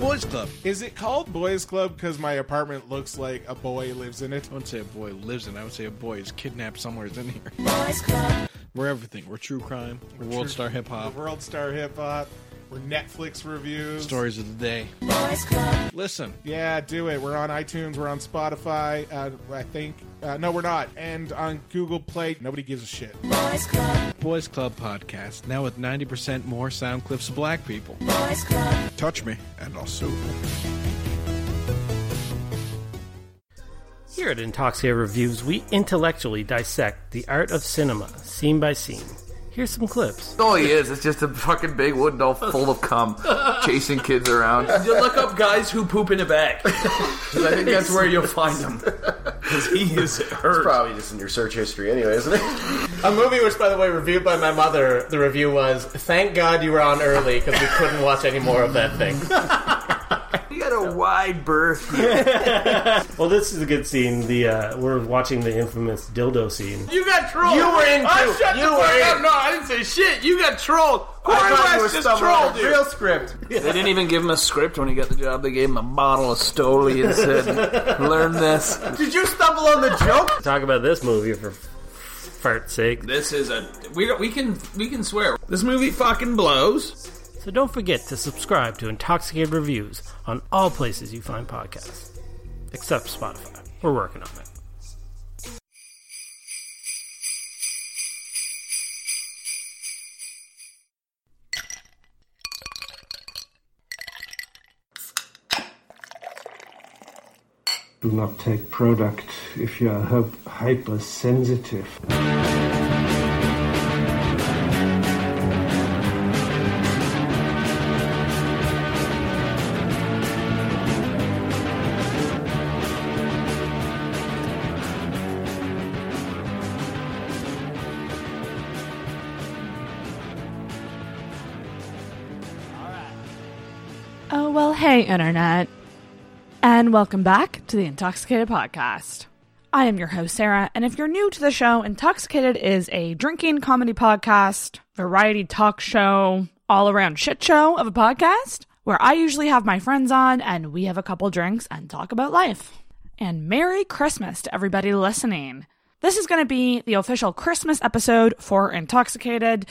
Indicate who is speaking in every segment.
Speaker 1: Boys Club.
Speaker 2: Is it called Boys Club because my apartment looks like a boy lives in it?
Speaker 1: I wouldn't say a boy lives in. it. I would say a boy is kidnapped somewhere in here.
Speaker 3: Boys Club.
Speaker 1: We're everything. We're true crime. We're world star hip hop.
Speaker 2: We're World Star Hip Hop. We're Netflix reviews.
Speaker 1: Stories of the day.
Speaker 3: Boys Club.
Speaker 1: Listen,
Speaker 2: Yeah, do it. We're on iTunes. We're on Spotify. Uh, I think. Uh, no, we're not. And on Google Play. Nobody gives a shit.
Speaker 3: Boys Club.
Speaker 1: Boys Club podcast now with ninety percent more sound clips of black people.
Speaker 3: Boys Club.
Speaker 1: Touch me, and I'll sue.
Speaker 4: Here at Intoxia Reviews, we intellectually dissect the art of cinema, scene by scene. Here's some clips.
Speaker 5: all he is. It's just a fucking big wooden doll full of cum chasing kids around.
Speaker 6: You look up guys who poop in a bag.
Speaker 5: I think that's where you'll find him.
Speaker 6: he is hurt.
Speaker 7: Probably just in your search history, anyway, isn't it? a movie which, by the way, reviewed by my mother. The review was, "Thank God you were on early because we couldn't watch any more of that thing."
Speaker 5: He had a wide berth.
Speaker 4: Well, this is a good scene. The uh, we're watching the infamous dildo scene.
Speaker 6: You got trolled.
Speaker 7: You were in
Speaker 6: I
Speaker 7: too.
Speaker 6: shut
Speaker 7: You
Speaker 6: the
Speaker 7: were
Speaker 6: fuck up.
Speaker 7: in.
Speaker 6: No, I didn't say shit. You got trolled.
Speaker 7: I
Speaker 6: Corey
Speaker 7: thought you were
Speaker 6: West just
Speaker 7: stumbling on
Speaker 6: trolled
Speaker 7: a
Speaker 6: you.
Speaker 7: Real script.
Speaker 5: They didn't even give him a script when he got the job. They gave him a bottle of Stoli and said, "Learn this."
Speaker 7: Did you stumble on the joke?
Speaker 4: Talk about this movie for fart's sake.
Speaker 6: This is a we don't, we can we can swear this movie fucking blows.
Speaker 4: So don't forget to subscribe to Intoxicated Reviews on all places you find podcasts, except Spotify. We're working on it.
Speaker 8: Do not take product if you are hy- hypersensitive.
Speaker 9: Oh, well, hey, Internet. And welcome back to the Intoxicated Podcast. I am your host, Sarah, and if you're new to the show, Intoxicated is a drinking comedy podcast, variety talk show, all around shit show of a podcast where I usually have my friends on and we have a couple drinks and talk about life. And Merry Christmas to everybody listening. This is going to be the official Christmas episode for Intoxicated,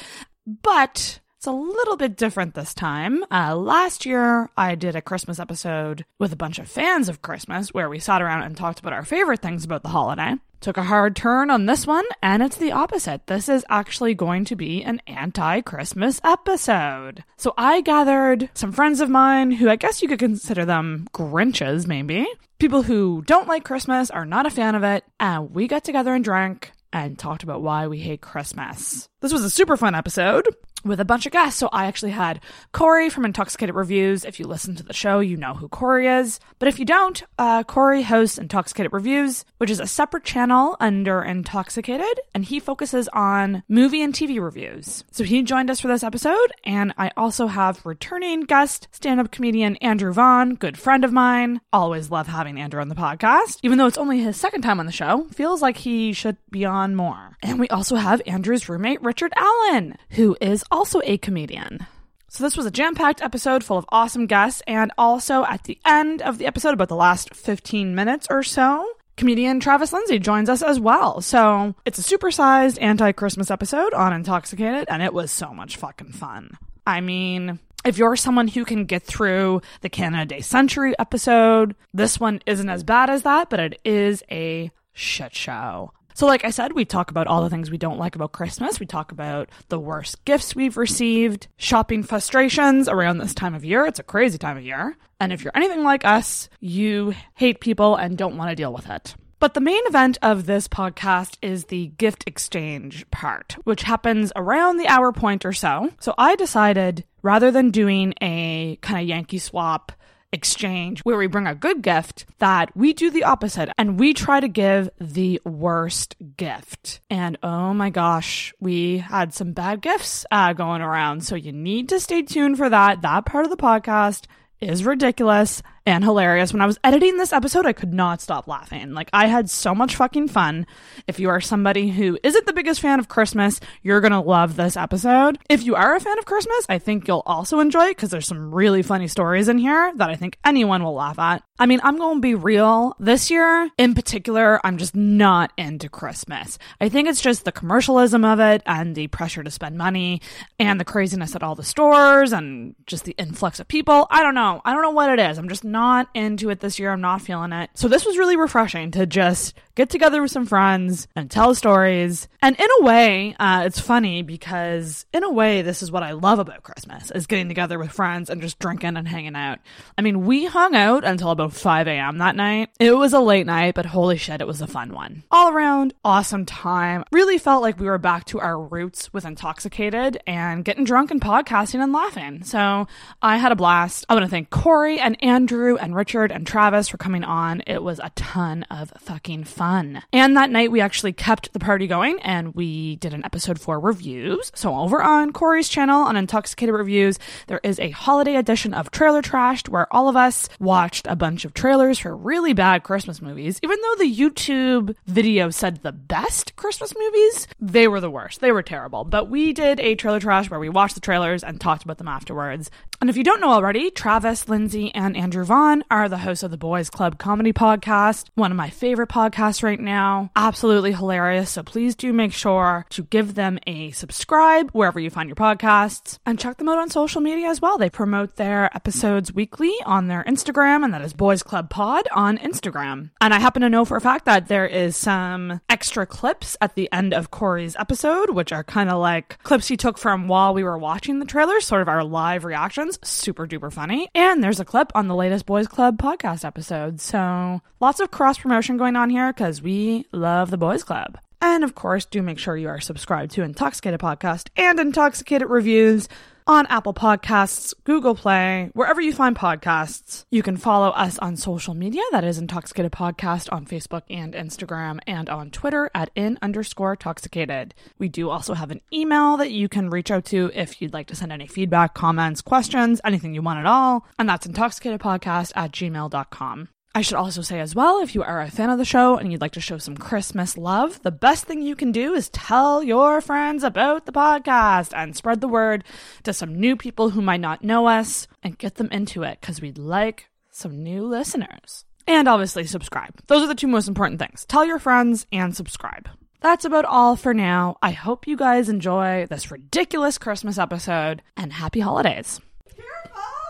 Speaker 9: but it's a little bit different this time. Uh, last year, I did a Christmas episode with a bunch of fans of Christmas where we sat around and talked about our favorite things about the holiday. Took a hard turn on this one, and it's the opposite. This is actually going to be an anti Christmas episode. So I gathered some friends of mine who I guess you could consider them Grinches, maybe. People who don't like Christmas, are not a fan of it, and we got together and drank and talked about why we hate Christmas. This was a super fun episode with a bunch of guests. So I actually had Corey from Intoxicated Reviews. If you listen to the show, you know who Corey is. But if you don't, uh, Corey hosts Intoxicated Reviews, which is a separate channel under Intoxicated, and he focuses on movie and TV reviews. So he joined us for this episode, and I also have returning guest, stand up comedian Andrew Vaughn, good friend of mine. Always love having Andrew on the podcast. Even though it's only his second time on the show, feels like he should be on more. And we also have Andrew's roommate, Richard Allen, who is also a comedian. So, this was a jam packed episode full of awesome guests. And also at the end of the episode, about the last 15 minutes or so, comedian Travis Lindsay joins us as well. So, it's a supersized anti Christmas episode on Intoxicated, and it was so much fucking fun. I mean, if you're someone who can get through the Canada Day Century episode, this one isn't as bad as that, but it is a shit show. So, like I said, we talk about all the things we don't like about Christmas. We talk about the worst gifts we've received, shopping frustrations around this time of year. It's a crazy time of year. And if you're anything like us, you hate people and don't want to deal with it. But the main event of this podcast is the gift exchange part, which happens around the hour point or so. So I decided rather than doing a kind of Yankee swap exchange where we bring a good gift that we do the opposite and we try to give the worst gift and oh my gosh we had some bad gifts uh, going around so you need to stay tuned for that that part of the podcast is ridiculous and hilarious. When I was editing this episode, I could not stop laughing. Like, I had so much fucking fun. If you are somebody who isn't the biggest fan of Christmas, you're going to love this episode. If you are a fan of Christmas, I think you'll also enjoy it because there's some really funny stories in here that I think anyone will laugh at. I mean, I'm going to be real. This year in particular, I'm just not into Christmas. I think it's just the commercialism of it and the pressure to spend money and the craziness at all the stores and just the influx of people. I don't know. I don't know what it is. I'm just not into it this year. I'm not feeling it. So this was really refreshing to just get together with some friends and tell stories. And in a way, uh, it's funny because in a way, this is what I love about Christmas is getting together with friends and just drinking and hanging out. I mean, we hung out until about 5 a.m. that night. It was a late night, but holy shit, it was a fun one. All around, awesome time. Really felt like we were back to our roots with Intoxicated and getting drunk and podcasting and laughing. So I had a blast. I want to thank Corey and Andrew and Richard and Travis for coming on. It was a ton of fucking fun. And that night, we actually kept the party going and we did an episode for reviews. So over on Corey's channel on Intoxicated Reviews, there is a holiday edition of Trailer Trashed where all of us watched a bunch of trailers for really bad Christmas movies. Even though the YouTube video said the best Christmas movies, they were the worst. They were terrible. But we did a trailer trash where we watched the trailers and talked about them afterwards. And if you don't know already, Travis, Lindsay, and Andrew Vaughn are the hosts of the Boys Club Comedy Podcast, one of my favorite podcasts right now. Absolutely hilarious. So please do make sure to give them a subscribe wherever you find your podcasts and check them out on social media as well. They promote their episodes weekly on their Instagram, and that is Boys Club Pod on Instagram. And I happen to know for a fact that there is some extra clips at the end of Corey's episode, which are kind of like clips he took from while we were watching the trailer, sort of our live reactions. Super duper funny. And there's a clip on the latest Boys Club podcast episode. So lots of cross promotion going on here because we love the Boys Club. And of course, do make sure you are subscribed to Intoxicated Podcast and Intoxicated Reviews on Apple Podcasts, Google Play, wherever you find podcasts. You can follow us on social media. That is Intoxicated Podcast on Facebook and Instagram and on Twitter at in underscore toxicated. We do also have an email that you can reach out to if you'd like to send any feedback, comments, questions, anything you want at all. And that's intoxicatedpodcast at gmail.com. I should also say as well, if you are a fan of the show and you'd like to show some Christmas love, the best thing you can do is tell your friends about the podcast and spread the word to some new people who might not know us and get them into it because we'd like some new listeners. And obviously, subscribe. Those are the two most important things tell your friends and subscribe. That's about all for now. I hope you guys enjoy this ridiculous Christmas episade and happy holidays.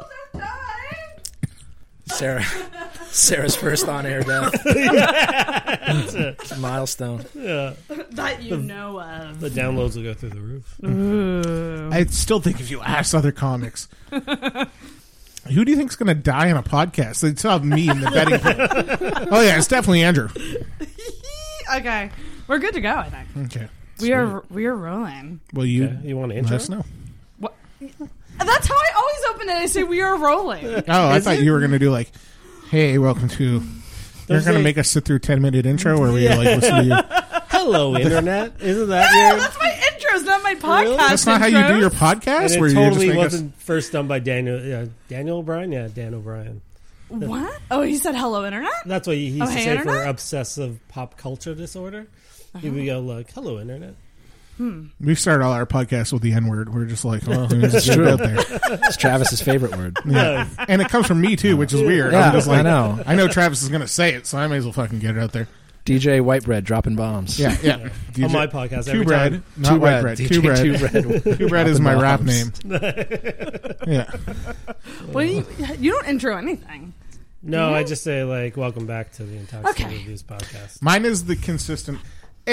Speaker 10: Sarah. Sarah's first on air death. it's a milestone.
Speaker 9: That you know of.
Speaker 10: The downloads will go through the roof.
Speaker 2: I still think if you ask other comics, who do you think's going to die on a podcast? They still have me in the betting pool. Oh yeah, it's definitely Andrew.
Speaker 9: okay, we're good to go. I think
Speaker 2: Okay.
Speaker 9: we are we are rolling.
Speaker 2: Well, you
Speaker 10: You want to
Speaker 2: let
Speaker 10: intro?
Speaker 2: us know.
Speaker 9: That's how I always open it. I say we are rolling.
Speaker 2: Oh, I thought you were going to do like, "Hey, welcome to." You're going to
Speaker 10: a-
Speaker 2: make us sit through ten minute intro where we like listen to you.
Speaker 10: Hello, internet. Isn't that
Speaker 9: Yeah,
Speaker 10: weird?
Speaker 9: that's my intros, not my podcast.
Speaker 2: That's not how you do your podcast.
Speaker 10: And it
Speaker 2: where you just
Speaker 10: totally
Speaker 2: make us-
Speaker 10: wasn't first done by Daniel yeah, Daniel O'Brien. Yeah, Dan O'Brien.
Speaker 9: your what? Oh, he said hello, internet.
Speaker 10: That's what he used
Speaker 9: Oh,
Speaker 10: to
Speaker 9: hey,
Speaker 10: say for
Speaker 9: internet? Uh-huh.
Speaker 10: obsessive pop culture disorder. Here we go. Look, hello, internet.
Speaker 2: we started all our podcasts with the N word. We're just like, well, who's true out there?
Speaker 11: It's Travis's favorite word.
Speaker 2: And it comes from me too, which is weird.
Speaker 11: Yeah,
Speaker 2: I'm just like,
Speaker 11: I know.
Speaker 2: I know Travis is going to say it, so I may as well fucking get it out there.
Speaker 11: DJ Whitebread dropping bombs.
Speaker 2: Yeah, yeah. DJ,
Speaker 10: my podcast
Speaker 2: two
Speaker 10: every
Speaker 2: bread,
Speaker 10: time.
Speaker 2: not
Speaker 11: Two
Speaker 2: white
Speaker 11: Red.
Speaker 2: bread.
Speaker 11: DJ
Speaker 2: Two bread.
Speaker 11: Two Red.
Speaker 2: Two bread is my
Speaker 11: Dropping
Speaker 2: rap name.
Speaker 11: bombs.
Speaker 2: yeah,
Speaker 9: What do you, you don't intro anything.
Speaker 10: No, I just say like, welcome back to the Intoxicated
Speaker 9: Mm-hmm. Okay.
Speaker 10: Reviews podcast.
Speaker 2: mine is the consistent.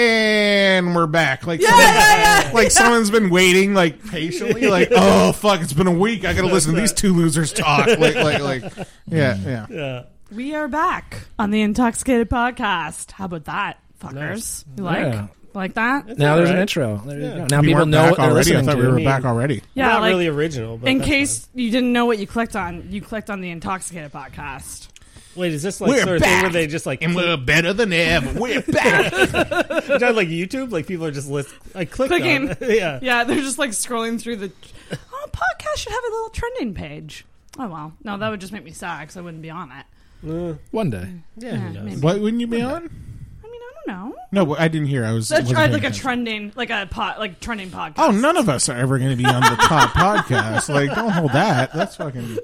Speaker 2: And we're back. Like,
Speaker 9: Yeah,
Speaker 2: someone-
Speaker 9: yeah, yeah.
Speaker 2: like someone's been waiting, like patiently. Like, oh fuck, it's been a week. I got to listen to these two losers talk. Like, like, like. Yeah, yeah.
Speaker 10: Yeah,
Speaker 9: We are back on the Intoxicated Podcast. How about that, fuckers? You like
Speaker 11: Yeah.
Speaker 9: like that?
Speaker 11: Now there's an
Speaker 10: Alright.
Speaker 11: intro. There you go. Now
Speaker 2: We
Speaker 11: people
Speaker 2: weren't
Speaker 11: know
Speaker 2: back
Speaker 11: what they're
Speaker 2: already. I
Speaker 11: listening
Speaker 2: thought
Speaker 11: to.
Speaker 2: we were
Speaker 10: mean-
Speaker 2: back already.
Speaker 9: yeah,
Speaker 10: not
Speaker 9: like
Speaker 10: really original. But
Speaker 9: in
Speaker 10: that's
Speaker 9: case you didn't know what you clicked on, you clicked on the Intoxicated Podcast.
Speaker 10: fine. wait, is this like
Speaker 2: We're
Speaker 10: sort of thing where
Speaker 2: back.
Speaker 10: they just like
Speaker 2: And we're better than ever. We're back.
Speaker 10: Is that like YouTube? Like people are just list like click
Speaker 9: Clicking.
Speaker 10: On. yeah.
Speaker 9: Yeah, they're just like scrolling through the. Oh, podcast should have a little trending page. Oh well, no, that would just make me sad because I wouldn't be on it.
Speaker 11: One day.
Speaker 9: Yeah, Yeah, who knows? maybe.
Speaker 2: What wouldn't you be on?
Speaker 9: I don't know.
Speaker 2: No, I didn't hear. I was.
Speaker 9: So
Speaker 2: wasn't
Speaker 9: try
Speaker 2: paying
Speaker 9: like a
Speaker 2: attention.
Speaker 9: trending, like a pot, like trending podcast.
Speaker 2: Oh, none of us are ever going to be on the top podcast. Like, don't hold that. That's fucking.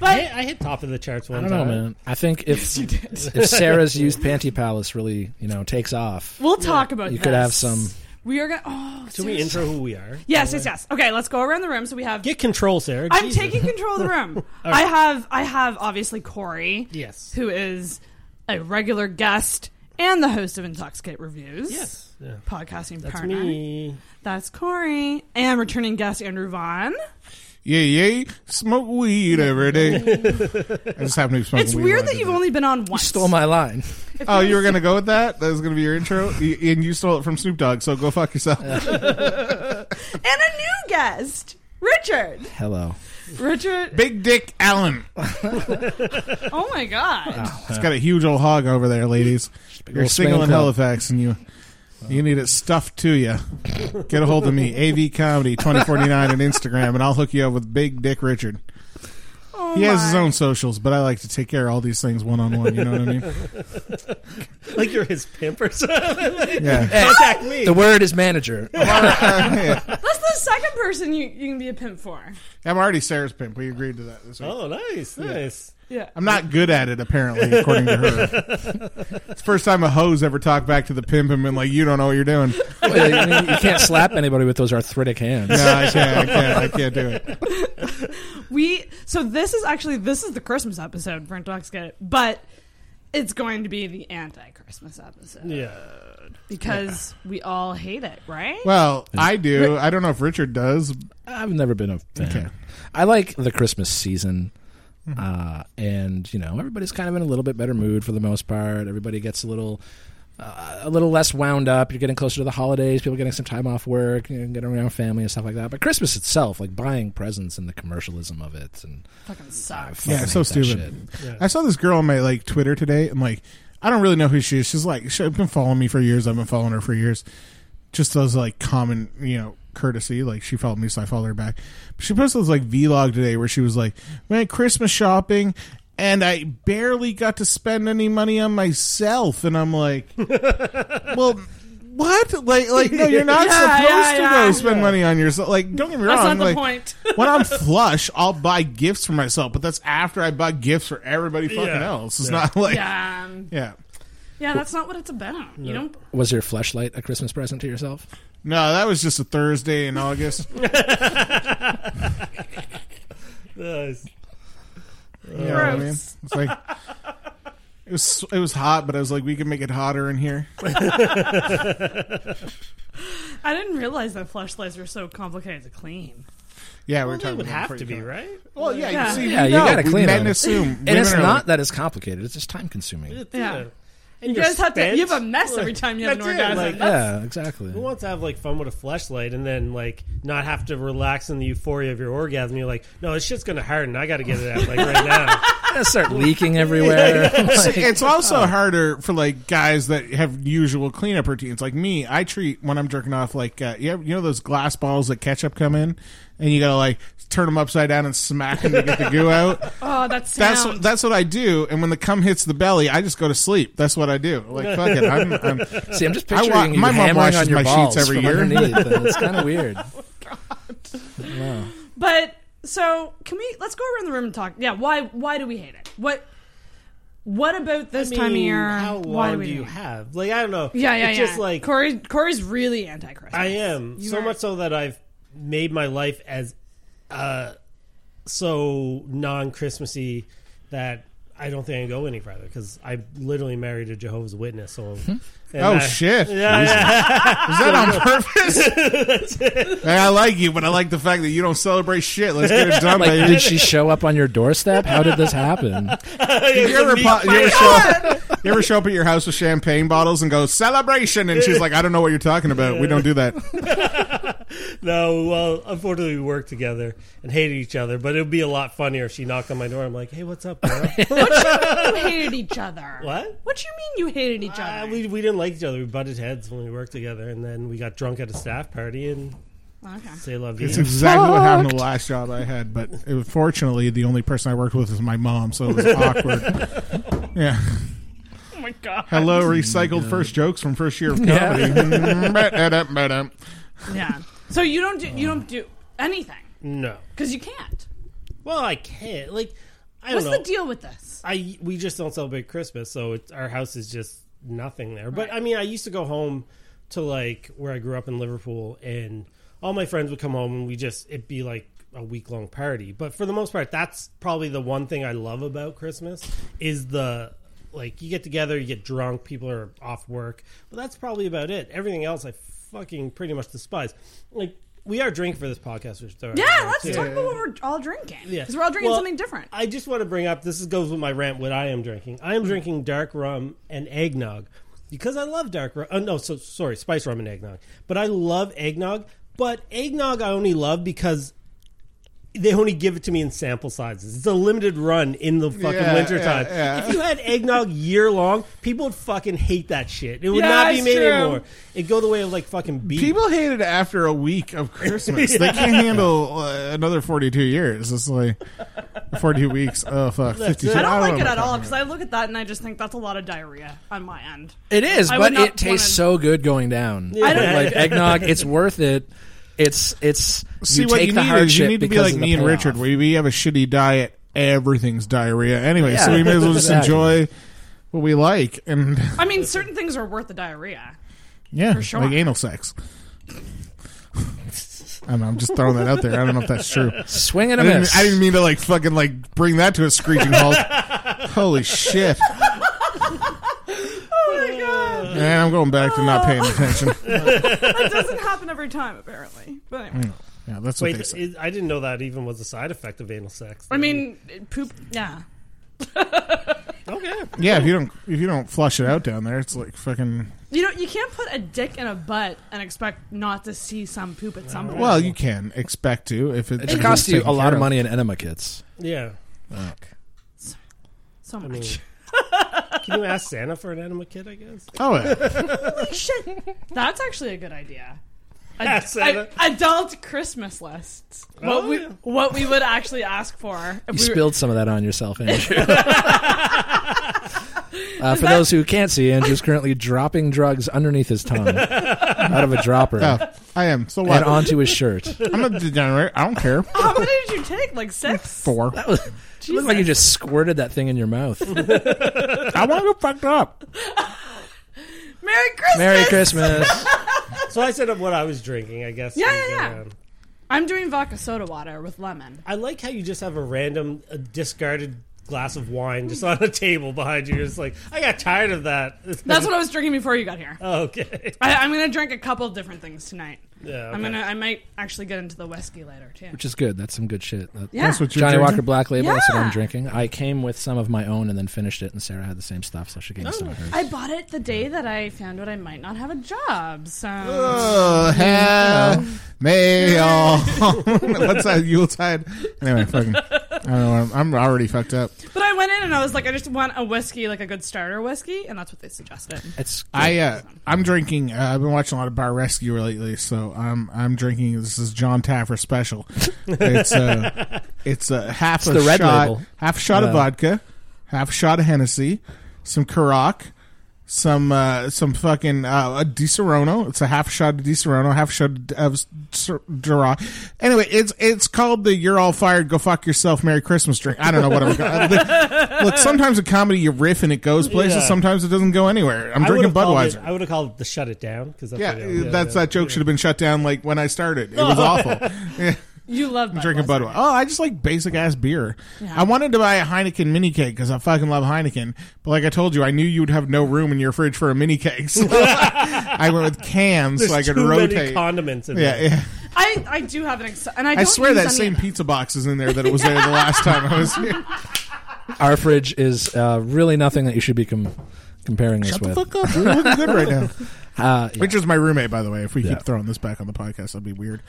Speaker 9: But
Speaker 10: I, I hit top of the charts
Speaker 11: I
Speaker 10: one
Speaker 11: don't know,
Speaker 10: time.
Speaker 11: man. I think if
Speaker 10: Yes, you did.
Speaker 11: if Sarah's used panty palace really, you know, takes off,
Speaker 9: We'll talk about
Speaker 11: You could have
Speaker 9: this.
Speaker 11: some.
Speaker 9: We are gonna. Oh,
Speaker 10: Should we
Speaker 9: seriously.
Speaker 10: intro who we are?
Speaker 9: Yes, yes, yes. Okay, let's go around the room. So we have.
Speaker 10: Get control, Sarah.
Speaker 9: I'm
Speaker 10: Jesus.
Speaker 9: taking control of the room.
Speaker 10: All right.
Speaker 9: I have. I have obviously Corey.
Speaker 10: Yes.
Speaker 9: Who is a regular guest and the host of Intoxicate Reviews.
Speaker 10: Yes. Yeah.
Speaker 9: Podcasting
Speaker 10: That's
Speaker 9: partner.
Speaker 10: me.
Speaker 9: That's Corey and returning guest Andrew Vaughn.
Speaker 2: Yeah, yeah. Smoke weed every day. I just happen to be smoking
Speaker 9: It's
Speaker 2: weed. when
Speaker 9: weird
Speaker 2: I
Speaker 9: that
Speaker 2: did
Speaker 9: you've only been on once.
Speaker 11: stole my line.
Speaker 9: If
Speaker 2: Oh, you were gonna go with that? That was gonna be your intro, Y- and you stole it from Snoop Dogg. So go fuck yourself.
Speaker 9: and a new guest, Richard.
Speaker 11: Hello.
Speaker 9: Richard.
Speaker 2: Big Dick Allen.
Speaker 9: oh my god.
Speaker 2: It's got a huge old hog over there, ladies. You're
Speaker 11: old
Speaker 2: single
Speaker 11: span
Speaker 2: in
Speaker 11: club.
Speaker 2: Halifax, and you you need it stuffed to you. Get a hold of me, AV Comedy twenty forty nine on Instagram, and I'll hook you up with Big Dick Richard.
Speaker 9: Oh
Speaker 2: He has his
Speaker 9: my.
Speaker 2: own socials, but I like to take care of all these things one on one. You know what I mean?
Speaker 10: Like you're his pimp or something.
Speaker 2: Yeah.
Speaker 10: Contact me.
Speaker 11: The word is manager.
Speaker 9: That's the second person you, you can be a pimp for.
Speaker 2: I'm already Sarah's pimp. We agreed to that this week.
Speaker 10: Oh, nice, nice.
Speaker 9: Yeah.
Speaker 2: I'm not good at it, apparently, according to her. it's the first time a hoe's ever talked back to the pimp and been like, "You don't know what you're doing."
Speaker 11: Well, I mean, you can't slap anybody with those arthritic hands.
Speaker 2: No, I can't. I can't. I can't do it.
Speaker 9: We so this is actually this is the Christmas episode for Intoxicated, but it's going to be the anti-Christmas episode
Speaker 10: Yeah.
Speaker 9: because we all hate it, right?
Speaker 2: Well, I do. I don't know if Richard does.
Speaker 11: I've never been a fan.
Speaker 2: Okay.
Speaker 11: I like the Christmas season. Uh, and you know everybody's kind of in a little bit better mood for the most part. Everybody gets a little, uh, a little less wound up. You're getting closer to the holidays. People getting some time off work, you know, getting around family and stuff like that. But Christmas itself, like buying presents and the commercialism of it, and
Speaker 9: Fucking sucks.
Speaker 11: fucking
Speaker 2: Yeah, it's so
Speaker 11: hate that
Speaker 2: stupid.
Speaker 11: shit.
Speaker 2: I saw this girl on my like Twitter today, and like I don't really know who she is. She's like she's been following me for years. I've been following her for years. Just those like common, you know, courtesy. Like she followed me, so I followed her back. But she posted this like vlog today where she was like, "Went Christmas shopping." And I barely got to spend any money on myself, and I'm like, "Well, what? Like, like no, you're not
Speaker 9: Yeah,
Speaker 2: supposed
Speaker 9: yeah,
Speaker 2: to
Speaker 9: yeah.
Speaker 2: go spend money on yourself. Like, don't get me
Speaker 9: That's
Speaker 2: wrong.
Speaker 9: not the
Speaker 2: like,
Speaker 9: point.
Speaker 2: when I'm flush, I'll buy gifts for myself, but that's after I buy gifts for everybody fucking
Speaker 10: Yeah.
Speaker 2: else. It's
Speaker 10: Yeah.
Speaker 2: not like yeah.
Speaker 9: yeah, um, yeah, that's not what it's about. You don't.
Speaker 11: Was your flashlight a Christmas present to yourself?
Speaker 2: No, that was just a Thursday in August.
Speaker 10: Nice.
Speaker 2: You know what I mean?
Speaker 9: Gross.
Speaker 2: It's like it was it was hot, but I was like, we could make it hotter in here.
Speaker 9: I didn't realize that flashlights were so complicated to clean.
Speaker 2: Yeah, we were
Speaker 10: It
Speaker 2: talking
Speaker 10: would
Speaker 2: about
Speaker 10: have
Speaker 2: it
Speaker 10: to
Speaker 2: before
Speaker 10: be
Speaker 2: you come.
Speaker 10: right.
Speaker 2: Well, yeah,
Speaker 9: Yeah.
Speaker 2: you see,
Speaker 11: Yeah,
Speaker 2: we
Speaker 11: you
Speaker 2: know.
Speaker 11: gotta
Speaker 2: We
Speaker 11: clean
Speaker 2: men
Speaker 11: them.
Speaker 2: assume
Speaker 11: And it's
Speaker 2: women are
Speaker 11: not
Speaker 2: like-
Speaker 11: that it's complicated. It's just time consuming.
Speaker 10: It's,
Speaker 9: Yeah.
Speaker 10: uh, and
Speaker 9: You
Speaker 10: you're
Speaker 9: guys have to.
Speaker 10: spent.
Speaker 9: You have a mess every time you have an
Speaker 10: That's it,
Speaker 9: orgasm.
Speaker 10: like-
Speaker 11: Yeah, exactly.
Speaker 10: Who wants to have like fun with a flashlight and then like not have to relax in the euphoria of your orgasm? You're like, no, this shit's gonna harden. I got to get it out like right now.
Speaker 11: Gonna start leaking everywhere. Like-
Speaker 2: it's also
Speaker 11: Oh.
Speaker 2: harder for like guys that have usual cleanup routines. Like me, I treat when I'm jerking off like uh, you, ever- you know those glass balls that ketchup come in, and you gotta like turn them upside down and smack them to get the goo out.
Speaker 9: oh, that
Speaker 2: That's
Speaker 9: sound.
Speaker 2: that's what I do. And when the cum hits the belly, I just go to sleep. That's what I do. Like fuck it, I'm, I'm,
Speaker 11: See, I'm just
Speaker 2: I wa-
Speaker 11: picturing you
Speaker 2: my mom
Speaker 11: hammering
Speaker 2: washes
Speaker 11: on your
Speaker 2: my sheets
Speaker 11: balls
Speaker 2: every
Speaker 11: from
Speaker 2: year.
Speaker 11: underneath, and it's kind of weird.
Speaker 9: But so can we? Let's go around the room and talk. Yeah, why? Why do we hate it? What? What about this time of
Speaker 10: mean,
Speaker 9: year?
Speaker 10: How
Speaker 9: why
Speaker 10: long do
Speaker 9: we
Speaker 10: you
Speaker 9: hate it?
Speaker 10: have? Like, I don't know.
Speaker 9: Yeah, yeah,
Speaker 10: it's
Speaker 9: yeah.
Speaker 10: Just like
Speaker 9: Corey, Corey's really anti-Christmas.
Speaker 10: I am
Speaker 9: You
Speaker 10: so
Speaker 9: are-
Speaker 10: much so that I've made my life as uh, so non-Christmassy that I don't think I can go any further because I literally married a Jehovah's Witness. So,
Speaker 9: Hmm.
Speaker 10: and
Speaker 2: oh
Speaker 10: I-
Speaker 2: shit,
Speaker 10: Yeah, yeah.
Speaker 2: is that on purpose? Hey, I like you, but I like the fact that you don't celebrate shit. Let's get it done,
Speaker 11: Like,
Speaker 2: baby.
Speaker 11: did she show up on your doorstep? How did this happen?
Speaker 2: you ever, po- you, ever show up, you ever show up at your house with champagne bottles and go celebration and she's like i don't know what you're talking about we don't do that
Speaker 10: No, well, unfortunately, we worked together and hated each other. But it would be a lot funnier if she knocked on my door. I'm like, "Hey, what's up, bro?"
Speaker 9: You hated each other.
Speaker 10: What?
Speaker 9: What you mean you hated each
Speaker 10: Uh,
Speaker 9: other?
Speaker 10: we we didn't like each other. We butted heads when we worked together, and then we got drunk at a staff party, and
Speaker 9: Oh, Okay.
Speaker 10: Say la vie.
Speaker 2: It's exactly what happened to the last job I had, but it, was- fortunately, the only person I worked with was my mom, so it was awkward. Yeah.
Speaker 9: Oh my god.
Speaker 2: Hello, recycled first jokes from first year of comedy.
Speaker 9: Yeah. So you don't do you don't do anything
Speaker 10: No.
Speaker 9: because you can't.
Speaker 10: Well, I can't. Like, I
Speaker 9: What's
Speaker 10: don't know.
Speaker 9: the deal with this?
Speaker 10: I we just don't celebrate Christmas, so it's, our house is just nothing there. But I mean, I used to go home to like where I grew up in Liverpool, and all my friends would come home, and we just it'd be like a week long party. But for the most part, that's probably the one thing I love about Christmas is the like you get together, you get drunk, people are off work, but that's probably about it. Everything else, I fucking pretty much despise. Like we are drinking for this podcast, which
Speaker 9: Yeah, let's talk about what we're all drinking.
Speaker 10: Yeah.
Speaker 9: Because we're all drinking
Speaker 10: Well,
Speaker 9: something different. Hmm.
Speaker 10: I just want to bring up this is- goes with my rant. What I am drinking, I am drinking dark rum and eggnog because I love dark rum. Oh no, so sorry, spice rum and eggnog. But I love eggnog. But eggnog I only love because they only give it to me in sample sizes. It's a limited run in the fucking
Speaker 2: Yeah,
Speaker 10: winter time.
Speaker 2: yeah, yeah.
Speaker 10: If you had eggnog year long, people would fucking hate that shit. It would
Speaker 2: Yeah,
Speaker 10: not be
Speaker 2: it's
Speaker 10: made
Speaker 2: true.
Speaker 10: anymore. It'd go the way of like fucking beef.
Speaker 2: People hate it after a week of Christmas. They can't
Speaker 10: Yeah.
Speaker 2: handle uh, another 42 years. It's like 42 weeks. Oh, fuck. 52.
Speaker 9: I don't
Speaker 2: know
Speaker 9: like
Speaker 2: what
Speaker 9: it
Speaker 2: I'm
Speaker 9: at all
Speaker 2: talking
Speaker 9: because I look at that and I just think that's a lot of diarrhea on my end.
Speaker 11: It is,
Speaker 9: I
Speaker 11: but
Speaker 9: would not
Speaker 11: it tastes
Speaker 9: wanna-
Speaker 11: so good going down.
Speaker 9: I don't-
Speaker 11: like eggnog. It's worth it. It's it's
Speaker 2: See
Speaker 11: you
Speaker 2: what
Speaker 11: take
Speaker 2: you
Speaker 11: the
Speaker 2: need is
Speaker 11: hardship
Speaker 2: you need to be
Speaker 11: because
Speaker 2: like
Speaker 11: of the
Speaker 2: me and
Speaker 11: payoff.
Speaker 2: Richard. We we have a shitty diet. Everything's diarrhea anyway, so
Speaker 11: Yeah.
Speaker 2: we may as well just
Speaker 11: Exactly.
Speaker 2: enjoy what we like. And
Speaker 9: I mean, certain things are worth the diarrhea.
Speaker 2: yeah,
Speaker 9: For sure.
Speaker 2: like anal sex. I don't know, I'm just throwing that out there. I don't know if that's true.
Speaker 11: Swing and
Speaker 2: I
Speaker 11: a
Speaker 2: didn't,
Speaker 11: miss.
Speaker 2: I didn't mean to like fucking like bring that to a screeching halt. Holy shit!
Speaker 9: Oh my god.
Speaker 2: Man, I'm going back to not paying attention.
Speaker 9: that doesn't happen every time, apparently. But anyway.
Speaker 2: Yeah, that's what
Speaker 10: Wait,
Speaker 2: they say.
Speaker 10: it- I didn't know that even was a side effect of anal sex.
Speaker 9: I mean, poop. Yeah.
Speaker 10: okay.
Speaker 2: Yeah, if you don't if you don't flush it out down there, it's like fucking.
Speaker 9: You know, you can't put a dick in a butt and expect not to see some poop at some point.
Speaker 2: Well, you can expect to if it,
Speaker 11: It
Speaker 2: if it's
Speaker 11: costs you
Speaker 2: taken
Speaker 11: a lot
Speaker 2: care
Speaker 11: of money in enema kits.
Speaker 10: Yeah.
Speaker 9: so
Speaker 10: I
Speaker 9: much.
Speaker 10: mean, can you ask Santa for an enema kit? I guess.
Speaker 2: Oh, yeah.
Speaker 9: Holy shit! That's actually a good idea. Ad-
Speaker 10: Yeah, Santa.
Speaker 9: ad- adult Christmas lists. What
Speaker 10: Oh,
Speaker 9: we
Speaker 10: yeah.
Speaker 9: what we would actually ask for. If
Speaker 11: You
Speaker 9: we were-
Speaker 11: spilled some of that on yourself, Andrew. uh, for those who can't see, Andrew's currently dropping drugs underneath his tongue out of a dropper
Speaker 2: Oh, I am. So what?
Speaker 11: and onto his shirt.
Speaker 2: I'm a degenerate. I don't care.
Speaker 9: How many did you take? Like six.
Speaker 2: Four.
Speaker 11: That was, it looked like you just squirted that thing in your mouth.
Speaker 2: I want to go fucked up.
Speaker 9: Merry Christmas.
Speaker 11: Merry Christmas.
Speaker 10: So I said what I was drinking. I guess.
Speaker 9: Yeah,
Speaker 10: was,
Speaker 9: yeah, yeah.
Speaker 10: um,
Speaker 9: I'm doing vodka soda water with lemon.
Speaker 10: I like how you just have a random uh, discarded glass of wine just on a table behind you. It's like I got tired of that.
Speaker 9: That's what I was drinking before you got here.
Speaker 10: Oh, okay.
Speaker 9: I, I'm gonna drink a couple of different things tonight.
Speaker 10: Yeah,
Speaker 9: I'm
Speaker 10: okay.
Speaker 9: gonna. I might actually get into the whiskey later too.
Speaker 11: Which is good. That's some good shit. That-
Speaker 9: Yeah. That's
Speaker 2: what you're
Speaker 11: Johnny
Speaker 2: drinking?
Speaker 11: Walker Black Label. That's what I'm
Speaker 9: Yeah.
Speaker 11: drinking. I came with some of my own and then finished it, and Sarah had the same stuff, so she gave me some of hers.
Speaker 9: Oh, I bought it the day that I found out I might not have a job. So
Speaker 2: Oh,
Speaker 11: Uh,
Speaker 2: hell. May all. What's that? Yuletide? Anyway, fucking. I don't know. I'm, I'm already fucked up.
Speaker 9: But I went in and I was like, I just want a whiskey, like a good starter whiskey, and that's what they suggested.
Speaker 11: It's
Speaker 2: I uh, I'm drinking. Uh, I've been watching a lot of Bar Rescue lately, so I'm I'm drinking. This is John Taffer special. It's uh, it's uh, half a
Speaker 11: the red
Speaker 2: shot,
Speaker 11: label.
Speaker 2: half a shot of
Speaker 11: Yeah.
Speaker 2: vodka, half a shot of Hennessy, some Carac, some uh, some fucking uh, a Di Serono. It's a half shot of Di Serono, half shot of Ser- Dirac. Anyway, it's it's called the "You're All Fired, Go Fuck Yourself, Merry Christmas" drink. I don't know what I'm. Gonna, look, sometimes a comedy you riff and it goes places.
Speaker 10: Yeah.
Speaker 2: Sometimes it doesn't go anywhere. I'm
Speaker 10: I
Speaker 2: drinking
Speaker 10: would've called it-
Speaker 2: Budweiser.
Speaker 10: I would have called it the shut it down because
Speaker 2: Yeah, that's that joke should have been shut down like when I started. It was awful. Yeah,
Speaker 9: You love
Speaker 2: I'm drinking Budweiser. Oh, I just like basic ass beer.
Speaker 9: Yeah.
Speaker 2: I wanted to buy a Heineken mini keg because I fucking love Heineken. But like I told you, I knew you'd have no room in your fridge for a mini keg, so I went with cans
Speaker 10: There's
Speaker 2: so I could
Speaker 10: too
Speaker 2: rotate.
Speaker 10: many condiments in
Speaker 2: yeah,
Speaker 10: there.
Speaker 2: yeah.
Speaker 9: I I do have an ex- and I,
Speaker 2: I
Speaker 9: don't
Speaker 2: swear
Speaker 9: use
Speaker 2: that
Speaker 9: any
Speaker 2: same
Speaker 9: of them.
Speaker 2: pizza box is in there that it was there the last time I was here.
Speaker 11: Our fridge is uh, really nothing that you should be com- comparing this with.
Speaker 2: Fuck up, we're looking good right now.
Speaker 11: Uh, yeah.
Speaker 2: Which is my roommate, by the way. If we
Speaker 11: Yeah.
Speaker 2: keep throwing this back on the podcast, that'd be weird.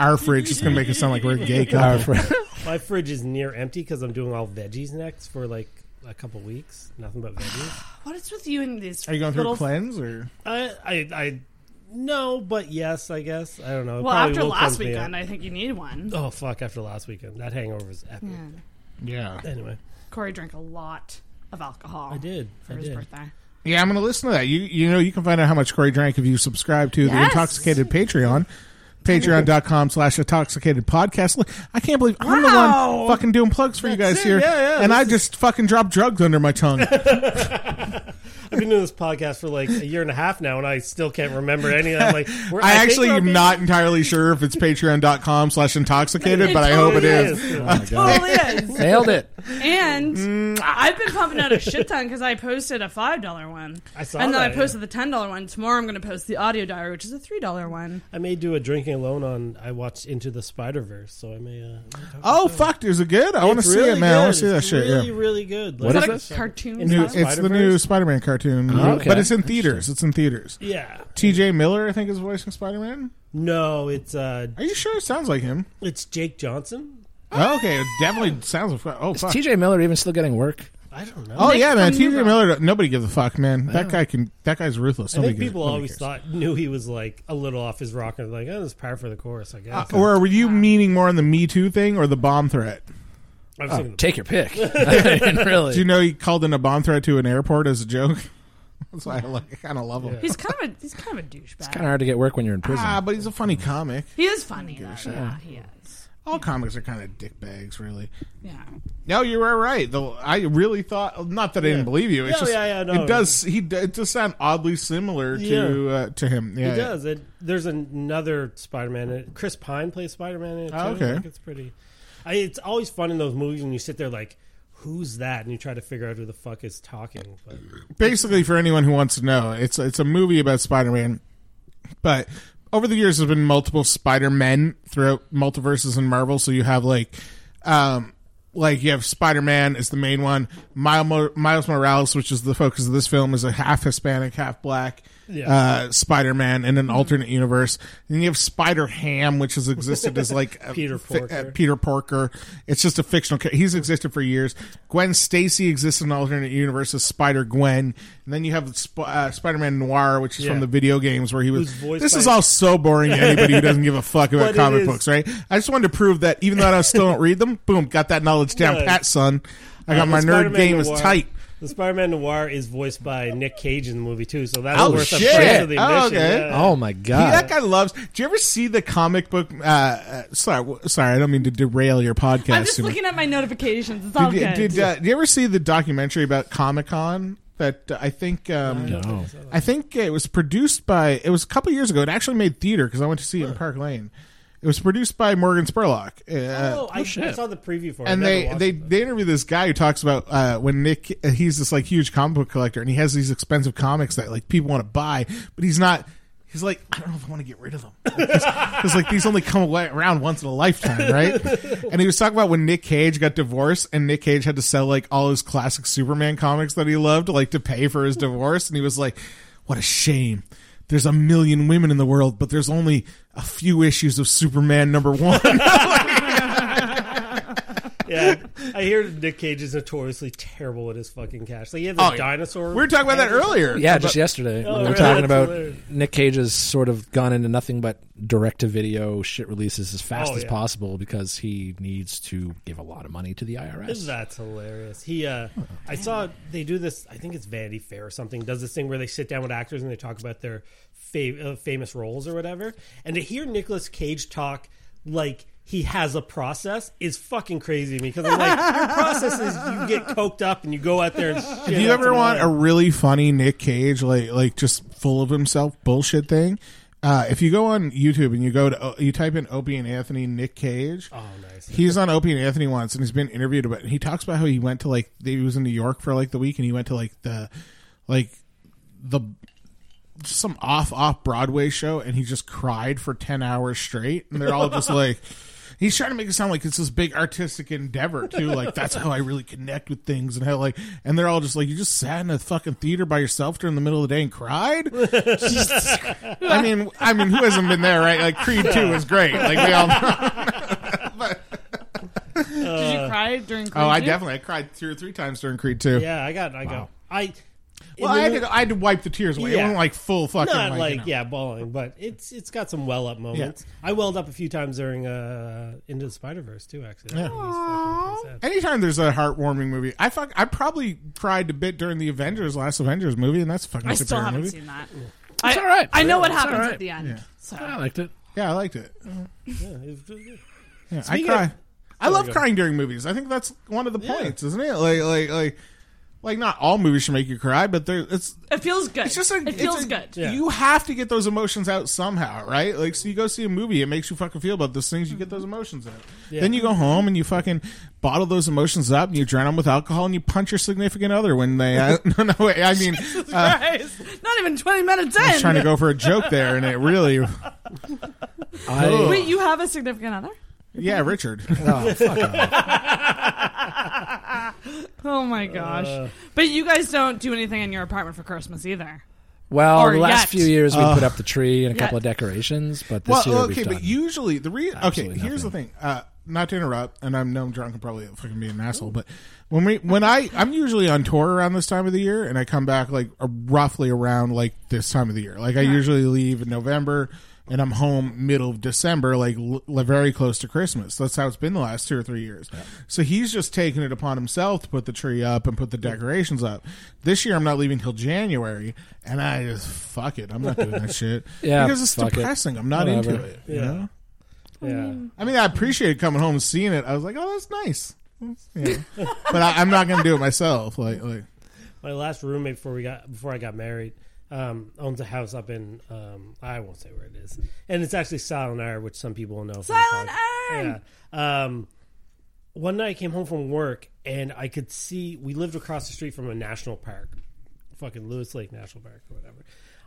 Speaker 2: Our fridge is gonna make it sound like we're a gay couple.
Speaker 11: Our fr-
Speaker 10: My fridge is near empty because I'm doing all veggies next for like a couple weeks. Nothing but veggies.
Speaker 9: What is with you and these?
Speaker 2: Are you going through
Speaker 9: little
Speaker 2: a cleanse or?
Speaker 10: I, I, I No, but yes, I guess. I don't know. It
Speaker 9: well,
Speaker 10: probably
Speaker 9: after
Speaker 10: will
Speaker 9: last
Speaker 10: pump me
Speaker 9: weekend,
Speaker 10: up.
Speaker 9: I think you need one.
Speaker 10: Oh fuck! After last weekend, that hangover was epic.
Speaker 9: Yeah.
Speaker 2: Yeah.
Speaker 10: Anyway,
Speaker 9: Corey drank a lot of alcohol.
Speaker 10: I did.
Speaker 9: for
Speaker 10: I
Speaker 9: his
Speaker 10: did.
Speaker 9: birthday.
Speaker 2: Yeah, I'm going to listen to that. You you know you can find out how much Corey drank if you subscribe to the
Speaker 9: Yes.
Speaker 2: Intoxicated Patreon. Patreon.com slash intoxicated podcast. Look, I can't believe I'm the one fucking doing plugs for you guys
Speaker 10: it.
Speaker 2: here.
Speaker 10: Yeah, yeah.
Speaker 2: and I just fucking dropped drugs under my tongue.
Speaker 10: I've been doing this podcast for like a year and a half now, and I still can't remember any. I'm like, we're-
Speaker 2: I,
Speaker 10: think
Speaker 2: actually
Speaker 10: we're
Speaker 2: am
Speaker 10: being-
Speaker 2: not entirely sure if it's patreon.com slash intoxicated, but I hope it is.
Speaker 9: totally is.
Speaker 11: Nailed it.
Speaker 9: And I've been pumping out a shit ton because I posted a five dollar one.
Speaker 10: I saw
Speaker 9: and then
Speaker 10: that,
Speaker 9: I posted the ten dollar one. Tomorrow I'm going to post the audio diary, which is a three dollar one.
Speaker 10: I may do a drinking alone on. I watched Into the Spider Verse, so I may. Uh,
Speaker 2: Oh, fuck. Is it good? I want to
Speaker 10: It's
Speaker 2: see it,
Speaker 10: really
Speaker 2: man. I want to
Speaker 10: good.
Speaker 2: see that
Speaker 10: It's
Speaker 2: shit.
Speaker 10: really,
Speaker 2: yeah.
Speaker 10: really good.
Speaker 2: What
Speaker 10: Like,
Speaker 2: is
Speaker 10: it's
Speaker 2: this?
Speaker 10: like
Speaker 9: Cartoon
Speaker 10: Into
Speaker 2: New-
Speaker 10: the
Speaker 2: it's the new Spider Man cartoon.
Speaker 10: Oh, okay.
Speaker 2: But it's in theaters. It's in theaters.
Speaker 10: Yeah.
Speaker 2: TJ Miller, I think, is voicing Spider Man.
Speaker 10: No, it's. uh
Speaker 2: Are you sure? It sounds like him.
Speaker 10: It's Jake Johnson.
Speaker 2: Oh, okay, it definitely sounds. like- Oh, fuck.
Speaker 11: TJ Miller even still getting work?
Speaker 10: I don't know.
Speaker 2: Oh yeah, man. TJ Miller. Nobody gives a fuck, man. That guy can. That guy's ruthless.
Speaker 10: I
Speaker 2: Nobody
Speaker 10: think
Speaker 2: gives-
Speaker 10: people
Speaker 2: nobody
Speaker 10: always thought knew he was like a little off his rocker. Like, oh, this is par for the course, I guess.
Speaker 2: cares. Or Uh, were you meaning more on the Me Too thing or the bomb threat?
Speaker 10: I've
Speaker 11: Oh,
Speaker 10: seen
Speaker 2: uh,
Speaker 10: it.
Speaker 11: take your pick. I mean, really.
Speaker 2: Do you know he called in a bomb threat to an airport as a joke? That's why I like, kind of love him.
Speaker 9: He's kind of a, he's kind of a douchebag.
Speaker 11: kind of hard to get work when you're in prison.
Speaker 2: Ah, but he's a funny comic.
Speaker 9: he is funny though.
Speaker 2: shit.
Speaker 9: Yeah, he is.
Speaker 2: All comics are kind of dick bags, really.
Speaker 9: Yeah.
Speaker 2: No, you were right. The, I really thought. Not that I didn't believe you. It's
Speaker 10: No,
Speaker 2: just
Speaker 10: yeah, yeah, no.
Speaker 2: it does. He d- it does sound oddly similar to uh, to him. Yeah,
Speaker 10: he
Speaker 2: yeah.
Speaker 10: does. It, there's another Spider-Man. in it. Chris Pine plays Spider-Man in it. Too.
Speaker 2: Oh, okay.
Speaker 10: Like, it's pretty. I, it's always fun in those movies when you sit there like, who's that, and you try to figure out who the fuck is talking. But
Speaker 2: basically for anyone who wants to know, it's it's a movie about Spider-Man, but over the years there's been multiple Spider-Men throughout multiverses in Marvel. So you have like, um, like you have Spider-Man is the main one. Miles Mor- Miles Morales, which is the focus of this film, is a half Hispanic, half black.
Speaker 10: Yeah.
Speaker 2: Uh, Spider-Man in an alternate universe, and you have Spider-Ham, which has existed as like a
Speaker 10: Peter
Speaker 2: fi-
Speaker 10: Porker.
Speaker 2: uh, Peter Porker. It's just a fictional character. He's existed for years. Gwen Stacy exists in an alternate universe as Spider Gwen, and then you have Sp- uh, Spider Man Noir, which is
Speaker 10: Yeah.
Speaker 2: from the video games where he was.
Speaker 10: Who's voiced
Speaker 2: This
Speaker 10: by-
Speaker 2: is all so boring to anybody who doesn't give a fuck about
Speaker 10: But it
Speaker 2: comic
Speaker 10: is.
Speaker 2: books, right? I just wanted to prove that even though I still don't read them, boom, got that knowledge down
Speaker 10: Nice.
Speaker 2: pat, son. I got
Speaker 10: The
Speaker 2: my nerd
Speaker 10: Uh, Spider-Man
Speaker 2: game is
Speaker 10: Noir-
Speaker 2: tight.
Speaker 10: The Spider-Man Noir is voiced by Nick Cage in the movie too, so that's
Speaker 2: Oh,
Speaker 10: worth
Speaker 2: shit.
Speaker 10: a praise of the
Speaker 2: Oh,
Speaker 10: admission.
Speaker 2: okay.
Speaker 10: Yeah.
Speaker 11: Oh my
Speaker 2: He-
Speaker 11: god!
Speaker 2: that guy loves. Do you ever see the comic book? Uh, uh, sorry, w- sorry, I don't mean to derail your podcast.
Speaker 9: I'm just
Speaker 2: too much.
Speaker 9: looking at my notifications. It's all
Speaker 2: Did,
Speaker 9: good.
Speaker 2: did, uh, did you ever see the documentary about Comic Con? That uh, I think um,
Speaker 11: No.
Speaker 2: I think it was produced by. It was a couple years ago. It actually made theater because I went to see it in Park Lane. It was produced by Morgan Spurlock. Uh,
Speaker 10: Oh, I, I saw the preview for it.
Speaker 2: and
Speaker 10: I never
Speaker 2: they
Speaker 10: watched
Speaker 2: they,
Speaker 10: it, but-
Speaker 2: they interview this guy who talks about uh, when Nick uh, he's this like huge comic book collector and he has these expensive comics that like people want to buy, but he's not. He's like, I don't know if I want to get rid of them. Because like these only come away, around once in a lifetime, right? and he was talking about when Nick Cage got divorced, and Nick Cage had to sell like all his classic Superman comics that he loved, like to pay for his divorce. And he was like, "What a shame." There's a million women in the world, but there's only a few issues of Superman number one.
Speaker 10: yeah, I hear Nick Cage is notoriously terrible with his fucking cash. Like he had the
Speaker 2: Oh, yeah.
Speaker 10: dinosaur.
Speaker 2: we were talking about that earlier.
Speaker 11: yeah, just yesterday
Speaker 10: Oh,
Speaker 11: we were
Speaker 10: yeah,
Speaker 11: talking
Speaker 10: that's
Speaker 11: about
Speaker 10: hilarious.
Speaker 11: Nick Cage has sort of gone into nothing but direct to video shit releases as fast
Speaker 10: Oh,
Speaker 11: as
Speaker 10: yeah.
Speaker 11: possible because he needs to give a lot of money to the IRS.
Speaker 10: That's hilarious. He, uh, I saw they do this. I think it's Vanity Fair or something. Does this thing where they sit down with actors and they talk about their fa- uh, famous roles or whatever. And to hear Nicolas Cage talk like he has a process is fucking crazy to me because I'm like, your process is you get coked up and you go out there. and shit
Speaker 2: If you
Speaker 10: out
Speaker 2: ever
Speaker 10: some
Speaker 2: want a
Speaker 10: wine.
Speaker 2: really funny Nick Cage, like like just full of himself bullshit thing, uh, if you go on YouTube and you go to you type in Opie and Anthony Nick Cage,
Speaker 10: oh nice.
Speaker 2: he was on Opie and Anthony once and he's been interviewed about. It. And he talks about how he went to like he was in New York for like the week and he went to like the like the just some off off Broadway show and he just cried for ten hours straight and they're all just like. He's trying to make it sound like it's this big artistic endeavor too. Like that's how I really connect with things and how like and they're all just like you just sat in a fucking theater by yourself during the middle of the day and cried. Jesus. I mean, I mean, who hasn't been there, right? Like Creed Two was great. Like we all
Speaker 9: Did you cry during?
Speaker 2: Oh, I
Speaker 9: quarantine?
Speaker 2: uh, oh, definitely. I cried two or three times during Creed 2.
Speaker 10: Yeah, I got, I got, I.
Speaker 2: Well, I had, to, I had to wipe the tears away. It wasn't like full fucking.
Speaker 10: Not like,
Speaker 2: you know.
Speaker 10: yeah, bawling, but it's it's got some well up moments. I welled up a few times during uh Into the Spider Verse too, actually.
Speaker 2: Yeah.
Speaker 10: That movie's fucking pretty sad.
Speaker 2: Anytime there's a heartwarming movie, I fuck, I probably cried a bit during the Avengers last Avengers movie, and that's a fucking.
Speaker 9: I still
Speaker 2: superhero
Speaker 9: haven't
Speaker 2: movie.
Speaker 9: seen that.
Speaker 11: It's
Speaker 9: I,
Speaker 11: all right.
Speaker 9: I know what
Speaker 11: It's all
Speaker 9: happens
Speaker 11: right.
Speaker 9: at the end.
Speaker 2: Yeah.
Speaker 9: So.
Speaker 11: I liked it.
Speaker 2: Yeah, I liked it.
Speaker 10: Yeah, it's pretty good.
Speaker 2: Yeah, I
Speaker 10: Speaking
Speaker 2: cry.
Speaker 10: of-
Speaker 2: I
Speaker 10: Oh,
Speaker 2: love
Speaker 10: go.
Speaker 2: crying during movies. I think that's one of the points, isn't it? Like, like, like, like, not all movies should make you cry, but there, it's
Speaker 9: It feels good.
Speaker 2: It's just a,
Speaker 9: it
Speaker 2: it's
Speaker 9: feels
Speaker 2: a-
Speaker 9: good.
Speaker 2: You have to get those emotions out somehow, right? Like, so you go see a movie, it makes you fucking feel about those things. You get those emotions out.
Speaker 10: Yeah.
Speaker 2: Then you go home and you fucking bottle those emotions up, and you drown them with alcohol, and you punch your significant other when they. Uh, no, no, wait. I mean, uh,
Speaker 9: Christ. Not even 20 minutes in.
Speaker 2: I was trying to go for a joke there, and it really.
Speaker 11: I,
Speaker 9: Wait, you have a significant other?
Speaker 2: Yeah, Richard.
Speaker 11: oh, fuck off.
Speaker 9: Oh my gosh.
Speaker 11: Uh.
Speaker 9: but you guys don't do anything in your apartment for Christmas either.
Speaker 11: Well,
Speaker 9: Or
Speaker 11: the last
Speaker 9: yet.
Speaker 11: few years we
Speaker 2: Uh,
Speaker 11: put up the tree and a
Speaker 9: yet.
Speaker 11: couple of decorations, but this
Speaker 2: well,
Speaker 11: year
Speaker 2: okay,
Speaker 11: we've done.
Speaker 2: but usually the reason. Okay,
Speaker 11: Absolutely
Speaker 2: here's the thing. Uh, not to interrupt, and I know I'm drunk and probably fucking being an asshole, but when we when I I'm usually on tour around this time of the year, and I come back like a, roughly around like this time of the year. Like I usually leave in November, and I'm home middle of December, like l- l- very close to Christmas. That's how it's been the last two or three years. So he's just taken it upon himself to put the tree up and put the decorations up. This year I'm not leaving till January, and I just fuck it. I'm not doing that shit.
Speaker 11: Yeah,
Speaker 2: because it's
Speaker 11: fuck it.
Speaker 2: depressing. I'm not
Speaker 11: Whatever.
Speaker 2: into it. You
Speaker 10: Yeah.
Speaker 2: know?
Speaker 10: Yeah.
Speaker 2: I mean, I appreciated coming home and seeing it. I was like, oh, that's nice. Yeah. but I, I'm not going to do it myself. Like, like
Speaker 10: My last roommate before we got before I got married um, owns a house up in um, I won't say where it is, and it's actually Silent Air, which some people will know. from the
Speaker 9: Silent
Speaker 10: pod-
Speaker 9: Air!
Speaker 10: Yeah. Um, one night I came home from work and I could see we lived across the street from a national park, fucking Lewis Lake National Park or whatever.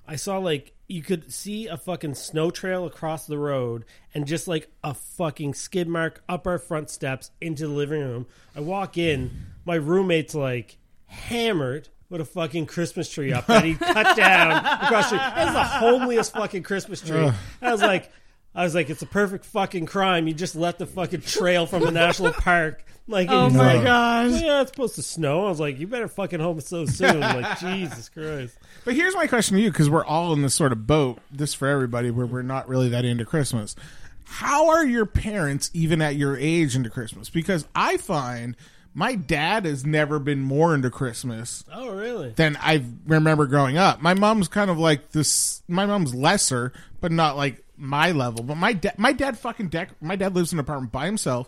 Speaker 10: I saw like you could see a fucking snow trail across the road and just like a fucking skid mark up our front steps into the living room. I walk in, my roommate's like hammered with a fucking Christmas tree up that he cut down across the street. It was the homeliest fucking Christmas tree. I was like, I was like, it's a perfect fucking crime. You just let the fucking trail from the national park. Like,
Speaker 9: Oh
Speaker 10: it's
Speaker 9: my
Speaker 10: like,
Speaker 9: gosh.
Speaker 10: well, yeah, it's supposed to snow. I was like, you better fucking home so soon. like, Jesus Christ.
Speaker 2: but here's my question to you because we're all in this sort of boat, this for everybody, where we're not really that into Christmas. How are your parents, even at your age, into Christmas? Because I find my dad has never been more into Christmas
Speaker 10: Oh, really?
Speaker 2: than I remember growing up. My mom's kind of like this. My mom's lesser, but not like my level. But my dad, my dad fucking deck. My dad lives in an apartment by himself.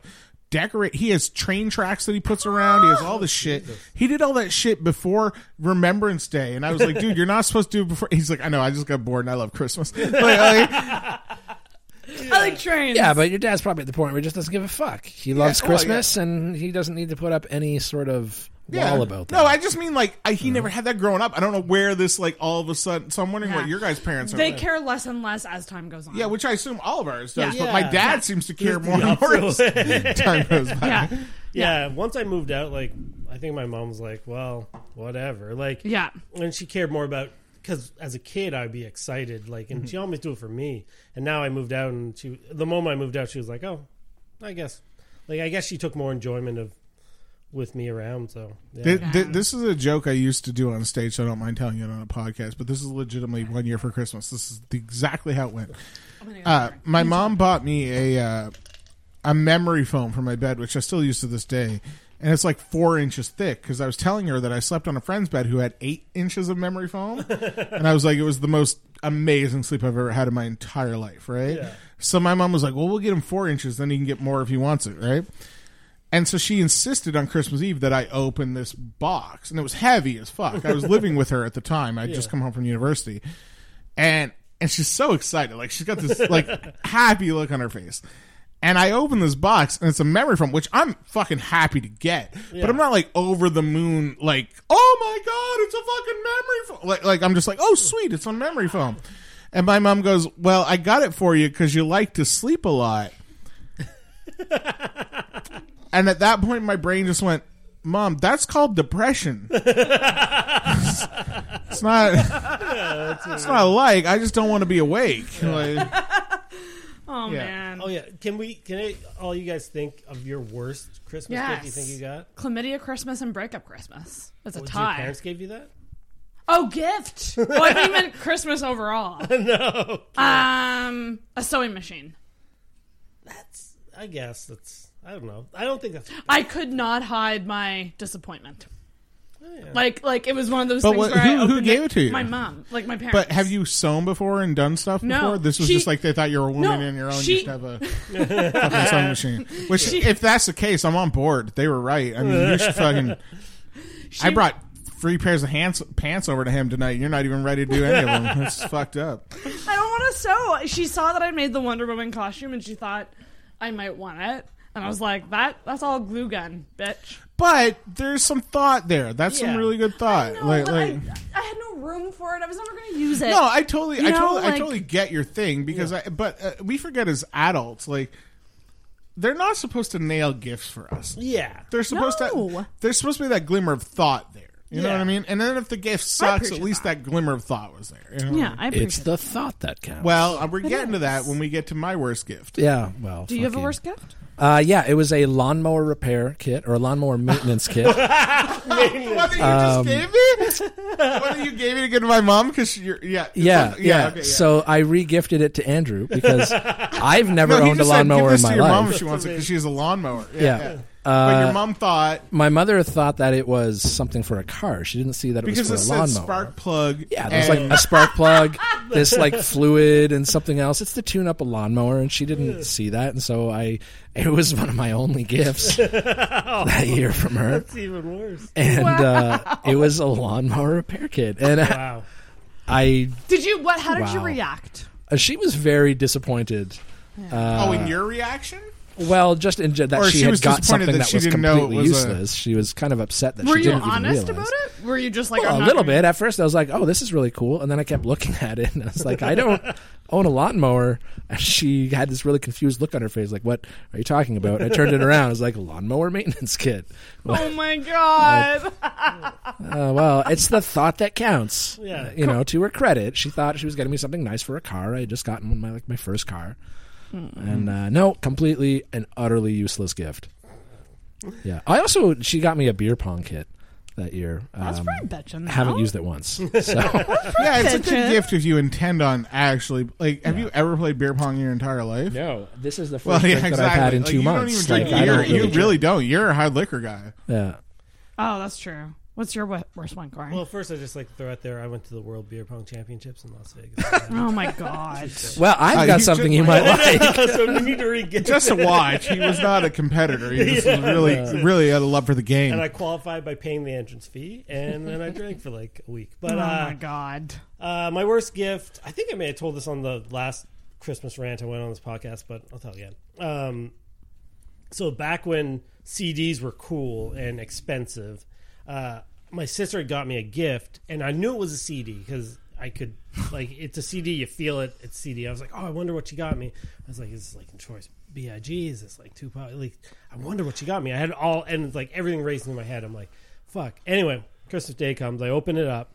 Speaker 2: Decorate. He has train tracks that he puts around. He has all this shit. He did all that shit before Remembrance Day, and I was like, dude, you're not supposed to do it before. He's like, I know. I just got bored, and I love Christmas. Like, like,
Speaker 9: I like trains.
Speaker 11: yeah, but your dad's probably at the point where he just doesn't give a fuck. He loves
Speaker 2: oh,
Speaker 11: Christmas, and he doesn't need to put up any sort of
Speaker 2: yeah.
Speaker 11: wall about that.
Speaker 2: No, I just mean like I, he never had that growing up. I don't know where this like all of a sudden. So I'm wondering
Speaker 9: Yeah.
Speaker 2: what your guys' parents are.
Speaker 9: They
Speaker 2: like.
Speaker 9: care less and less as time goes on.
Speaker 2: Yeah, which I assume all of ours does,
Speaker 9: Yeah.
Speaker 2: but my
Speaker 10: Yeah.
Speaker 2: dad
Speaker 10: Yeah.
Speaker 2: seems to care
Speaker 10: He's
Speaker 2: more
Speaker 10: the
Speaker 2: and more as
Speaker 10: opposite.
Speaker 2: time goes by.
Speaker 9: Yeah.
Speaker 10: yeah. Once I moved out, like, I think my mom was like, well, whatever. Like,
Speaker 9: Yeah.
Speaker 10: and she cared more about because as a kid I'd be excited, like, and she
Speaker 9: Mm-hmm.
Speaker 10: always do it for me. And now I moved out, and she, the moment I moved out, she was like, "Oh, I guess." Like, I guess she took more enjoyment of with me around. So, yeah.
Speaker 2: Th- th- this is a joke I used to do on stage, so I don't mind telling it on a podcast, but this is legitimately one year for Christmas. This is the- exactly how it went. Uh, my mom bought me a uh, a memory foam for my bed, which I still use to this day. And it's like four inches thick because I was telling her that I slept on a friend's bed who had eight inches of memory foam. and I was like, it was the most amazing sleep I've ever had in my entire life, right? So my mom was like, well, we'll get him four inches, then he can get more if he wants it, right? And so she insisted on Christmas Eve that I open this box, and it was heavy as fuck. I was living with her at the time. I'd just come home from university, and and she's so excited, like she's got this like happy look on her face. And I open this box, and it's a memory from which I'm fucking happy to get, but I'm not like over the moon, like oh my god, it's a fucking memory foam. Like like I'm just like oh sweet, it's on memory foam. And my mom goes, well, I got it for you because you like to sleep a lot. And at that point, my brain just went, "Mom, that's called depression. it's not. it's not like I just don't want to be awake." Like,
Speaker 9: Oh,
Speaker 2: Yeah.
Speaker 9: man.
Speaker 10: oh yeah, can we? Can I, all you guys think of your worst Christmas gift you
Speaker 9: Yes.
Speaker 10: think you got?
Speaker 9: Chlamydia Christmas and breakup Christmas. It's a
Speaker 10: Did your
Speaker 9: tie.
Speaker 10: parents gave you that?
Speaker 9: Oh, gift. well, I think you meant Christmas overall. no. Um, a sewing machine.
Speaker 10: I guess that's. I don't know. I don't think that's.
Speaker 9: I could not hide my disappointment.
Speaker 10: yeah.
Speaker 9: Like, like it was one of those
Speaker 2: But
Speaker 9: things
Speaker 2: what-
Speaker 9: where
Speaker 2: who-
Speaker 9: I
Speaker 2: who
Speaker 9: opened
Speaker 2: gave it
Speaker 9: it
Speaker 2: to you?
Speaker 9: My mom, like my parents.
Speaker 2: But have you sewn before and done stuff
Speaker 9: No.
Speaker 2: before? This was
Speaker 9: She-
Speaker 2: just like they thought you were a woman
Speaker 9: No,
Speaker 2: and your own.
Speaker 9: she-
Speaker 2: used to have a fucking sewing machine. Which,
Speaker 9: She-
Speaker 2: if that's the case, I'm on board. They were right. I mean, you should fucking. I
Speaker 9: She-
Speaker 2: brought three pairs of hands, pants over to him tonight. You're not even ready to do any of them. It's fucked up.
Speaker 9: I don't want to sew. She saw that I made the Wonder Woman costume, and she thought I might want it. And I was like, that that's all glue gun, bitch.
Speaker 2: But there's some thought there. That's
Speaker 9: Yeah.
Speaker 2: some really good thought. like,
Speaker 9: but
Speaker 2: like,
Speaker 9: I had no room for it. I was never going to use it.
Speaker 2: No, I totally,
Speaker 9: You
Speaker 2: I
Speaker 9: know,
Speaker 2: totally, I
Speaker 9: like-
Speaker 2: totally get your thing because I. But uh, we forget as adults, like they're not supposed to nail gifts for us.
Speaker 10: Yeah,
Speaker 2: they're supposed to. There's supposed to be that glimmer of thought there. You know
Speaker 10: Yeah.
Speaker 2: what I mean? And then if the gift sucks, at least that. glimmer of thought was there. you know?
Speaker 9: Yeah, I appreciate
Speaker 11: It's the thought that counts.
Speaker 2: Well, uh, we're
Speaker 9: It
Speaker 2: getting to that when we get to my worst gift.
Speaker 11: Yeah, well,
Speaker 9: Do you have a worse gift?
Speaker 11: Uh, yeah, it was a lawnmower repair kit or a lawnmower maintenance kit.
Speaker 2: what you just
Speaker 11: Um,
Speaker 2: gave me? What you gave me to give to my mom? Because you're, yeah, it's
Speaker 11: Yeah, yeah.
Speaker 2: like- okay,
Speaker 11: So I re-gifted it to Andrew because I've never
Speaker 2: No, he
Speaker 11: owned a
Speaker 2: just said,
Speaker 11: lawnmower
Speaker 2: Give this
Speaker 11: in my
Speaker 2: to your
Speaker 11: life.
Speaker 2: mom if she wants it because she has a lawnmower. Yeah, yeah.
Speaker 11: Uh,
Speaker 2: but your mom thought
Speaker 11: My mother thought that it was something for a car. She didn't see that it
Speaker 2: because it
Speaker 11: was for a
Speaker 2: said
Speaker 11: lawnmower.
Speaker 2: spark plug.
Speaker 11: yeah, there's like a spark plug, this like fluid and something else. It's to tune up a lawnmower, and she didn't see that, and so I, it was one of my only gifts that year from her.
Speaker 10: That's even worse.
Speaker 11: and uh, it was a lawnmower repair kit. And
Speaker 10: Wow.
Speaker 11: I,
Speaker 9: Did you? What? How did you
Speaker 11: Wow.
Speaker 9: react?
Speaker 11: uh, she was very disappointed. Uh,
Speaker 2: oh, in your reaction?
Speaker 11: well, just in ge- that
Speaker 2: Or
Speaker 11: she,
Speaker 2: she
Speaker 11: had
Speaker 2: was
Speaker 11: got
Speaker 2: disappointed
Speaker 11: something
Speaker 2: that
Speaker 11: that,
Speaker 2: she
Speaker 11: was
Speaker 2: didn't know it
Speaker 11: completely
Speaker 2: was a-
Speaker 11: useless. She was kind of upset that
Speaker 9: Were
Speaker 11: she
Speaker 9: you
Speaker 11: didn't
Speaker 9: honest
Speaker 11: even realize.
Speaker 9: about it? Were you just like
Speaker 11: Well,
Speaker 9: I'm
Speaker 11: a
Speaker 9: not
Speaker 11: little
Speaker 9: gonna-
Speaker 11: bit. At first, I was like, "Oh, this is really cool," and then I kept looking at it, and I was like, "I don't own a lawnmower." And she had this really confused look on her face, like, "What are you talking about?" I turned it around. I was like, "Lawnmower maintenance kit."
Speaker 9: Oh my god!
Speaker 11: Uh, well, it's the thought that counts.
Speaker 9: Yeah.
Speaker 11: Uh, you know, to her credit, she thought she was getting me something nice for a car. I had just gotten my like my first car, and uh, no, completely and utterly useless gift. Yeah, I also she got me a beer pong kit that year.
Speaker 9: That's
Speaker 11: Um,
Speaker 9: pretty bitchin',
Speaker 11: Haven't
Speaker 9: though.
Speaker 11: used it once. So.
Speaker 2: yeah, it's a
Speaker 9: Attention.
Speaker 2: good gift if you intend on actually. Like, have you ever played beer pong your entire life?
Speaker 11: No, this is the first drink that I've had in two
Speaker 2: you
Speaker 11: months.
Speaker 2: Don't even
Speaker 11: Like,
Speaker 2: drink
Speaker 11: I
Speaker 2: beer.
Speaker 11: don't
Speaker 2: you
Speaker 11: really
Speaker 2: really, don't. You're a high liquor guy.
Speaker 11: yeah. e-
Speaker 9: Oh, that's true. What's your wo- worst one, Corey?
Speaker 10: Well, first I just like to throw out there. I went to the World Beer Pong Championships in Las Vegas.
Speaker 9: Oh my god!
Speaker 11: Well, I've
Speaker 2: Uh,
Speaker 11: got
Speaker 2: you
Speaker 11: something
Speaker 2: just-
Speaker 11: you might like.
Speaker 10: so we need to re-get
Speaker 2: Just to
Speaker 10: it.
Speaker 2: watch, he was not a competitor. He just was really,
Speaker 10: Yeah.
Speaker 2: really had a love for the game.
Speaker 10: And I qualified by paying the entrance fee, and then I drank for like a week. But
Speaker 9: Oh
Speaker 10: uh,
Speaker 9: my God.
Speaker 10: uh, my worst gift. I think I may have told this on the last Christmas rant I went on this podcast, but I'll tell again. Um, so back when CDs were cool and expensive, uh, my sister got me a gift, and I knew it was a CD because I could like it's a CD. You feel it. It's CD. I was like, oh, I wonder what she got me. I was like, is this like Choice Big? Is this like Tupac? Like, I wonder what she got me. I had all and like everything racing in my head. I'm like, fuck. Anyway, Christmas Day comes. I open it up.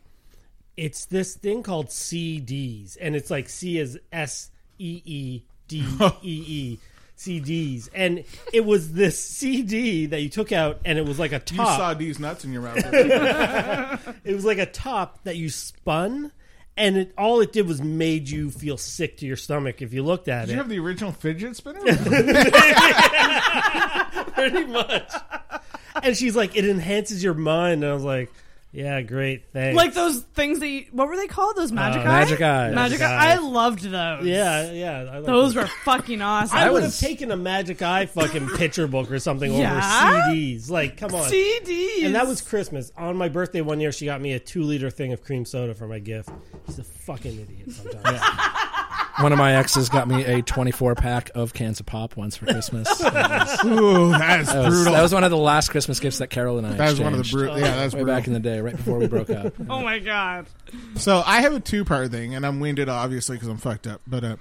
Speaker 10: It's this thing called CDs, and it's like C is S E E D E E. CDs, and it was this CD that you took out, and it was like a top.
Speaker 2: you saw these nuts in your mouth.
Speaker 10: it was like a top that you spun, and it, all it did was made you feel sick to your stomach if you looked at
Speaker 2: Did
Speaker 10: it.
Speaker 2: you have the original fidget spinner?
Speaker 10: pretty much. And she's like, it enhances your mind, and I was like, yeah, great, thanks.
Speaker 9: Like those things that you, what were they called? Those magic
Speaker 10: Uh,
Speaker 9: eyes.
Speaker 10: magic eyes.
Speaker 9: Magic
Speaker 10: Magic
Speaker 9: eye. I
Speaker 10: eyes.
Speaker 9: loved those.
Speaker 10: Yeah, yeah, I like
Speaker 9: those
Speaker 10: those.
Speaker 9: were fucking awesome.
Speaker 10: I would have taken a Magic Eye fucking picture book or something
Speaker 9: Yeah?
Speaker 10: over CDs. Like, come on,
Speaker 9: CDs.
Speaker 10: And that was Christmas. On my birthday one year, she got me a two liter thing of cream soda for my gift. She's a fucking idiot sometimes.
Speaker 11: One of my exes got me a 24 pack of cans of pop once for Christmas.
Speaker 2: Ooh, that is
Speaker 11: That was,
Speaker 2: brutal.
Speaker 11: that was one of the last Christmas gifts that Carol and I.
Speaker 2: That was one of the
Speaker 11: exchanged.
Speaker 2: bru- yeah, that's
Speaker 11: way
Speaker 2: brutal.
Speaker 11: back in the day, right before we broke up.
Speaker 9: Oh my god.
Speaker 2: So I have a two part thing, and I'm winded obviously because I'm fucked up. But uh,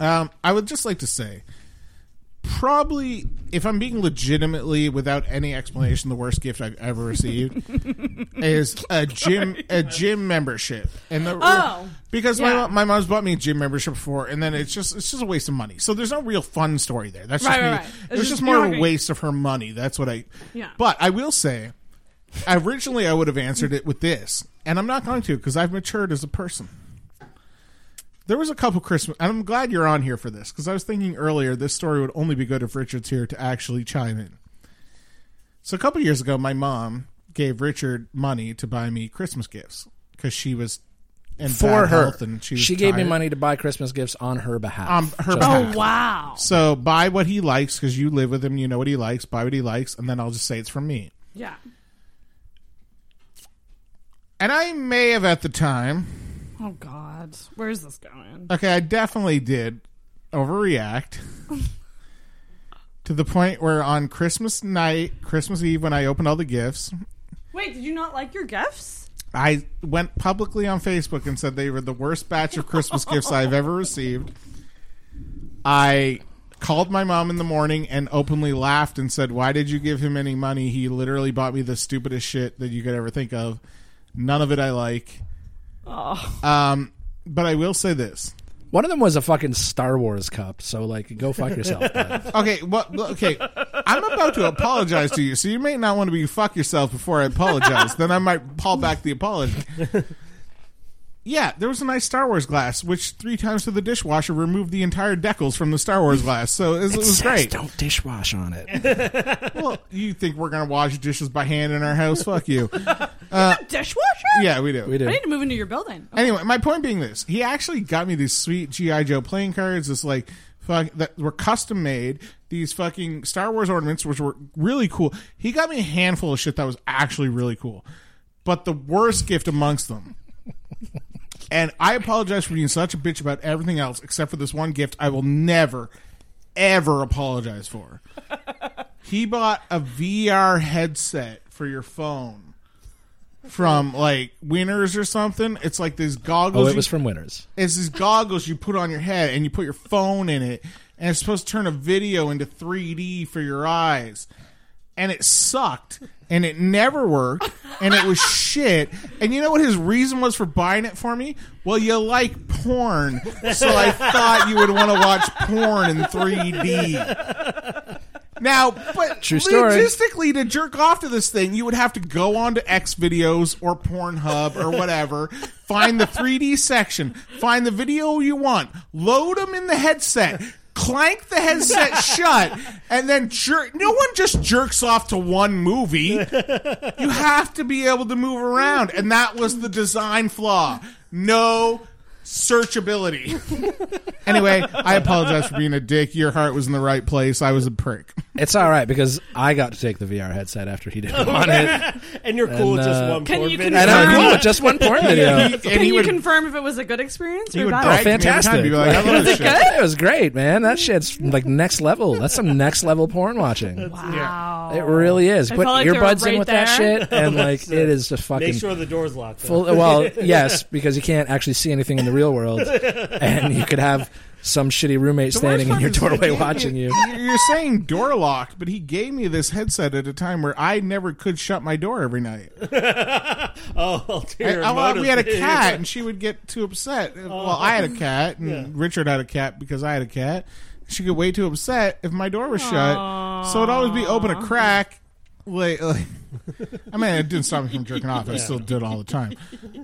Speaker 2: um, I would just like to say, probably if I'm being legitimately without any explanation, the worst gift I've ever received is a gym a gym membership. And the
Speaker 9: Oh,
Speaker 2: because
Speaker 9: yeah.
Speaker 2: my mom- my mom's bought me a gym membership before, and then it's just it's just a waste of money. So there's no real fun story there. That's just
Speaker 9: Right,
Speaker 2: me.
Speaker 9: right, right. It's
Speaker 2: There's
Speaker 9: just
Speaker 2: just, more of
Speaker 9: bureaucracy.
Speaker 2: a waste of her money. That's what I.
Speaker 9: Yeah.
Speaker 2: But I will say. Originally, I would have answered it with this. and I'm not going to because I've matured as a person. There was a couple Christmas, and I'm glad you're on here for this because I was thinking earlier this story would only be good if Richard's here to actually chime in. So a couple years ago, my mom gave Richard money to buy me Christmas gifts because she was in
Speaker 11: for
Speaker 2: bad
Speaker 11: her.
Speaker 2: health and she,
Speaker 11: she
Speaker 2: was
Speaker 11: gave me
Speaker 2: tired.
Speaker 11: money Oh, to buy Christmas gifts on her behalf.
Speaker 2: Um, her
Speaker 11: Just-
Speaker 2: back.
Speaker 9: Oh, wow!
Speaker 2: So buy what he likes because you live with him, you know what he likes. Buy what he likes, and then I'll just say it's from me.
Speaker 9: Yeah.
Speaker 2: And I may have at the time.
Speaker 9: Oh God, where's this going?
Speaker 2: Okay, I definitely did overreact to the point where on Christmas night, Christmas Eve, when I opened all the gifts,
Speaker 9: Wait, did you not like your gifts?
Speaker 2: I went publicly on Facebook and said they were the worst batch of Christmas gifts I've ever received. I called my mom in the morning and openly laughed and said, "Why did you give him any money? He literally bought me the stupidest shit that you could ever think of. None of it I like."
Speaker 9: Oh.
Speaker 2: Um, but I will say this.
Speaker 11: One of them was a fucking Star Wars cup, so like go fuck yourself. bud.
Speaker 2: okay, well, well, okay. I'm about to apologize to you, so you may not want to be fuck yourself before I apologize. then I might call back the apology. Yeah, there was a nice Star Wars glass, which three times to the dishwasher removed the entire decals from the Star Wars glass, so it, was- it
Speaker 11: It
Speaker 2: was
Speaker 11: says
Speaker 2: great.
Speaker 11: Don't dishwash on it.
Speaker 2: well, you think we're gonna wash dishes by hand in our house? Fuck you.
Speaker 9: Uh, Dishwasher?
Speaker 2: yeah, we do. We
Speaker 9: I need to move into your building.
Speaker 2: Anyway, my point being this: he actually got me these sweet GI Joe playing cards. This like fuck that were custom made. These fucking Star Wars ornaments, which were really cool. He got me a handful of shit that was actually really cool, but the worst gift amongst them. And I apologize for being such a bitch about everything else except for this one gift. I will never, ever apologize for. he bought a VR headset for your phone from like Winners or something. It's like these goggles.
Speaker 11: Oh, it
Speaker 2: you-
Speaker 11: was from Winners.
Speaker 2: It's these goggles you put on your head and you put your phone in it, and it's supposed to turn a video into 3D for your eyes. And it sucked, and it never worked, and it was shit. And you know what his reason was for buying it for me? Well, you like porn, so I thought you would want to watch porn in 3D. Now, but
Speaker 11: True story.
Speaker 2: logistically, to jerk off to this thing, you would have to go on to X videos or Pornhub or whatever, find the 3D section, find the video you want, load them in the headset. Clank the headset shut, and then jerk. No one just jerks off to one movie. You have to be able to move around, and that was the design flaw. No searchability. anyway, I apologize for being a dick. Your heart was in the right place. I was a prick.
Speaker 11: It's all right because I got to take the VR headset after he didn't want it.
Speaker 10: And you're cool with just one
Speaker 9: Can
Speaker 10: porn
Speaker 9: you
Speaker 10: video.
Speaker 11: And I'm Uh, cool with just one porn video.
Speaker 9: Can you confirm if it was a good experience
Speaker 11: He
Speaker 9: or
Speaker 11: would
Speaker 9: bad?
Speaker 11: brag to me every time. He'd be like, "I love this
Speaker 9: Was it
Speaker 11: shit."
Speaker 9: good?
Speaker 11: It was great, man. That shit's like next level. That's some next level porn watching.
Speaker 9: Wow.
Speaker 11: It really is.
Speaker 10: I
Speaker 11: Put
Speaker 10: felt like they were
Speaker 11: earbuds in
Speaker 10: right
Speaker 11: with that
Speaker 10: there.
Speaker 11: shit, and like it is just fucking.
Speaker 10: Make sure the door's locked.
Speaker 11: full,
Speaker 10: though.
Speaker 11: well, yes, because you can't actually see anything in the real world, and you could have some shitty roommate standing in your doorway watching you.
Speaker 2: You're saying door locked, but he gave me this headset at a time where I never could shut my door every night.
Speaker 10: oh, ulterior
Speaker 2: I- I-
Speaker 10: motive.
Speaker 2: we had a cat, and she would get too upset. Well, I had a cat, and
Speaker 10: Yeah.
Speaker 2: Richard had a cat because I had a cat. She could way too upset if my door was shut, so it'd always be open a crack. Like, like- I mean, it didn't stop me from jerking off. I
Speaker 10: Yeah.
Speaker 2: still did all the time.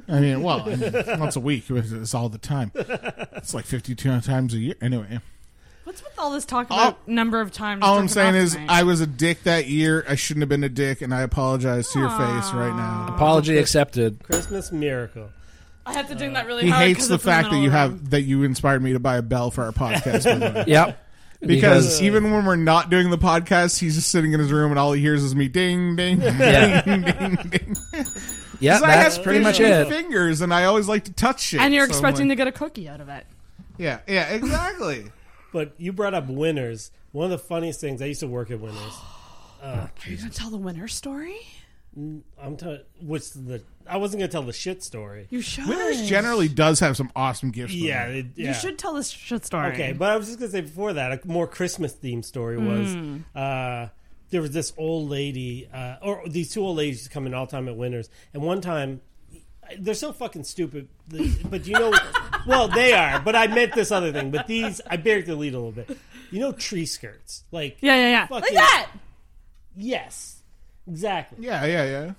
Speaker 2: I mean, well, I mean, once a week, it was- it's all the time. It's like fifty-two times a year. Anyway,
Speaker 9: What's with all this talk about number of times?
Speaker 2: all I'm
Speaker 9: jerking
Speaker 2: saying
Speaker 9: off
Speaker 2: is
Speaker 9: tonight?
Speaker 2: I was a dick that year. I shouldn't have been a dick, and I apologize to your face right now.
Speaker 11: Apology accepted.
Speaker 10: Christmas miracle.
Speaker 9: I have to ding that really
Speaker 2: He
Speaker 9: hard.
Speaker 2: hates
Speaker 9: 'cause
Speaker 2: the
Speaker 9: it's
Speaker 2: fact
Speaker 9: in
Speaker 2: that
Speaker 9: middle
Speaker 2: you
Speaker 9: of the
Speaker 2: have that you inspired me to buy a bell for our podcast. by the way.
Speaker 11: Yep.
Speaker 2: Because,
Speaker 11: Because-
Speaker 2: even when we're not doing the podcast, he's just sitting in his room and all he hears is me ding ding
Speaker 11: Yeah.
Speaker 2: ding ding ding.
Speaker 11: Yeah,
Speaker 2: 'Cause I
Speaker 11: that's
Speaker 2: have
Speaker 11: pretty much
Speaker 2: fidgety
Speaker 11: it.
Speaker 2: Fingers and I always like to touch shit.
Speaker 9: room. And you're
Speaker 2: so I'm
Speaker 9: expecting to
Speaker 2: like-
Speaker 9: get a cookie out of it.
Speaker 2: Yeah, yeah, exactly.
Speaker 10: But you brought up winners. One of the funniest things I used to work at winners. Uh,
Speaker 9: Are you gonna tell the winner story?
Speaker 10: I'm telling which the I wasn't gonna tell the shit story.
Speaker 9: You should.
Speaker 2: Winners generally does have some awesome gifts. though.
Speaker 10: Yeah, it- yeah.
Speaker 9: You should tell this shit story.
Speaker 10: Okay, but I was just gonna say before that, a more Christmas themed story was
Speaker 9: Mm.
Speaker 10: uh, there was this old lady, uh, or these two old ladies come in all time at Winners, and one time they're so fucking stupid, the- but you know, well they are. But I meant this other thing. But these, I buried the lead a little bit. You know, tree skirts, like
Speaker 9: Yeah, yeah, yeah. Like
Speaker 10: fucking-
Speaker 9: that.
Speaker 10: Yes, exactly.
Speaker 2: Yeah, yeah, yeah.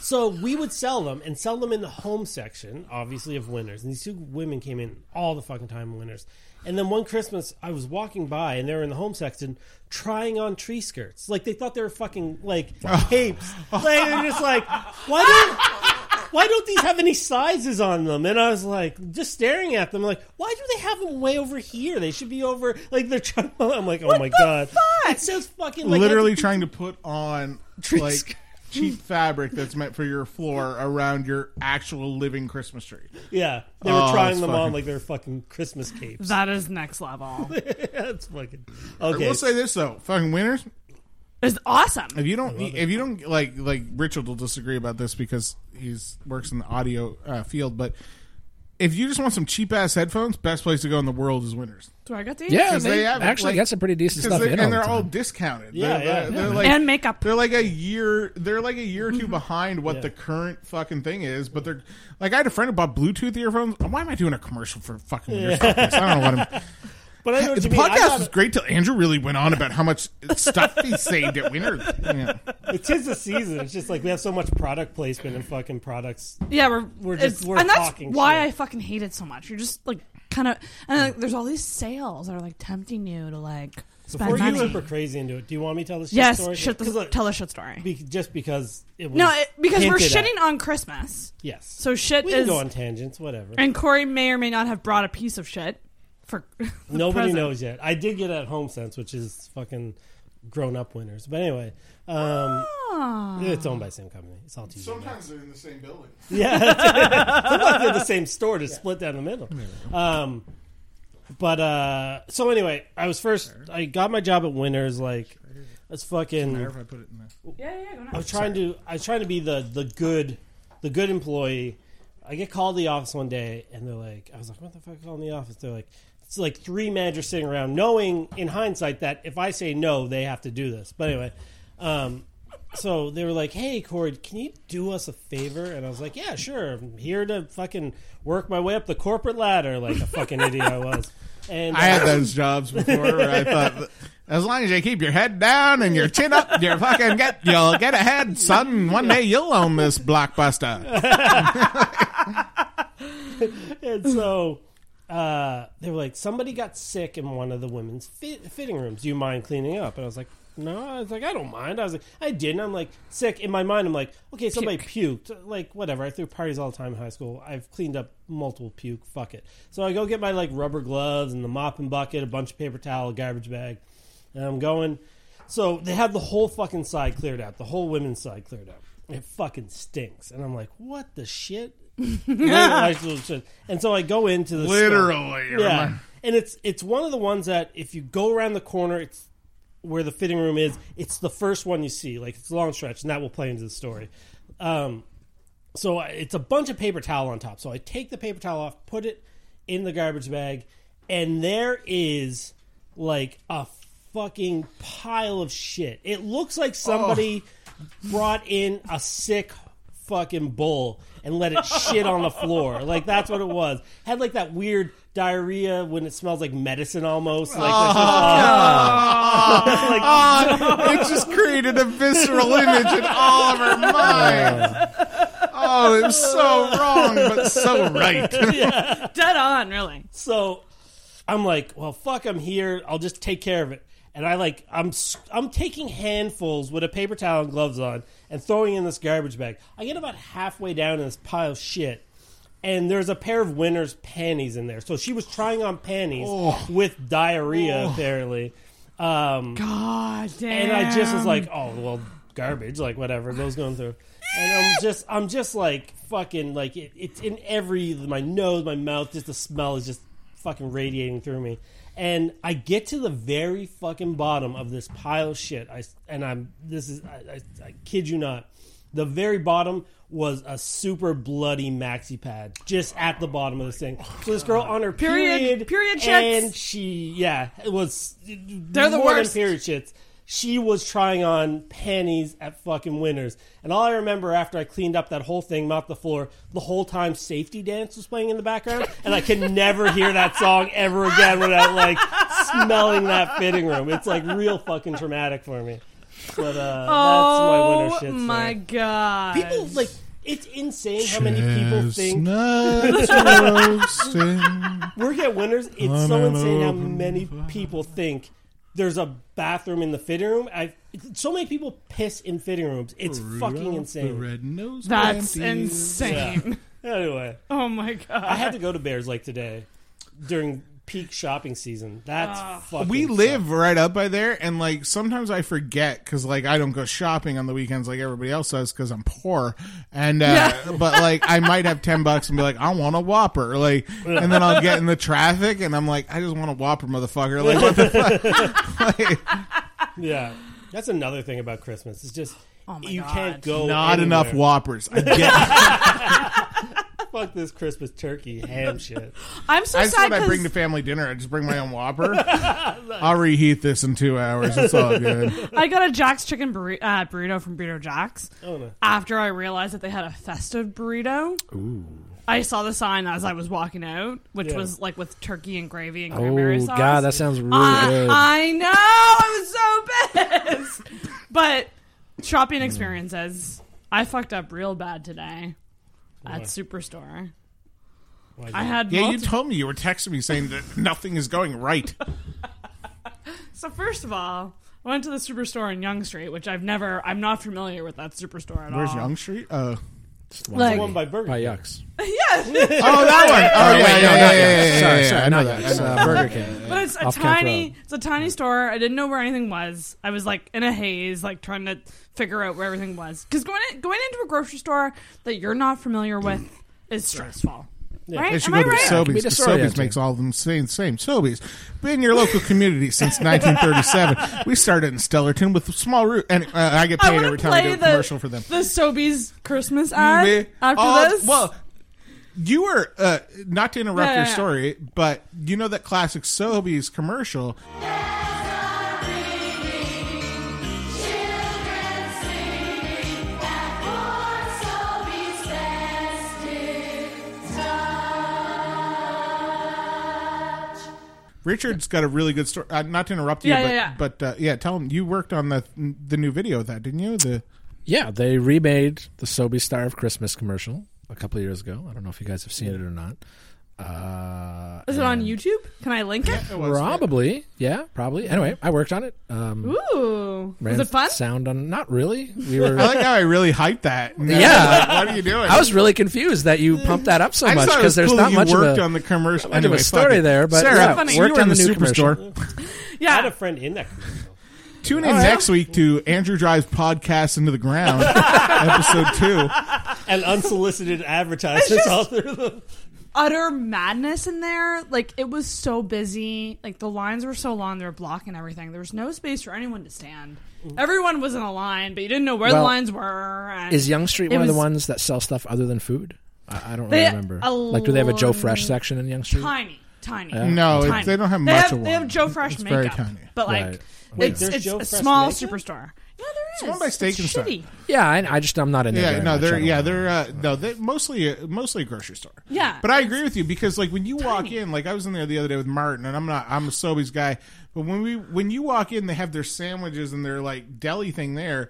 Speaker 10: So we would sell them and sell them in the home section, obviously, of winners. And these two women came in all the fucking time, winners. And then one Christmas, I was walking by and they were in the home section trying on tree skirts. Like they thought they were fucking like capes. like, they're just like, why don't, why don't these have any sizes on them? And I was like, just staring at them, like, why do they have them way over here? They should be over, like they're trying. I'm like, oh my god, it sounds fucking like
Speaker 2: literally trying to put on like cheap fabric that's meant for your floor around your actual living Christmas tree.
Speaker 10: Yeah, they were
Speaker 2: Oh,
Speaker 10: trying
Speaker 2: that's
Speaker 10: them on
Speaker 2: fucking-
Speaker 10: like they were fucking Christmas capes.
Speaker 9: That is next level.
Speaker 10: That's fucking okay.
Speaker 2: I will say this though, fucking winners.
Speaker 9: It's awesome.
Speaker 2: If you don't, e- if you don't like, like Richard will disagree about this because he's works in the audio uh, field. But if you just want some cheap ass headphones, best place to go in the world is Winners.
Speaker 9: Do I get these?
Speaker 2: Because
Speaker 11: actually
Speaker 2: like-
Speaker 11: got some pretty decent
Speaker 2: 'cause
Speaker 11: stuff
Speaker 2: they-
Speaker 11: in all
Speaker 2: and
Speaker 11: the
Speaker 2: they're
Speaker 11: time.
Speaker 2: all discounted.
Speaker 11: Yeah,
Speaker 2: they're,
Speaker 11: yeah,
Speaker 2: they're-
Speaker 11: yeah.
Speaker 2: they're like,
Speaker 9: And makeup.
Speaker 2: They're like a year. They're like a year or 2 behind what
Speaker 10: Mm-hmm. Yeah.
Speaker 2: the current fucking thing is. But they're like, I had a friend who bought Bluetooth earphones. Why am I doing a commercial for fucking
Speaker 10: Yeah.
Speaker 2: Winners? Fuck this. I don't know what I'm.
Speaker 10: But I know what
Speaker 2: the
Speaker 10: you mean. I
Speaker 2: podcast
Speaker 10: got
Speaker 2: was
Speaker 10: it.
Speaker 2: great till Andrew really went on about how much stuff he saved at Winners. Yeah.
Speaker 10: It is the season. It's just like we have so much product placement and fucking products.
Speaker 9: Yeah, we're
Speaker 10: We're just-
Speaker 9: it's-
Speaker 10: we're
Speaker 9: and that's
Speaker 10: talking
Speaker 9: why
Speaker 10: shit.
Speaker 9: I fucking hate it so much. You're just like kind of and like, there's all these sales that are like tempting you to like spend
Speaker 10: Before you
Speaker 9: money.
Speaker 10: were crazy into it, do you want me to tell the shit
Speaker 9: yes,
Speaker 10: story?
Speaker 9: shit the,
Speaker 10: 'Cause look,
Speaker 9: tell a shit story.
Speaker 10: be- just because it was
Speaker 9: No, it, because we're
Speaker 10: hinted at.
Speaker 9: shitting on Christmas.
Speaker 10: Yes.
Speaker 9: So shit
Speaker 10: we
Speaker 9: is
Speaker 10: can go on tangents, whatever.
Speaker 9: and Corey may or may not have brought a piece of shit for the
Speaker 10: Nobody
Speaker 9: present.
Speaker 10: knows yet. I did get at home sense, which is fucking grown up winners. But anyway, um,
Speaker 9: Ah.
Speaker 10: it's owned by the same company. It's all TV.
Speaker 2: Sometimes they're in the same building.
Speaker 10: Yeah, sometimes they're the same store, just split down the middle. Um, but uh, so anyway, I was first. I got my job at Winners. Like, that's
Speaker 2: Doesn't
Speaker 10: fucking.
Speaker 2: matter if I put it in there.
Speaker 9: Yeah, yeah, yeah, go
Speaker 10: I was
Speaker 9: nuts.
Speaker 10: trying to. I was trying to be the the good, the good employee. I get called to the office one day, and they're like, "I was like, what the fuck, calling the office?" They're like, "It's like three managers sitting around, knowing in hindsight that if I say no, they have to do this." But anyway, um, so they were like, "Hey, Cord, can you do us a favor?" And I was like, "Yeah, sure. I'm here to fucking work my way up the corporate ladder, like a fucking idiot I was." And
Speaker 2: I had
Speaker 10: uh,
Speaker 2: those jobs before. Where I thought, that as long as you keep your head down and your chin up, you're fucking get you'll get ahead, son. One day you'll own this blockbuster.
Speaker 10: and so uh, they were like, somebody got sick in one of the women's fit- fitting rooms. Do you mind cleaning up? And I was like, no. I was like, I don't mind. I was like, I didn't. I'm like, sick. In my mind, I'm like, okay, somebody puked. Like, whatever. I threw parties all the time in high school. I've cleaned up multiple puke. Fuck it. So I go get my like rubber gloves and the mop and bucket, a bunch of paper towel, a garbage bag, and I'm going. So they have the whole fucking side cleared out, the whole women's side cleared out. It fucking stinks, and I'm like, what the shit? Literally, and so I go into the store.
Speaker 2: Literally, you're
Speaker 10: yeah.
Speaker 2: my-
Speaker 10: And it's it's one of the ones that if you go around the corner, it's where the fitting room is. It's the first one you see, like it's a long stretch, and that will play into the story. Um, so I- it's a bunch of paper towel on top. So I take the paper towel off, put it in the garbage bag, and there is like a fucking pile of shit. It looks like somebody brought in a sick fucking bull and let it shit on the floor. Like that's what it was. Had like that weird diarrhea when it smells like medicine almost. Like that's just- like,
Speaker 2: Oh, it just created a visceral image in all of our minds. Oh, it was so wrong, but so right.
Speaker 9: Dead on, really.
Speaker 10: So I'm like, well, fuck, I'm here. I'll just take care of it. And I like, I'm s- I'm taking handfuls with a paper towel and gloves on and throwing in this garbage bag. I get about halfway down in this pile of shit, and there's a pair of winner's panties in there. So she was trying on panties with diarrhea apparently. Um,
Speaker 9: God damn.
Speaker 10: and I just was like, oh well, garbage, like whatever. Those going through, and I'm just, I'm just like fucking, like it, it's in every my nose, my mouth, just the smell is just fucking radiating through me. And I get to the very fucking bottom of this pile of shit. I and I'm this is I, I, I kid you not, the very bottom was a super bloody maxi pad just at the bottom of this thing. So this girl on her
Speaker 9: Period-
Speaker 10: period
Speaker 9: period shits.
Speaker 10: and she yeah it was
Speaker 9: They're the
Speaker 10: more than
Speaker 9: worst.
Speaker 10: period shits. She was trying on panties at fucking Winners, and all I remember after I cleaned up that whole thing, mopped the floor, the whole time safety dance was playing in the background, and I can never hear that song ever again without like smelling that fitting room. It's like real fucking traumatic for me. But uh,
Speaker 9: oh
Speaker 10: that's my winter shit. story.
Speaker 9: my god!
Speaker 10: People like it's insane how many people think
Speaker 2: Chestnuts roasting.
Speaker 10: Work at Winners, it's
Speaker 2: On
Speaker 10: so
Speaker 2: an
Speaker 10: insane how
Speaker 2: open
Speaker 10: many people think there's a bathroom in the fitting room. I so many people piss in fitting rooms. It's fucking insane.
Speaker 2: red-nosed
Speaker 9: That's Reindeer. insane.
Speaker 10: Yeah. Anyway.
Speaker 9: Oh my god!
Speaker 10: I had to go to Bears Lake today during peak shopping season. That's fucking
Speaker 2: we live right up by there and like sometimes i forget because like i don't go shopping on the weekends like everybody else does because i'm poor and uh,
Speaker 10: Yeah.
Speaker 2: but like i might have 10 bucks and be like i want a whopper like and then i'll get in the traffic and i'm like i just want a whopper motherfucker like what the fuck Like,
Speaker 10: Yeah. That's another thing about Christmas. It's just you can't go
Speaker 2: not enough
Speaker 10: anywhere.
Speaker 2: whoppers I get,
Speaker 10: Fuck this Christmas turkey ham shit.
Speaker 9: I'm so
Speaker 2: i just
Speaker 9: sad
Speaker 2: thought i
Speaker 9: because
Speaker 2: bring to family dinner i just bring my own whopper i'll reheat this in two hours it's all good
Speaker 9: I got a Jack's chicken burri- uh, burrito from Burrito Jack's.
Speaker 10: Oh, no.
Speaker 9: After I realized that they had a festive burrito,
Speaker 11: Ooh.
Speaker 9: I saw the sign as I was walking out, which
Speaker 11: Yeah.
Speaker 9: was like with turkey and gravy and
Speaker 11: Oh,
Speaker 9: cranberry sauce.
Speaker 11: God, that sounds really
Speaker 9: I,
Speaker 11: good.
Speaker 9: I know. I'm so pissed. but shopping experiences, I fucked up real bad today at
Speaker 2: Why?
Speaker 9: Superstore. I had
Speaker 2: yeah. You
Speaker 9: multi-
Speaker 2: told me you were texting me saying that nothing is going right.
Speaker 9: So first of all, I went to the Superstore in Young Street, which I've never. I'm not familiar with that Superstore at
Speaker 2: Where's
Speaker 9: all.
Speaker 2: Young Street? Uh,
Speaker 9: one Like- one by
Speaker 10: Burger
Speaker 11: by Yucks.
Speaker 9: Yes.
Speaker 2: Oh, that one. Oh, yeah, yeah, yeah, yeah, yeah,
Speaker 11: sorry,
Speaker 2: yeah,
Speaker 11: sorry,
Speaker 2: I know
Speaker 11: not
Speaker 2: that,
Speaker 11: Yucks,
Speaker 2: I know
Speaker 11: uh,
Speaker 2: that.
Speaker 11: Burger King.
Speaker 9: But it's a
Speaker 11: Off Kent
Speaker 9: tiny, it's a tiny store. I didn't know where anything was. I was like in a haze, like trying to figure out where everything was. Because going in, going into a grocery store that you're not familiar with is stressful, right?
Speaker 2: They should
Speaker 9: Am
Speaker 2: go to
Speaker 9: I right?
Speaker 2: Sobeys. 'cause Sobeys makes all of them same. Same Sobeys. Been in your local community since 1937. we started in Stellarton with small root, and uh, I get
Speaker 9: I
Speaker 2: paid
Speaker 9: wanna
Speaker 2: every time I
Speaker 9: play
Speaker 2: do a
Speaker 9: the-
Speaker 2: commercial for them.
Speaker 9: The Sobeys Christmas ad
Speaker 2: Maybe.
Speaker 9: after
Speaker 2: Oh,
Speaker 9: this.
Speaker 2: Well, you were uh, not to interrupt
Speaker 9: No, no,
Speaker 2: your
Speaker 9: no.
Speaker 2: story, but you know that classic Sobeys commercial. Richard's got a really good story. Uh, not to interrupt you,
Speaker 11: Yeah,
Speaker 2: but
Speaker 11: yeah, yeah.
Speaker 2: but uh, yeah, tell him you worked on the the new video of that, didn't you? The
Speaker 11: Yeah, they remade the Sobe Star of Christmas commercial a couple of years ago. I don't know if you guys have seen it or not. Uh,
Speaker 9: is it on YouTube? Can I link it?
Speaker 11: probably, yeah, probably. Anyway, I worked on it. Um,
Speaker 9: Ooh, was
Speaker 11: ran
Speaker 9: it fun?
Speaker 11: Sound on? Not really. We were.
Speaker 2: I like how I really hyped that. And I was
Speaker 11: yeah,
Speaker 2: like, what are you doing?
Speaker 11: I was really confused that you pumped that up so
Speaker 2: I just
Speaker 11: much
Speaker 2: thought it
Speaker 11: because
Speaker 2: was
Speaker 11: there's
Speaker 2: cool
Speaker 11: not
Speaker 2: you
Speaker 11: much
Speaker 2: worked
Speaker 11: of a,
Speaker 2: on the commercial.
Speaker 11: not much of
Speaker 2: Anyway,
Speaker 11: a
Speaker 2: fuck
Speaker 11: story
Speaker 2: it.
Speaker 11: there, but
Speaker 2: Sarah,
Speaker 11: yeah,
Speaker 2: funny.
Speaker 11: worked
Speaker 2: you were
Speaker 11: on
Speaker 2: in
Speaker 11: the,
Speaker 2: the
Speaker 11: new commercial.
Speaker 9: Yeah, I had
Speaker 10: a friend in that. commercial.
Speaker 2: Tune in
Speaker 10: Oh, yeah.
Speaker 2: next week to Andrew Drives Podcast Into the Ground, episode two.
Speaker 10: And unsolicited advertisements all through the
Speaker 9: utter madness in there. Like it was so busy. Like the lines were so long, they were blocking everything. There was no space for anyone to stand. Everyone was in a line, but you didn't know where the
Speaker 11: Well,
Speaker 9: lines were. And
Speaker 11: Is Young Street
Speaker 9: it
Speaker 11: one of
Speaker 9: was
Speaker 11: the ones that sell stuff other than food? I, I don't
Speaker 9: They-
Speaker 11: really remember.
Speaker 9: a
Speaker 11: Like, do they have a Joe Fresh
Speaker 9: l-
Speaker 11: section in Young Street?
Speaker 9: Tiny, tiny.
Speaker 11: Yeah. No, it-
Speaker 9: tiny.
Speaker 11: they don't have much of
Speaker 9: They
Speaker 11: one.
Speaker 9: have Joe Fresh
Speaker 11: It's
Speaker 9: makeup,
Speaker 11: very tiny.
Speaker 9: but like
Speaker 11: Right. Wait,
Speaker 9: it's,
Speaker 11: there's
Speaker 9: it's
Speaker 11: Joe
Speaker 9: a
Speaker 11: Fresh
Speaker 9: small
Speaker 11: makeup?
Speaker 9: superstore. Yeah, there is.
Speaker 2: one by Steak and Stuff.
Speaker 9: shitty.
Speaker 11: Yeah, I, I just I'm not in there.
Speaker 2: Yeah,
Speaker 11: very
Speaker 2: no,
Speaker 11: much. I
Speaker 2: they're
Speaker 11: don't
Speaker 2: yeah,
Speaker 11: know.
Speaker 2: they're uh, no, they mostly uh, mostly a grocery store.
Speaker 9: Yeah.
Speaker 2: but I agree with you because like when you walk in, like I was in there the other day with Martin, and I'm not I'm a Sobeys guy, but when we when you walk in, they have their sandwiches and their like deli thing there.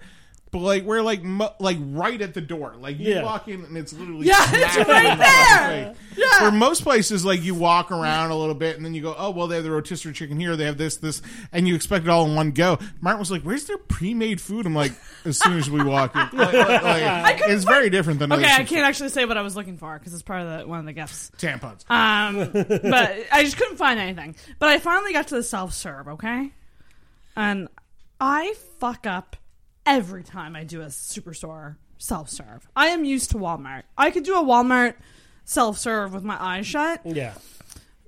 Speaker 2: But like we're like mo- like right at the door, like you
Speaker 6: Yeah.
Speaker 2: walk in and it's literally
Speaker 6: Yeah, it's
Speaker 2: smack in
Speaker 6: right
Speaker 2: the middle.
Speaker 6: there!
Speaker 2: Like, For most places, like you walk around a little bit and then you go, oh well, they have the rotisserie chicken here, they have this this, and you expect it all in one go. Martin was like, "Where's their pre-made food?" I'm like, as soon as we walk in, Like, like,
Speaker 9: I couldn't
Speaker 2: it's very different than
Speaker 9: Okay,
Speaker 2: other
Speaker 9: I can't actually say what I was looking for because it's part of the, one of the gifts.
Speaker 2: Tampons.
Speaker 9: Um, but I just couldn't find anything. But I finally got to the self serve. Okay, and I fuck up every time I do a superstore self serve. I am used to Walmart. I could do a Walmart self serve with my eyes shut.
Speaker 10: Yeah.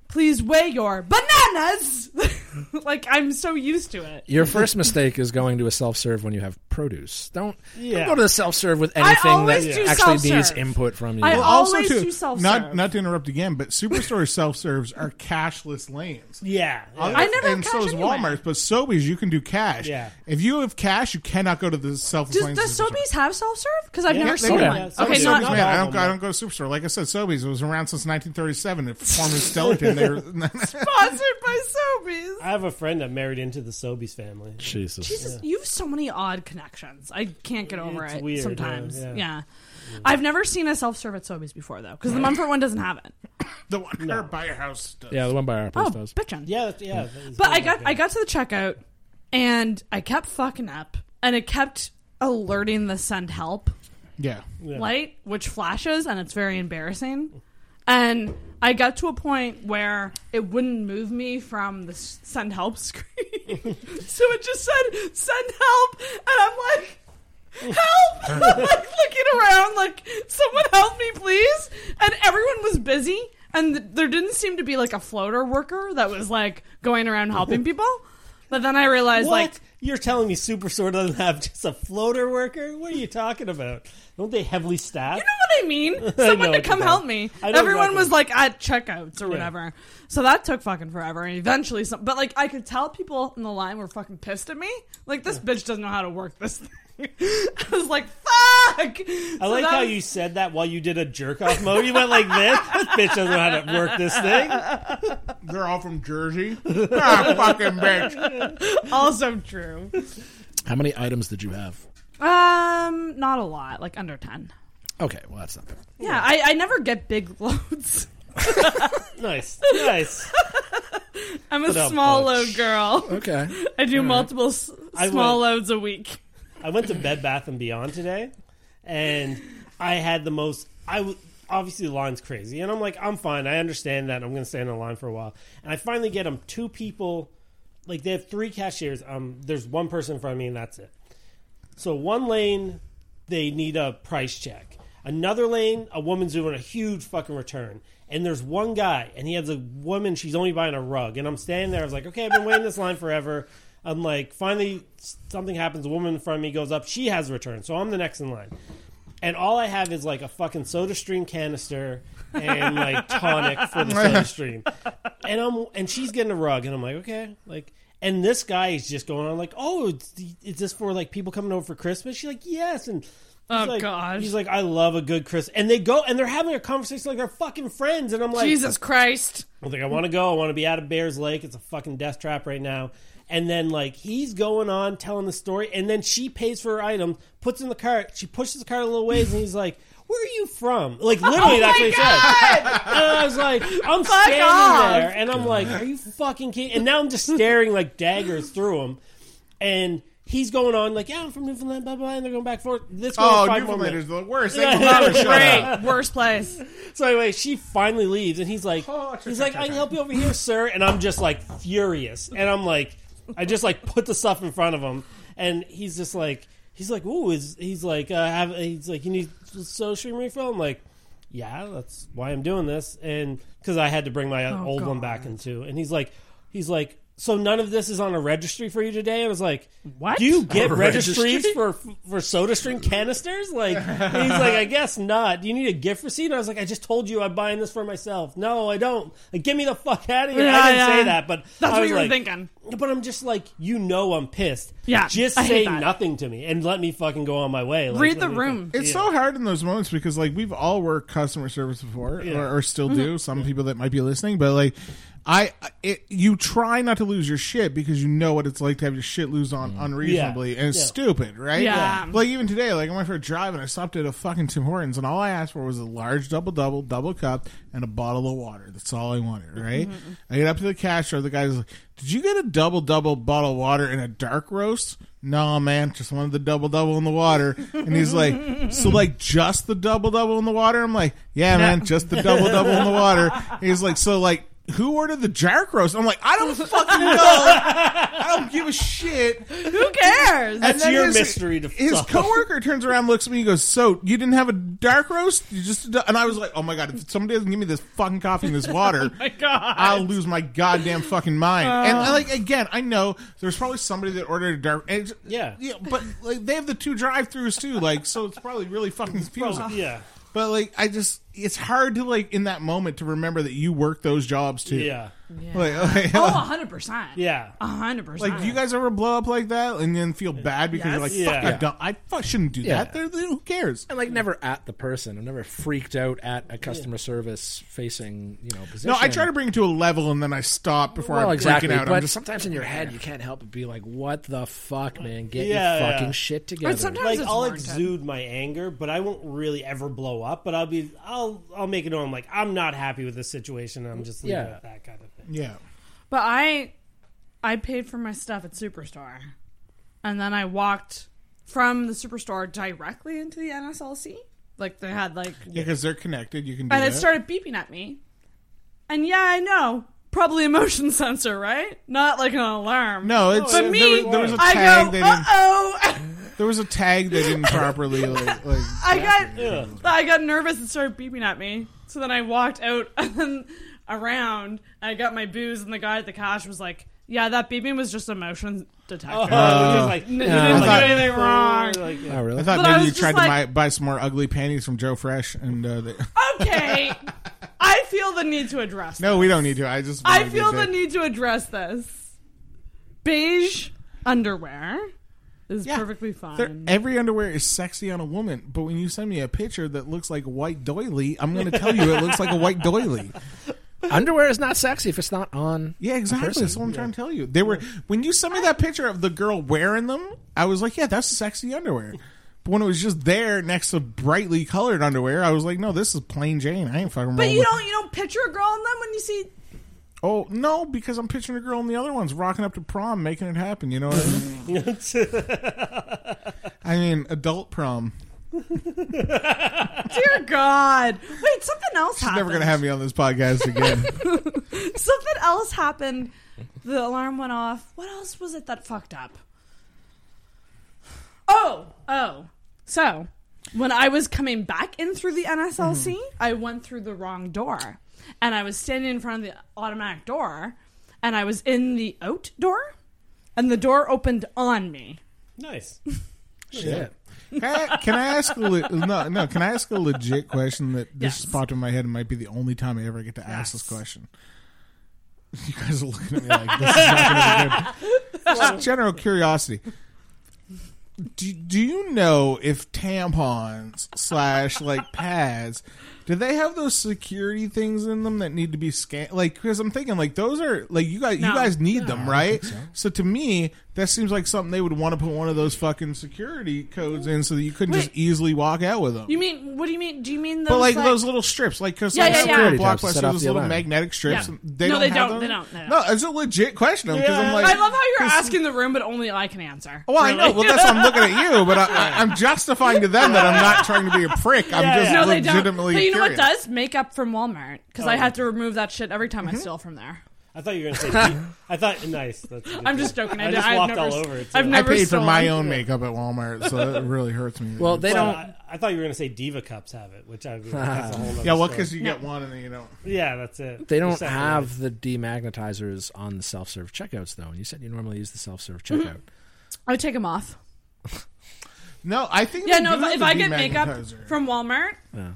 Speaker 9: Please weigh your bananas. like I'm so used to it.
Speaker 11: Your first mistake is going to a self serve when you have produce. Don't,
Speaker 2: Yeah.
Speaker 11: don't go to the self serve with
Speaker 2: I
Speaker 11: anything that
Speaker 2: always do
Speaker 11: actually needs
Speaker 2: self-serve.
Speaker 11: input from you.
Speaker 2: Well, also,
Speaker 9: always
Speaker 2: too,
Speaker 9: do self-serve.
Speaker 2: Not not to interrupt again, but superstore self serves are cashless lanes.
Speaker 10: Yeah,
Speaker 2: Other-
Speaker 9: I never have
Speaker 2: and
Speaker 9: cash
Speaker 2: so is
Speaker 9: anyway.
Speaker 2: Walmart's, but Sobeys you can do cash.
Speaker 10: Yeah.
Speaker 2: if you have cash, you cannot go to the self.
Speaker 9: Does, does Sobeys have self serve? Because I've
Speaker 2: Yeah,
Speaker 9: never
Speaker 2: they
Speaker 9: seen
Speaker 2: do.
Speaker 9: one.
Speaker 2: Sobeys,
Speaker 9: Okay,
Speaker 2: Sobeys,
Speaker 9: not
Speaker 2: man, I don't, go- I don't go to Superstore. Like I said, Sobeys was around since 1937. It formed in Stellarton. They were,
Speaker 9: sponsored by Sobeys.
Speaker 10: I have a friend that married into the Sobeys family.
Speaker 11: Jesus.
Speaker 9: Jesus, you have so many odd connections. I can't get over
Speaker 10: It's
Speaker 9: it
Speaker 10: weird,
Speaker 9: sometimes.
Speaker 10: yeah,
Speaker 9: Yeah,
Speaker 10: yeah.
Speaker 9: I've never seen a self serve at Sobeys before though, because the Mumford one doesn't have it.
Speaker 2: the one there by your house. Does.
Speaker 11: yeah, the one by our place
Speaker 9: Oh,
Speaker 11: does.
Speaker 9: bitchin'.
Speaker 10: Yeah, that's- yeah. that's-
Speaker 9: But I got I got to the checkout and I kept fucking up and it kept alerting the send help
Speaker 2: Yeah.
Speaker 9: light, which flashes and it's very embarrassing. And I got to a point where it wouldn't move me from the s- send help screen. so it just said send help and I'm like help I'm like looking around like someone help me please and everyone was busy and th- there didn't seem to be like a floater worker that was like going around helping people but then i realized
Speaker 10: What?
Speaker 9: like
Speaker 10: You're telling me Superstore doesn't have just a floater worker? What are you talking about? Don't they heavily staff?
Speaker 9: what I mean?
Speaker 10: I
Speaker 9: Someone
Speaker 10: know
Speaker 9: to
Speaker 10: what
Speaker 9: come
Speaker 10: you
Speaker 9: help
Speaker 10: mean.
Speaker 9: me.
Speaker 10: I know
Speaker 9: Everyone
Speaker 10: exactly.
Speaker 9: was like at checkouts or
Speaker 10: Yeah.
Speaker 9: whatever. So that took fucking forever. And eventually, some, but like I could tell people in the line were fucking pissed at me. Like this bitch doesn't know how to work this thing. I was like, fuck.
Speaker 10: I like how you said that while you did a jerk off mode. You went like this. This bitch doesn't know how to work this thing.
Speaker 2: They're all from Jersey. ah, fucking bitch.
Speaker 9: also true.
Speaker 11: How many items did you have?
Speaker 9: Um, not a lot. Like under ten.
Speaker 11: Okay, well that's not bad.
Speaker 9: Yeah, I, I never get big loads.
Speaker 10: Nice, nice.
Speaker 9: I'm a
Speaker 10: Put up,
Speaker 9: small
Speaker 10: bud.
Speaker 9: load girl.
Speaker 11: Okay.
Speaker 9: I do multiple s-
Speaker 10: I
Speaker 9: small
Speaker 10: will-
Speaker 9: loads a week.
Speaker 10: I went to Bed Bath and Beyond today, and I had the most. I w- obviously the line's crazy, and I'm like, I'm fine. I understand that. I'm going to stay in the line for a while, and I finally get them two people. Like they have three cashiers. Um, there's one person in front of me, and that's it. So one lane, they need a price check. Another lane, a woman's doing a huge fucking return. And there's one guy, and he has a woman, she's only buying a rug. And I'm standing there, I was like, okay, I've been waiting this line forever. I'm like, finally, something happens. A woman in front of me goes up, she has a return. So I'm the next in line. And all I have is like a fucking soda stream canister and like tonic for the soda stream. And I'm and she's getting a rug and I'm like, okay, like and this guy is just going on like, oh, it's the- is this for like people coming over for Christmas? She's like, yes, and he's
Speaker 9: Oh,
Speaker 10: like,
Speaker 9: gosh.
Speaker 10: he's like, I love a good Christmas, and they go and they're having a conversation like they're fucking friends, and I'm like,
Speaker 9: Jesus Christ.
Speaker 10: I'm like, I want to go. I want to be out of Bears Lake. It's a fucking death trap right now. And then like he's going on telling the story, and then she pays for her item, puts in the cart. She pushes the cart a little ways, and he's like, "Where are you from?" Like literally,
Speaker 9: Oh
Speaker 10: that's
Speaker 9: my
Speaker 10: what he said. And I was like, "I'm
Speaker 9: Fuck
Speaker 10: standing
Speaker 9: off.
Speaker 10: there," and I'm like, "Are you fucking kidding?" And now I'm just staring like daggers through him, and. He's going on like, yeah, I'm from Newfoundland, blah blah, blah," and they're going back and forth. This goes
Speaker 2: Oh,
Speaker 10: five more
Speaker 2: Newfoundland
Speaker 10: minutes.
Speaker 2: is the worst.
Speaker 10: Yeah.
Speaker 2: They can shut up.
Speaker 9: Great. Worst place.
Speaker 10: So anyway, she finally leaves, and he's like, he's like, I can help you over here, sir. And I'm just like furious, and I'm like, I just like put the stuff in front of him, and he's just like, he's like, ooh, is he's like, uh, have, he's like, you need so stream refill. I'm like, yeah, that's why I'm doing this, and because I had to bring my
Speaker 9: Oh,
Speaker 10: old one
Speaker 9: God.
Speaker 10: back in too. And he's like, he's like. So none of this is on a registry for you today. I was like,
Speaker 9: What?
Speaker 10: Do you get
Speaker 11: A
Speaker 10: registries
Speaker 11: registry?
Speaker 10: for for soda stream canisters? Like and he's like, I guess not. Do you need a gift receipt? And I was like, I just told you I'm buying this for myself. No, I don't. Like, get me the fuck out of here.
Speaker 9: Yeah,
Speaker 10: I didn't
Speaker 9: yeah.
Speaker 10: say that, but
Speaker 9: That's
Speaker 10: I
Speaker 9: what
Speaker 10: was
Speaker 9: you were
Speaker 10: like-
Speaker 9: thinking.
Speaker 10: But I'm just like, you know, I'm pissed.
Speaker 9: Yeah,
Speaker 10: just
Speaker 9: I
Speaker 10: say
Speaker 9: hate that.
Speaker 10: nothing to me and let me fucking go on my way. Like,
Speaker 9: Read the
Speaker 10: let me fucking-
Speaker 9: room.
Speaker 2: It's so hard in those moments because like we've all worked customer service before or, or still
Speaker 10: Mm-hmm.
Speaker 2: do. Some people that might be listening, but like I, it, you try not to lose your shit because you know what it's like to have your shit lose on
Speaker 11: Mm.
Speaker 2: unreasonably and it's
Speaker 10: Yeah.
Speaker 2: stupid, right?
Speaker 9: Yeah. Yeah.
Speaker 2: Like even today, like I went for a drive and I stopped at a fucking Tim Hortons and all I asked for was a large double double, double cup, and a bottle of water. That's all I wanted, right? I get up to the cash register, the guy's like, "Did you get a double double bottle of water and a dark roast?" No, man, just wanted the double double in the water. And he's like, so like just the double double in the water. I'm like, yeah, man, just the double double in the water. And he's like, so like who ordered the Jark roast? I'm like, I don't fucking know. I don't give a shit.
Speaker 9: Who cares?
Speaker 10: That's
Speaker 2: then
Speaker 10: your mystery to
Speaker 2: his
Speaker 10: solve.
Speaker 2: coworker turns around, looks at me, and goes, "So you didn't have a dark roast? You just..." And I was like, "Oh my god! If somebody doesn't give me this fucking coffee and this water,
Speaker 10: Oh my God.
Speaker 2: I'll lose my goddamn fucking mind."
Speaker 10: Oh.
Speaker 2: and I, like again, I know there's probably somebody that ordered a dark. And it's-
Speaker 10: Yeah.
Speaker 2: yeah, but like they have the two drive-throughs too, like so it's probably really fucking confusing.
Speaker 10: Probably, yeah.
Speaker 2: But like, I just it's hard to like in that moment to remember that you work those jobs too.
Speaker 10: Yeah.
Speaker 2: Like, like-
Speaker 9: Oh, 100%.
Speaker 10: Yeah.
Speaker 9: 100%.
Speaker 2: Like, do you guys ever blow up like that and then feel bad because you're like,
Speaker 11: Yes.
Speaker 2: "Fuck,
Speaker 11: Yeah.
Speaker 2: I, don't, I fuck, shouldn't do
Speaker 11: Yeah.
Speaker 2: that." They're, they- who cares?
Speaker 11: I'm like never at the person. I'm never freaked out at a customer service facing you know position.
Speaker 2: No, I try to bring it to a level and then I stop before
Speaker 11: well,
Speaker 2: I'm
Speaker 11: exactly,
Speaker 2: freaking out.
Speaker 11: But
Speaker 2: I'm just
Speaker 11: sometimes in your head, you can't help but be like, "What the fuck, man? Get
Speaker 10: Yeah,
Speaker 11: your
Speaker 10: yeah.
Speaker 11: fucking shit together."
Speaker 10: like I'll exude my anger, but I won't really ever blow up. But I'll be, I'll, I'll make it known. I'm like, I'm not happy with this situation. and I'm just leaving
Speaker 11: Yeah.
Speaker 10: it at that kind of thing.
Speaker 2: Yeah.
Speaker 9: But I I paid for my stuff at Superstore. And then I walked from the Superstore directly into the NSLC. Like they had like
Speaker 2: yeah, because they're connected. You can. Do
Speaker 9: and it
Speaker 2: that.
Speaker 9: started beeping at me. And yeah, I know. Probably a motion sensor, right? Not like an alarm.
Speaker 2: No, it's-
Speaker 9: but
Speaker 2: there-
Speaker 9: me.
Speaker 2: there was a
Speaker 9: I
Speaker 2: tag
Speaker 9: go,
Speaker 2: they didn't-
Speaker 9: uh oh.
Speaker 2: There was a tag they didn't properly like. like
Speaker 9: I got I got nervous and started beeping at me. So then I walked out and then around. I got my booze, and the guy at the cash was like, "Yeah, that beeping was just a motion detector.
Speaker 10: Oh, Oh. like,
Speaker 9: N- you
Speaker 10: yeah.
Speaker 9: didn't
Speaker 10: I thought-
Speaker 9: do anything wrong."
Speaker 10: Like,
Speaker 11: yeah. Oh, really?
Speaker 2: I thought
Speaker 9: But I
Speaker 2: maybe
Speaker 9: was
Speaker 2: you
Speaker 9: just
Speaker 2: tried to
Speaker 9: like-
Speaker 2: buy, buy some more ugly panties from Joe Fresh, and uh, they,
Speaker 9: Okay, I feel the need to address.
Speaker 2: no,
Speaker 9: this.
Speaker 2: we don't need to. I just
Speaker 9: I
Speaker 2: wanted to
Speaker 9: feel
Speaker 2: say-
Speaker 9: the need to address this. Beige underwear is perfectly
Speaker 2: They're-
Speaker 9: fine.
Speaker 2: Every underwear is sexy on a woman, but when you send me a picture that looks like a white doily, I'm going to tell you it looks like a white doily.
Speaker 11: Underwear is not sexy if it's not on.
Speaker 2: Yeah, exactly.
Speaker 11: person.
Speaker 2: That's what I'm trying to tell you. They were when you sent me that picture of the girl wearing them, I was like, yeah, that's sexy underwear. But when it was just there next to brightly colored underwear, I was like, no, this is plain Jane. I ain't fucking.
Speaker 9: but
Speaker 2: rolling
Speaker 9: you
Speaker 2: with-
Speaker 9: don't you don't picture a girl in them when you see.
Speaker 2: Oh no, because I'm picturing a girl in the other ones rocking up to prom, making it happen. You know what I mean? I mean, adult prom.
Speaker 9: Dear God! Wait, something else
Speaker 2: She's
Speaker 9: happened.
Speaker 2: never gonna have me on this podcast again.
Speaker 9: Something else happened. The alarm went off. What else was it that fucked up? Oh, oh. So, when I was coming back in through the NSLC,
Speaker 2: Mm-hmm.
Speaker 9: I went through the wrong door. And I was standing in front of the automatic door, and I was in the out door, and the door opened on me.
Speaker 10: Nice.
Speaker 2: Shit. Can I, can I ask a le- no no? Can I ask a legit question that this just popped in my head and might be the only time I ever get to ask this question? You guys are looking at me like this is not going to be good. Just general curiosity. Do, do you know if tampons slash like pads do they have those security things in them that need to be scanned? Like because I'm thinking like those are like you guys you
Speaker 9: No.
Speaker 2: guys need
Speaker 11: I
Speaker 2: them
Speaker 11: don't
Speaker 2: right?
Speaker 11: think so.
Speaker 2: So to me, that seems like something they would want to put one of those fucking security codes in so that you couldn't just
Speaker 9: Wait.
Speaker 2: easily walk out with them.
Speaker 9: You mean, what do you mean? Do you mean those?
Speaker 2: but like, those little strips, like because
Speaker 9: Yeah, yeah, yeah.
Speaker 2: yeah,
Speaker 11: Security tabs
Speaker 2: blockbuster,
Speaker 11: set
Speaker 2: those
Speaker 11: off the
Speaker 2: little
Speaker 11: alarm.
Speaker 2: magnetic strips,
Speaker 9: Yeah.
Speaker 2: they
Speaker 9: No,
Speaker 2: don't
Speaker 9: they
Speaker 2: have
Speaker 9: don't,
Speaker 2: them?
Speaker 9: they don't, they don't.
Speaker 2: No, it's a legit question because I'm like,
Speaker 9: I love how you're
Speaker 2: 'cause-
Speaker 9: asking the room, but only I can answer.
Speaker 2: Well, I know.
Speaker 9: Really.
Speaker 2: Well, that's why I'm looking at you, but I, I, I'm justifying to them that I'm not trying to be a prick. I'm just
Speaker 9: no, they don't.
Speaker 2: legitimately.
Speaker 9: But you know what
Speaker 2: curious. Mm-hmm.
Speaker 9: does? Makeup from Walmart because
Speaker 10: Oh.
Speaker 9: I had to remove that shit every time I steal from there.
Speaker 10: I thought you were going to say, I thought, nice. That's a good
Speaker 9: I'm just
Speaker 10: joke.
Speaker 9: joking. I,
Speaker 10: I
Speaker 9: did-
Speaker 10: just
Speaker 9: I've
Speaker 10: walked
Speaker 9: never,
Speaker 10: all over it.
Speaker 9: I've
Speaker 10: too.
Speaker 2: I
Speaker 9: never
Speaker 2: paid for
Speaker 9: stolen.
Speaker 2: my own makeup at Walmart, so it really hurts me.
Speaker 11: Well, they
Speaker 10: Well,
Speaker 11: don't.
Speaker 10: I, I thought you were going to say diva cups have it, which I that's a whole nother
Speaker 2: yeah, well,
Speaker 10: story.
Speaker 2: because you get one and then you don't.
Speaker 10: yeah, that's it.
Speaker 11: They don't
Speaker 10: Exactly.
Speaker 11: have the demagnetizers on the self-serve checkouts though. And you said you normally use the self-serve checkout.
Speaker 9: I would take them off.
Speaker 2: No, I think.
Speaker 9: Yeah,
Speaker 2: they
Speaker 9: no.
Speaker 2: do have
Speaker 9: If, if
Speaker 2: the
Speaker 9: I get makeup
Speaker 2: demagnetizer.
Speaker 9: from Walmart,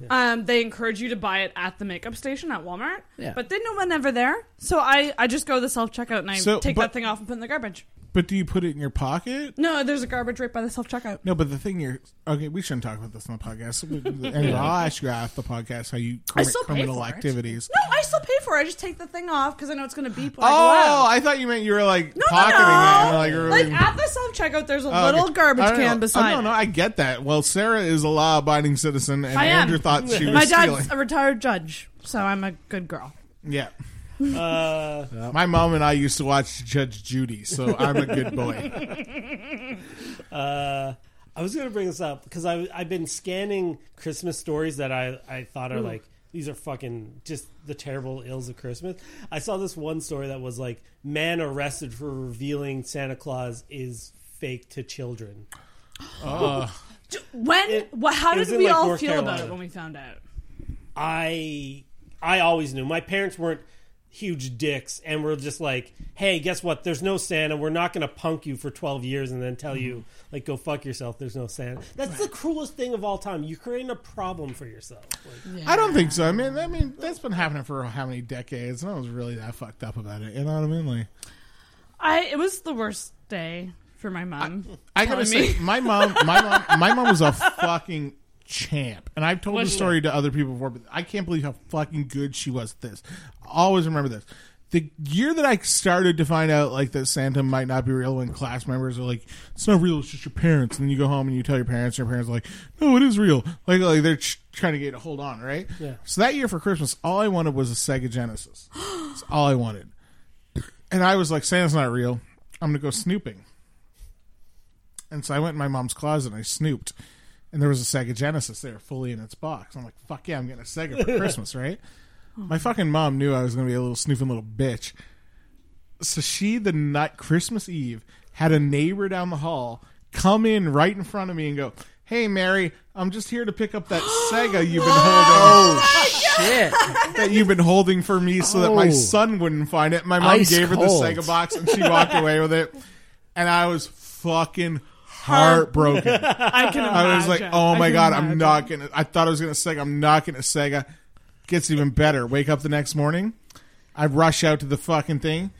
Speaker 9: um, they encourage you to buy it at the makeup station at Walmart.
Speaker 11: Yeah.
Speaker 9: But they no one ever there, so I I just go to the self checkout and I
Speaker 2: So,
Speaker 9: take
Speaker 2: but-
Speaker 9: that thing off and put it in the garbage.
Speaker 2: But do you put it in your pocket?
Speaker 9: No, there's a garbage right by the self checkout.
Speaker 2: No, but the thing you're okay. We shouldn't talk about this on the podcast. And I'll ask you after the podcast how you
Speaker 9: I
Speaker 2: commit
Speaker 9: still pay
Speaker 2: criminal
Speaker 9: for it.
Speaker 2: activities.
Speaker 9: No, I still pay for it. I just take the thing off because I know it's going to beep when I go
Speaker 2: Oh,
Speaker 9: out.
Speaker 2: I thought you meant you were like
Speaker 9: No,
Speaker 2: pocketing
Speaker 9: no,
Speaker 2: it. And, like,
Speaker 9: no. Like,
Speaker 2: really,
Speaker 9: at the self checkout, there's a
Speaker 2: Oh, okay.
Speaker 9: little garbage
Speaker 2: I don't
Speaker 9: can
Speaker 2: know.
Speaker 9: beside.
Speaker 2: Oh, no, no,
Speaker 9: it.
Speaker 2: I get that. Well, Sarah is a law-abiding citizen, and
Speaker 9: I am.
Speaker 2: Andrew thought she was
Speaker 9: My dad's
Speaker 2: stealing.
Speaker 9: a retired judge, so I'm a good girl.
Speaker 2: Yeah,
Speaker 10: Uh,
Speaker 2: my mom and I used to watch Judge Judy, so I'm a good boy.
Speaker 10: uh, I was going to bring this up because I've been scanning Christmas stories that I, I thought are like these are fucking just the terrible ills of Christmas. I saw this one story that was like man arrested for revealing Santa Claus is fake to children.
Speaker 2: Oh.
Speaker 9: When? what, how
Speaker 10: it was
Speaker 9: did
Speaker 10: in,
Speaker 9: we
Speaker 10: like,
Speaker 9: all
Speaker 10: North
Speaker 9: feel about
Speaker 10: Carolina.
Speaker 9: it when we found out?
Speaker 10: I I always knew my parents weren't huge dicks and were just like, "Hey, guess what? There's no Santa. We're not going to punk you for 12 years and then tell you like go fuck yourself. There's no Santa." That's the cruelest thing of all time. You're creating a problem for yourself. Like,
Speaker 2: I don't think so. I mean, I mean, that's been happening for how many decades, and I was really that fucked up about it. You know what I mean? Like,
Speaker 9: I it was the worst day for my mom.
Speaker 2: I gotta
Speaker 9: Telling
Speaker 2: say,
Speaker 9: me-
Speaker 2: my mom, my mom, my mom was a fucking champ, and I've told
Speaker 9: Was
Speaker 2: this
Speaker 9: she?
Speaker 2: story to other people before, but I can't believe how fucking good she was at this. Always remember this. The year that I started to find out like that Santa might not be real, when class members are like, "It's not real, it's just your parents," and then you go home and you tell your parents, and your parents are like, "No, it is real." Like, like they're ch- trying to get a hold on, right?
Speaker 10: Yeah.
Speaker 2: So that year for Christmas, all I wanted was a Sega Genesis. That's all I wanted. And I was like, Santa's not real. I'm going to go snooping. And so I went in my mom's closet and I snooped. And there was a Sega Genesis there, fully in its box. I'm like, fuck yeah, I'm getting a Sega for Christmas, right?
Speaker 11: Oh,
Speaker 2: My fucking mom knew I was going to be a little snooping little bitch. So she, the night Christmas Eve, had a neighbor down the hall come in right in front of me and go, Hey, Mary, I'm just here to pick up that Sega you've been holding. Oh, shit. That you've been holding for me so that my
Speaker 11: Oh.
Speaker 2: son wouldn't find it. My mom
Speaker 11: Ice
Speaker 2: gave her
Speaker 11: cold.
Speaker 2: the Sega box and she walked away with it. And I was fucking heartbroken.
Speaker 9: I can
Speaker 2: I was like,
Speaker 9: imagine.
Speaker 2: oh
Speaker 9: I
Speaker 2: my
Speaker 9: can
Speaker 2: god, I'm
Speaker 9: imagine.
Speaker 2: not gonna. I thought I was gonna Sega. I'm not gonna Sega. Gets even better. Wake up the next morning. I rush out to the fucking thing.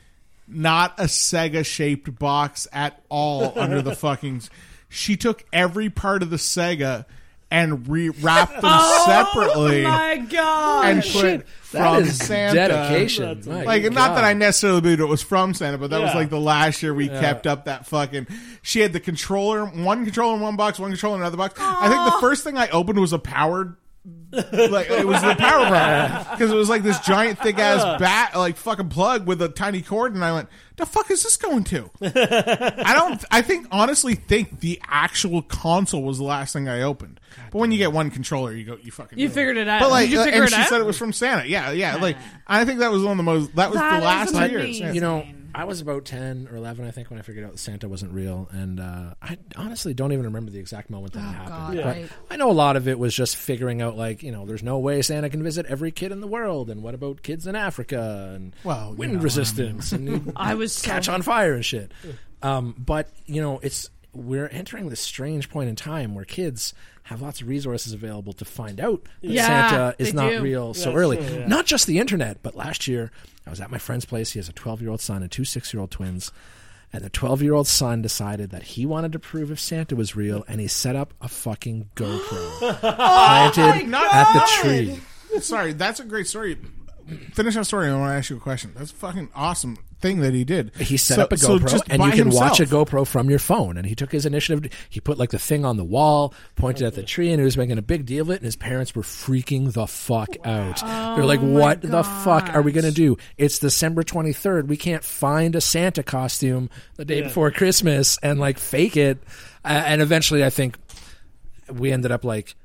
Speaker 2: Not a Sega shaped box at all under the fucking. She took every part of the Sega and rewrapped them separately.
Speaker 9: Oh my god!
Speaker 2: And put from Santa. Like, not that I necessarily believed it was from Santa, but that was
Speaker 11: Yeah.
Speaker 2: like the last year we
Speaker 11: Yeah.
Speaker 2: kept up that fucking. She had the controller, one controller in one box, one controller in another box. I think the first thing I opened was a powered. like it was the power button because it was like this giant thick ass bat like fucking plug with a tiny cord and I went the fuck is this going to I don't I think honestly think the actual console was the last thing I opened but when you get one controller you go you fucking
Speaker 9: You
Speaker 2: do it.
Speaker 9: figured it out.
Speaker 2: but like
Speaker 9: Did you
Speaker 2: uh,
Speaker 9: figure
Speaker 2: and
Speaker 9: it
Speaker 2: she
Speaker 9: out? Ah.
Speaker 2: said it was from Santa yeah yeah like I think that was one of the most that was
Speaker 9: That
Speaker 2: the
Speaker 9: is
Speaker 2: last two years
Speaker 9: amazing.
Speaker 2: yeah.
Speaker 11: You know, I was about ten or eleven, I think, when I figured out that Santa wasn't real, and uh, I honestly don't even remember the exact moment that happened.
Speaker 9: Oh God,
Speaker 11: But
Speaker 9: right.
Speaker 11: I know a lot of it was just figuring out, like, you know, there's no way Santa can visit every kid in the world, and what about kids in Africa and
Speaker 2: Well, you
Speaker 11: wind
Speaker 2: know, I mean-
Speaker 11: resistance and you
Speaker 9: I was so-
Speaker 11: catch on fire and shit. Um, but you know, it's we're entering this strange point in time where kids have lots of resources available to find out that
Speaker 9: Yeah,
Speaker 11: Santa is
Speaker 9: they
Speaker 11: not
Speaker 9: do.
Speaker 11: real so
Speaker 9: That's
Speaker 11: early.
Speaker 9: true, yeah.
Speaker 11: Not just the internet, but last year I was at my friend's place. He has a 12 year old son and two six year old twins. And the 12 year old son decided that he wanted to prove if Santa was real, and he set up a fucking GoPro
Speaker 9: Oh
Speaker 11: planted at the tree.
Speaker 2: Sorry, that's a great story. Finish that story, and I want to ask you a question. That's a fucking awesome thing that he did.
Speaker 11: He set
Speaker 2: So-
Speaker 11: up a
Speaker 2: so
Speaker 11: GoPro,
Speaker 2: just
Speaker 11: and
Speaker 2: by
Speaker 11: you can watch a
Speaker 2: himself.
Speaker 11: GoPro from your phone. And he took his initiative. He put like the thing on the wall, pointed at the tree, and he was making a big deal of it. And his parents were freaking the fuck out. They're like,
Speaker 9: Oh my
Speaker 11: "What the fuck are we going to do? It's December twenty third. We can't find a Santa costume the day
Speaker 10: Yeah.
Speaker 11: before Christmas and like fake it." Uh, and eventually, I think we ended up like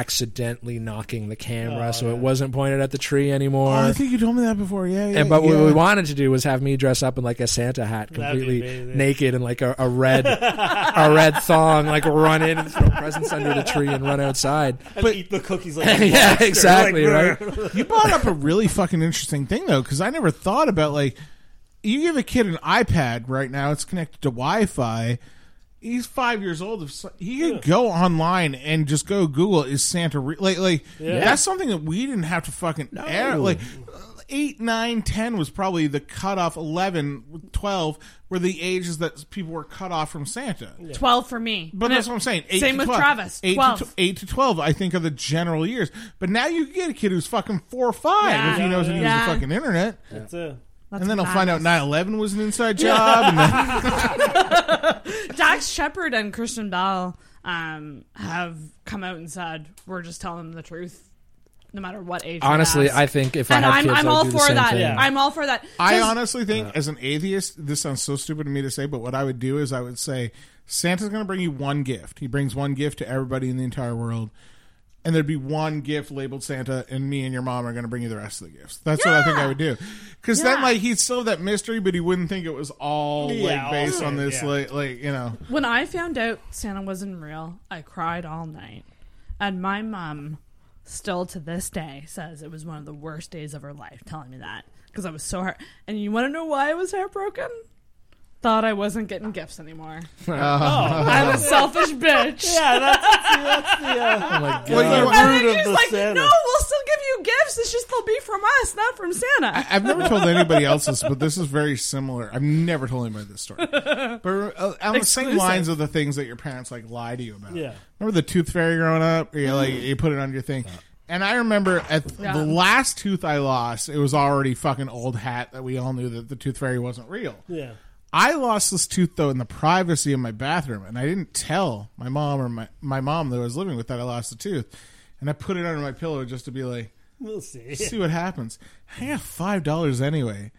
Speaker 11: accidentally knocking the camera, so it wasn't pointed at the tree anymore.
Speaker 2: Oh, I think you told me that before. Yeah, yeah.
Speaker 11: And but what
Speaker 2: yeah.
Speaker 11: Oh, we wanted to do was have me dress up in like a Santa hat,
Speaker 2: That'd be
Speaker 11: completely
Speaker 2: amazing.
Speaker 11: naked, and like a, a red, a red thong, like run in and throw presents under the tree and run outside.
Speaker 10: And eat the cookies like a
Speaker 11: yeah,
Speaker 10: monster,
Speaker 11: exactly,
Speaker 10: like,
Speaker 11: right.
Speaker 2: you brought up a really fucking interesting thing though, because I never thought about like you give a kid an iPad right now; it's connected to Wi-Fi. He's five years old. If so- he could go online and just go Google is Santa re-? like like
Speaker 11: Yeah.
Speaker 2: that's something that we didn't have to fucking air. like eight, nine, ten was probably the cutoff. 11, 12 were the ages that people were cut off from Santa.
Speaker 9: Twelve for me.
Speaker 2: But
Speaker 9: No,
Speaker 2: that's what I'm saying. Eight
Speaker 9: same
Speaker 2: to
Speaker 9: with
Speaker 2: 12.
Speaker 9: Travis.
Speaker 2: Eight
Speaker 9: Twelve.
Speaker 2: To tw- eight to twelve, I think, are the general years. But now you can get a kid who's fucking four or five if he
Speaker 10: Yeah.
Speaker 2: knows how to use
Speaker 10: Yeah.
Speaker 2: the fucking internet.
Speaker 10: That's it.
Speaker 2: and then I'll find out 9-11 was an inside job. and then-
Speaker 9: Dax Shepard and Christian Bell um, have come out and said we're just telling them the truth, no matter what age. they
Speaker 11: Honestly,
Speaker 9: ask."
Speaker 11: I think if I
Speaker 9: and
Speaker 11: had
Speaker 9: I'm,
Speaker 11: kids,
Speaker 9: I'm
Speaker 11: I'd
Speaker 9: all
Speaker 11: do the
Speaker 9: for
Speaker 11: same
Speaker 9: that.
Speaker 11: thing.
Speaker 9: I'm all for that.
Speaker 2: I
Speaker 9: 'Cause-
Speaker 2: honestly think, as an atheist, this sounds so stupid to me to say, but what I would do is I would say Santa's going to bring you one gift. He brings one gift to everybody in the entire world. and there'd be one gift labeled Santa, and me and your mom are going to bring you the rest of the gifts. That's what I think I would do, because that
Speaker 9: Yeah.
Speaker 2: like he'd still have that mystery, but he wouldn't think it was all
Speaker 10: Yeah,
Speaker 2: like based
Speaker 10: all-
Speaker 2: on this
Speaker 10: yeah.
Speaker 2: like like you know.
Speaker 9: When I found out Santa wasn't real, I cried all night. And my mom, still to this day, says it was one of the worst days of her life telling me that because I was so hurt. And you want to know why I was heartbroken? Thought I wasn't getting gifts anymore.
Speaker 2: Oh.
Speaker 9: I'm a selfish bitch.
Speaker 10: Yeah, that's, that's the.
Speaker 9: Uh,
Speaker 2: God. Well, you
Speaker 9: and
Speaker 2: want-
Speaker 9: then
Speaker 2: Root of
Speaker 9: she's
Speaker 2: the
Speaker 9: like,
Speaker 2: Santa.
Speaker 9: "No, we'll still give you gifts. It's just they'll be from us, not from Santa."
Speaker 2: I- I've never told anybody else this, but this is very similar. I've never told anybody this story. But uh, on the same
Speaker 9: Exclusive.
Speaker 2: lines of the things that your parents like lie to you about.
Speaker 10: Yeah. Mm.
Speaker 2: Remember the tooth fairy growing up? You like you put it on your thing. And I remember at th-
Speaker 10: Yeah.
Speaker 2: the last tooth I lost, it was already fucking old hat that we all knew that the tooth fairy wasn't real.
Speaker 10: Yeah.
Speaker 2: I lost this tooth though in the privacy of my bathroom, and I didn't tell my mom or my, my mom that I was living with that I lost the tooth, and I put it under my pillow just to be like,
Speaker 10: We'll see.
Speaker 2: see what happens. I got five dollars anyway,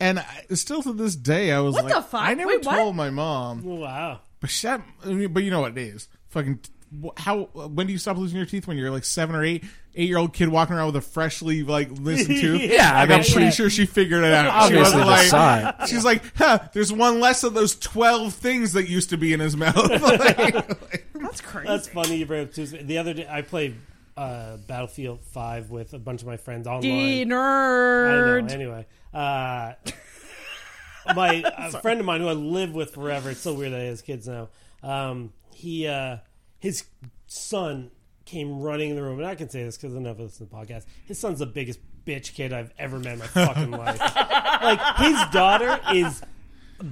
Speaker 2: and I, still to this day, I was
Speaker 10: What
Speaker 2: like,
Speaker 10: the fuck?
Speaker 2: I never
Speaker 10: Wait, what?
Speaker 2: told my mom.
Speaker 10: Wow.
Speaker 2: But she, I mean, but you know what it is. Fucking wh- how? When do you stop losing your teeth? When you're like seven or eight, eight year old kid walking around with a freshly like loosened tooth.
Speaker 11: Yeah, I
Speaker 2: Like,
Speaker 11: mean,
Speaker 2: I'm pretty
Speaker 11: yeah.
Speaker 2: sure she figured it out.
Speaker 11: Obviously
Speaker 2: she
Speaker 11: the
Speaker 2: was
Speaker 11: sign.
Speaker 2: like, she's like, huh, there's one less of those twelve things that used to be in his mouth.
Speaker 9: That's crazy.
Speaker 10: That's funny you bring up Tuesday. The other day, I played uh, Battlefield Five with a bunch of my friends online.
Speaker 9: D
Speaker 10: I know.
Speaker 9: nerd.
Speaker 10: Anyway, uh, my uh,
Speaker 9: Sorry.
Speaker 10: friend of mine who I live with forever. It's so weird that he has kids now. Um, he uh, his son came running in the room, and I can say this because enough of this in the podcast. His son's the biggest bitch kid I've ever met in my fucking life. Like his daughter is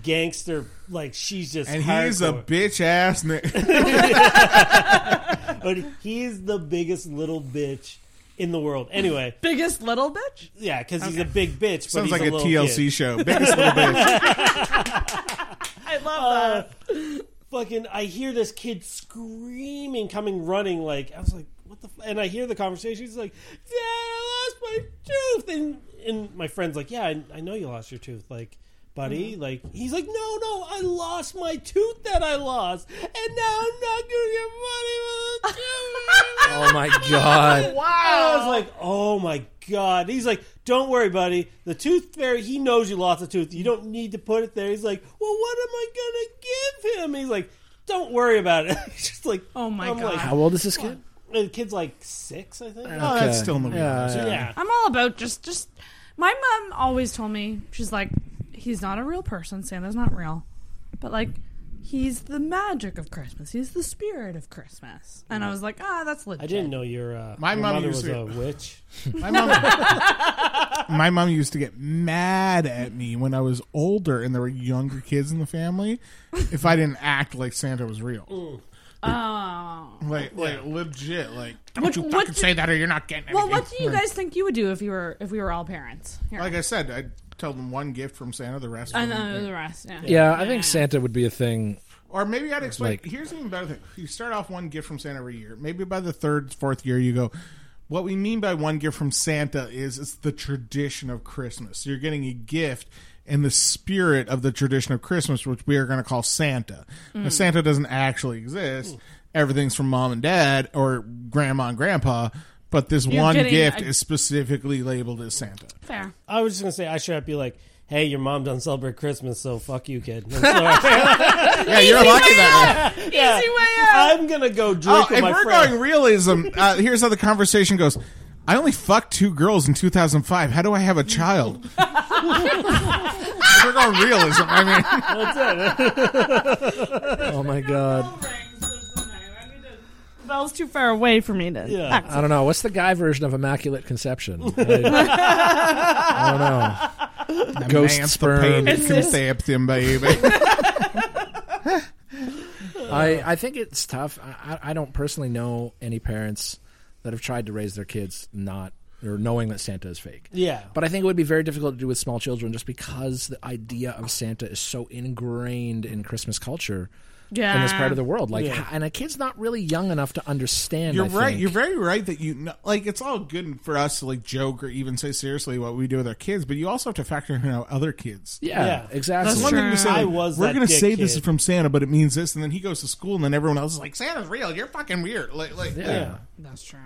Speaker 10: gangster. Like she's just
Speaker 2: and he's a
Speaker 10: hardcore.
Speaker 2: bitch ass nigga.
Speaker 10: but he's the biggest little bitch in the world. Anyway,
Speaker 9: biggest little bitch.
Speaker 10: Yeah, because he's a big bitch. But
Speaker 2: Sounds
Speaker 10: he's
Speaker 2: like a,
Speaker 10: a, little
Speaker 2: TLC
Speaker 10: kid.
Speaker 2: show. Biggest little bitch.
Speaker 9: I
Speaker 10: love that. Fucking, I hear this kid screaming, coming running. Like I was like, what the? F-? And I hear the conversation. He's like, Dad, I lost my tooth. And and my friend's like, Yeah, I, I know you lost your tooth, like. Buddy,
Speaker 7: Mhm.
Speaker 10: like he's like, no, no, I lost my tooth that I lost, and now I'm not gonna get money with a tooth.
Speaker 11: Oh my God.
Speaker 10: wow! I was like, oh my god. He's like, don't worry, buddy. The tooth fairy, he knows you lost a tooth. You don't need to put it there. He's like, well, what am I gonna give him? He's like, don't worry about it. He's just like, oh my
Speaker 9: God.
Speaker 11: How old is this kid?
Speaker 10: The kid's like six, I think.
Speaker 11: Oh, that's Okay. still in the Yeah, wheelhouse. yeah.
Speaker 10: yeah.
Speaker 9: I'm all about just just. My mom always told me she's like, he's not a real person. Santa's not real, but like, he's the magic of Christmas. He's the spirit of Christmas. And I was like, ah, that's legit.
Speaker 10: I didn't know your uh,
Speaker 9: My
Speaker 10: your
Speaker 9: mom
Speaker 10: mother
Speaker 2: used
Speaker 10: was
Speaker 2: to-
Speaker 10: a witch.
Speaker 2: My mom, my mom used to get mad at me when I was older and there were younger kids in the family if I didn't act like Santa was real.
Speaker 9: Oh.
Speaker 2: Like, like legit. Like, don't
Speaker 9: What-
Speaker 2: you
Speaker 9: what
Speaker 2: fucking
Speaker 9: do-
Speaker 2: say that or you're not getting
Speaker 9: Well,
Speaker 2: anything.
Speaker 9: what do you guys think you would do if you were if we were all parents? Here.
Speaker 2: Like I said, I tell them one gift from Santa, the rest.
Speaker 9: I
Speaker 2: from-
Speaker 9: know the rest, yeah.
Speaker 11: Yeah, I think Santa would be a thing.
Speaker 2: Or maybe I'd explain.
Speaker 11: Like-
Speaker 2: here's an even better thing. You start off one gift from Santa every year. Maybe by the third, fourth year, you go. What we mean by one gift from Santa is it's the tradition of Christmas. You're getting a gift in the spirit of the tradition of Christmas, which we are going to call Santa. Now,
Speaker 11: Mm.
Speaker 2: Santa doesn't actually exist. Everything's from mom and dad or grandma and grandpa, but this
Speaker 10: You're
Speaker 2: one
Speaker 10: getting
Speaker 2: gift
Speaker 10: a-
Speaker 2: is specifically labeled as Santa.
Speaker 9: Fair.
Speaker 10: I was just gonna say, I should be like, hey, your mom doesn't celebrate Christmas, so fuck you, kid. I'm sorry.
Speaker 2: Yeah, you're Easy lucky way
Speaker 9: that-
Speaker 2: out!
Speaker 10: Yeah.
Speaker 9: Easy way
Speaker 10: I'm gonna go drink
Speaker 2: oh,
Speaker 10: with
Speaker 2: if
Speaker 10: my
Speaker 2: we're
Speaker 10: friend.
Speaker 2: going realism, uh, here's how the conversation goes. I only fucked two girls in 2005. How do I have a child? If we're going realism. I mean,
Speaker 11: Oh my god.
Speaker 9: Bell's too far away for me to.
Speaker 11: Yeah. I don't know. What's the guy version of Immaculate Conception? I, I don't know. Ghost sperm.
Speaker 2: Emancipated conception, baby.
Speaker 11: I, I think it's tough. I, I I don't personally know any parents that have tried to raise their kids not or knowing that Santa is fake.
Speaker 10: Yeah.
Speaker 11: But I think it would be very difficult to do with small children just because the idea of Santa is so ingrained in Christmas culture in
Speaker 2: Yeah.
Speaker 11: this part of the world. Like,
Speaker 2: Yeah.
Speaker 11: and a kid's not really young enough to understand.
Speaker 2: You're
Speaker 11: I
Speaker 2: right.
Speaker 11: think.
Speaker 2: You're very right that you know, like it's all good for us to like joke or even say seriously what we do with our kids, but you also have to factor in how other kids.
Speaker 11: Yeah, Yeah. exactly.
Speaker 2: It's one thing to
Speaker 11: That's
Speaker 2: say,
Speaker 11: true.
Speaker 2: like,
Speaker 11: I was
Speaker 2: we're
Speaker 11: that
Speaker 2: gonna
Speaker 11: dick
Speaker 2: say this
Speaker 11: kid.
Speaker 2: is from Santa, but it means this, and then he goes to school, and then everyone else is like, Santa's real. You're fucking weird. Like, like
Speaker 10: Yeah.
Speaker 9: That's true.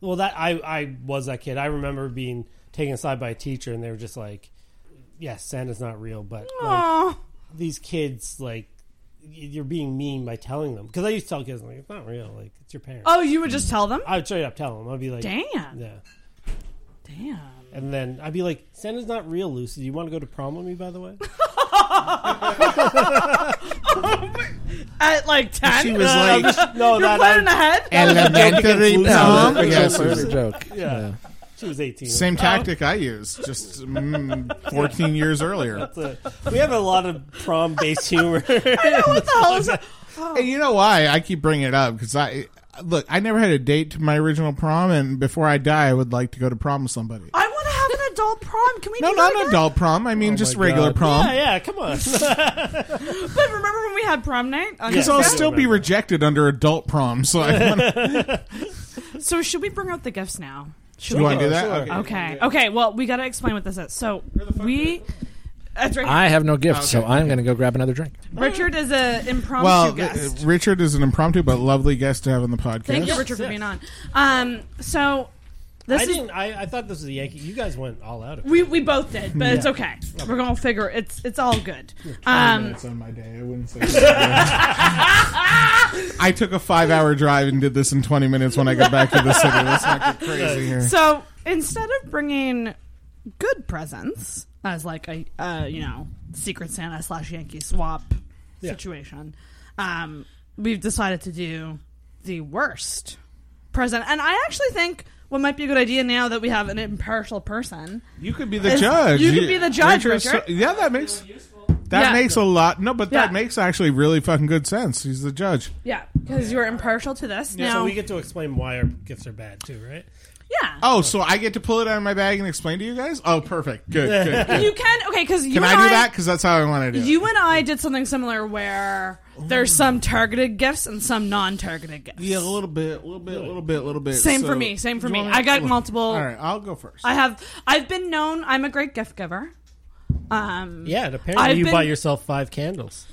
Speaker 10: Well, that I I was that kid. I remember being taken aside by a teacher, and they were just like, "Yes, Santa's not real," but like, these kids like y- you're being mean by telling them because I used to tell kids like it's not real, like it's your parents.
Speaker 9: Oh, you would just tell them?
Speaker 10: I would straight up tell them. I'd be like,
Speaker 9: Damn.
Speaker 10: yeah.
Speaker 9: Damn.
Speaker 10: And then I'd be like, Santa's not real, Lucy. Do you want to go to prom with me, by the way?
Speaker 9: At like 10?
Speaker 10: She was
Speaker 11: uh,
Speaker 10: like- No,
Speaker 9: no, you're
Speaker 10: that-
Speaker 9: planning
Speaker 10: I-
Speaker 9: ahead?
Speaker 2: Elementary prom?
Speaker 10: Joke against Lucy.
Speaker 2: Yes,
Speaker 10: Joke
Speaker 2: it was a
Speaker 10: first.
Speaker 2: joke.
Speaker 10: Yeah.
Speaker 2: Yeah.
Speaker 10: She was 18.
Speaker 2: Same tactic I used just mm, 14 years earlier.
Speaker 10: That's a- we have a lot of prom based humor.
Speaker 2: And you know why I keep bringing it up because I look. I never had a date to my original prom, and before I die, I would like to go to prom with somebody.
Speaker 9: I want to have an adult prom. Can we
Speaker 2: No,
Speaker 9: do
Speaker 2: not
Speaker 9: that
Speaker 2: an
Speaker 9: again?
Speaker 2: adult prom. I mean, just regular prom.
Speaker 10: Yeah, yeah, come on.
Speaker 9: But remember when we had prom night? on
Speaker 2: Because
Speaker 9: Instagram?
Speaker 2: I'll still be rejected under adult prom. So I want
Speaker 9: So should we bring out the gifts now? Should
Speaker 2: You
Speaker 9: we
Speaker 2: wanna do that?
Speaker 9: Okay.
Speaker 2: Sure.
Speaker 9: Okay. Okay, Well, we got to explain what this is. So we. That's right.
Speaker 11: I have no gift,
Speaker 9: Oh,
Speaker 11: so I'm going to go grab another drink.
Speaker 9: Richard is an impromptu
Speaker 2: well,
Speaker 9: guest.
Speaker 2: uh, Richard is an impromptu but lovely guest to have on the podcast.
Speaker 9: Thank you, Richard, for being on. Um, so this
Speaker 10: I
Speaker 9: is
Speaker 10: didn't. I, I thought this was a Yankee. You guys went all out. Of
Speaker 9: we we both did, but it's
Speaker 10: Yeah.
Speaker 9: okay. We're gonna figure it's it's all good.
Speaker 2: Um,
Speaker 9: Um,
Speaker 2: minutes on my day. I wouldn't say. I took a five-hour drive and did this in 20 minutes when I got back to the city. Let's not get crazy here.
Speaker 9: so instead of bringing good presents as like a uh, you know Secret Santa slash Yankee swap
Speaker 10: Yeah.
Speaker 9: situation, um, we've decided to do the worst present, and I actually think. What might be a good idea now that we have an impartial person?
Speaker 2: You could be the
Speaker 9: is-
Speaker 2: judge.
Speaker 9: You could be the judge, Richard.
Speaker 2: Richard's so- yeah, that makes that
Speaker 9: Yeah.
Speaker 2: makes a lot. No, but that
Speaker 9: Yeah.
Speaker 2: makes actually really fucking good sense. He's the judge.
Speaker 9: yeah, because you're impartial to this.
Speaker 10: Yeah,
Speaker 9: now,
Speaker 10: so we get to explain why our gifts are bad too, right?
Speaker 2: Oh, so I get to pull it out of my bag and explain to you guys? Oh, perfect. Good. good, good.
Speaker 9: you can okay because you
Speaker 2: Can I
Speaker 9: and
Speaker 2: do that? Because that's how I want to do. it.
Speaker 9: You and I did something similar where there's some targeted gifts and some non-targeted gifts.
Speaker 2: Yeah, a little bit, a little bit, a little bit, a little bit.
Speaker 9: Same
Speaker 2: So-
Speaker 9: for me. Oh Same for
Speaker 2: Do
Speaker 9: me.
Speaker 2: you want
Speaker 9: I got
Speaker 2: look,
Speaker 9: multiple.
Speaker 2: All right, I'll go first.
Speaker 9: I have. I've been known. I'm a great gift giver. Um.
Speaker 10: Yeah, and apparently
Speaker 9: I've
Speaker 10: you
Speaker 9: bought
Speaker 10: buy
Speaker 9: your.
Speaker 10: yourself five candles.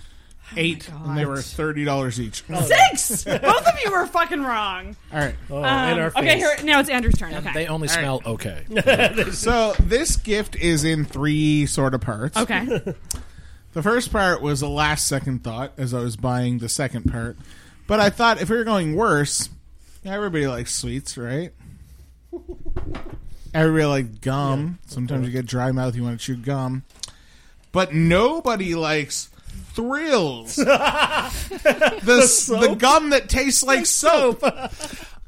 Speaker 2: Eight, and they were thirty dollars each.
Speaker 9: Six. Both of you were fucking wrong.
Speaker 2: All right.
Speaker 11: Oh,
Speaker 9: Um, okay, here now it's Andrew's turn. Okay,
Speaker 11: They only
Speaker 9: All
Speaker 11: smell
Speaker 9: right.
Speaker 11: okay.
Speaker 2: so this gift is in three sort of parts.
Speaker 9: Okay.
Speaker 2: the first part was a last second thought as I was buying the second part, but I thought if we were going worse, everybody likes sweets, right? Everybody likes gum. Sometimes you get dry mouth, you want to chew gum, but nobody likes thrills. the, s- the gum that tastes like soap.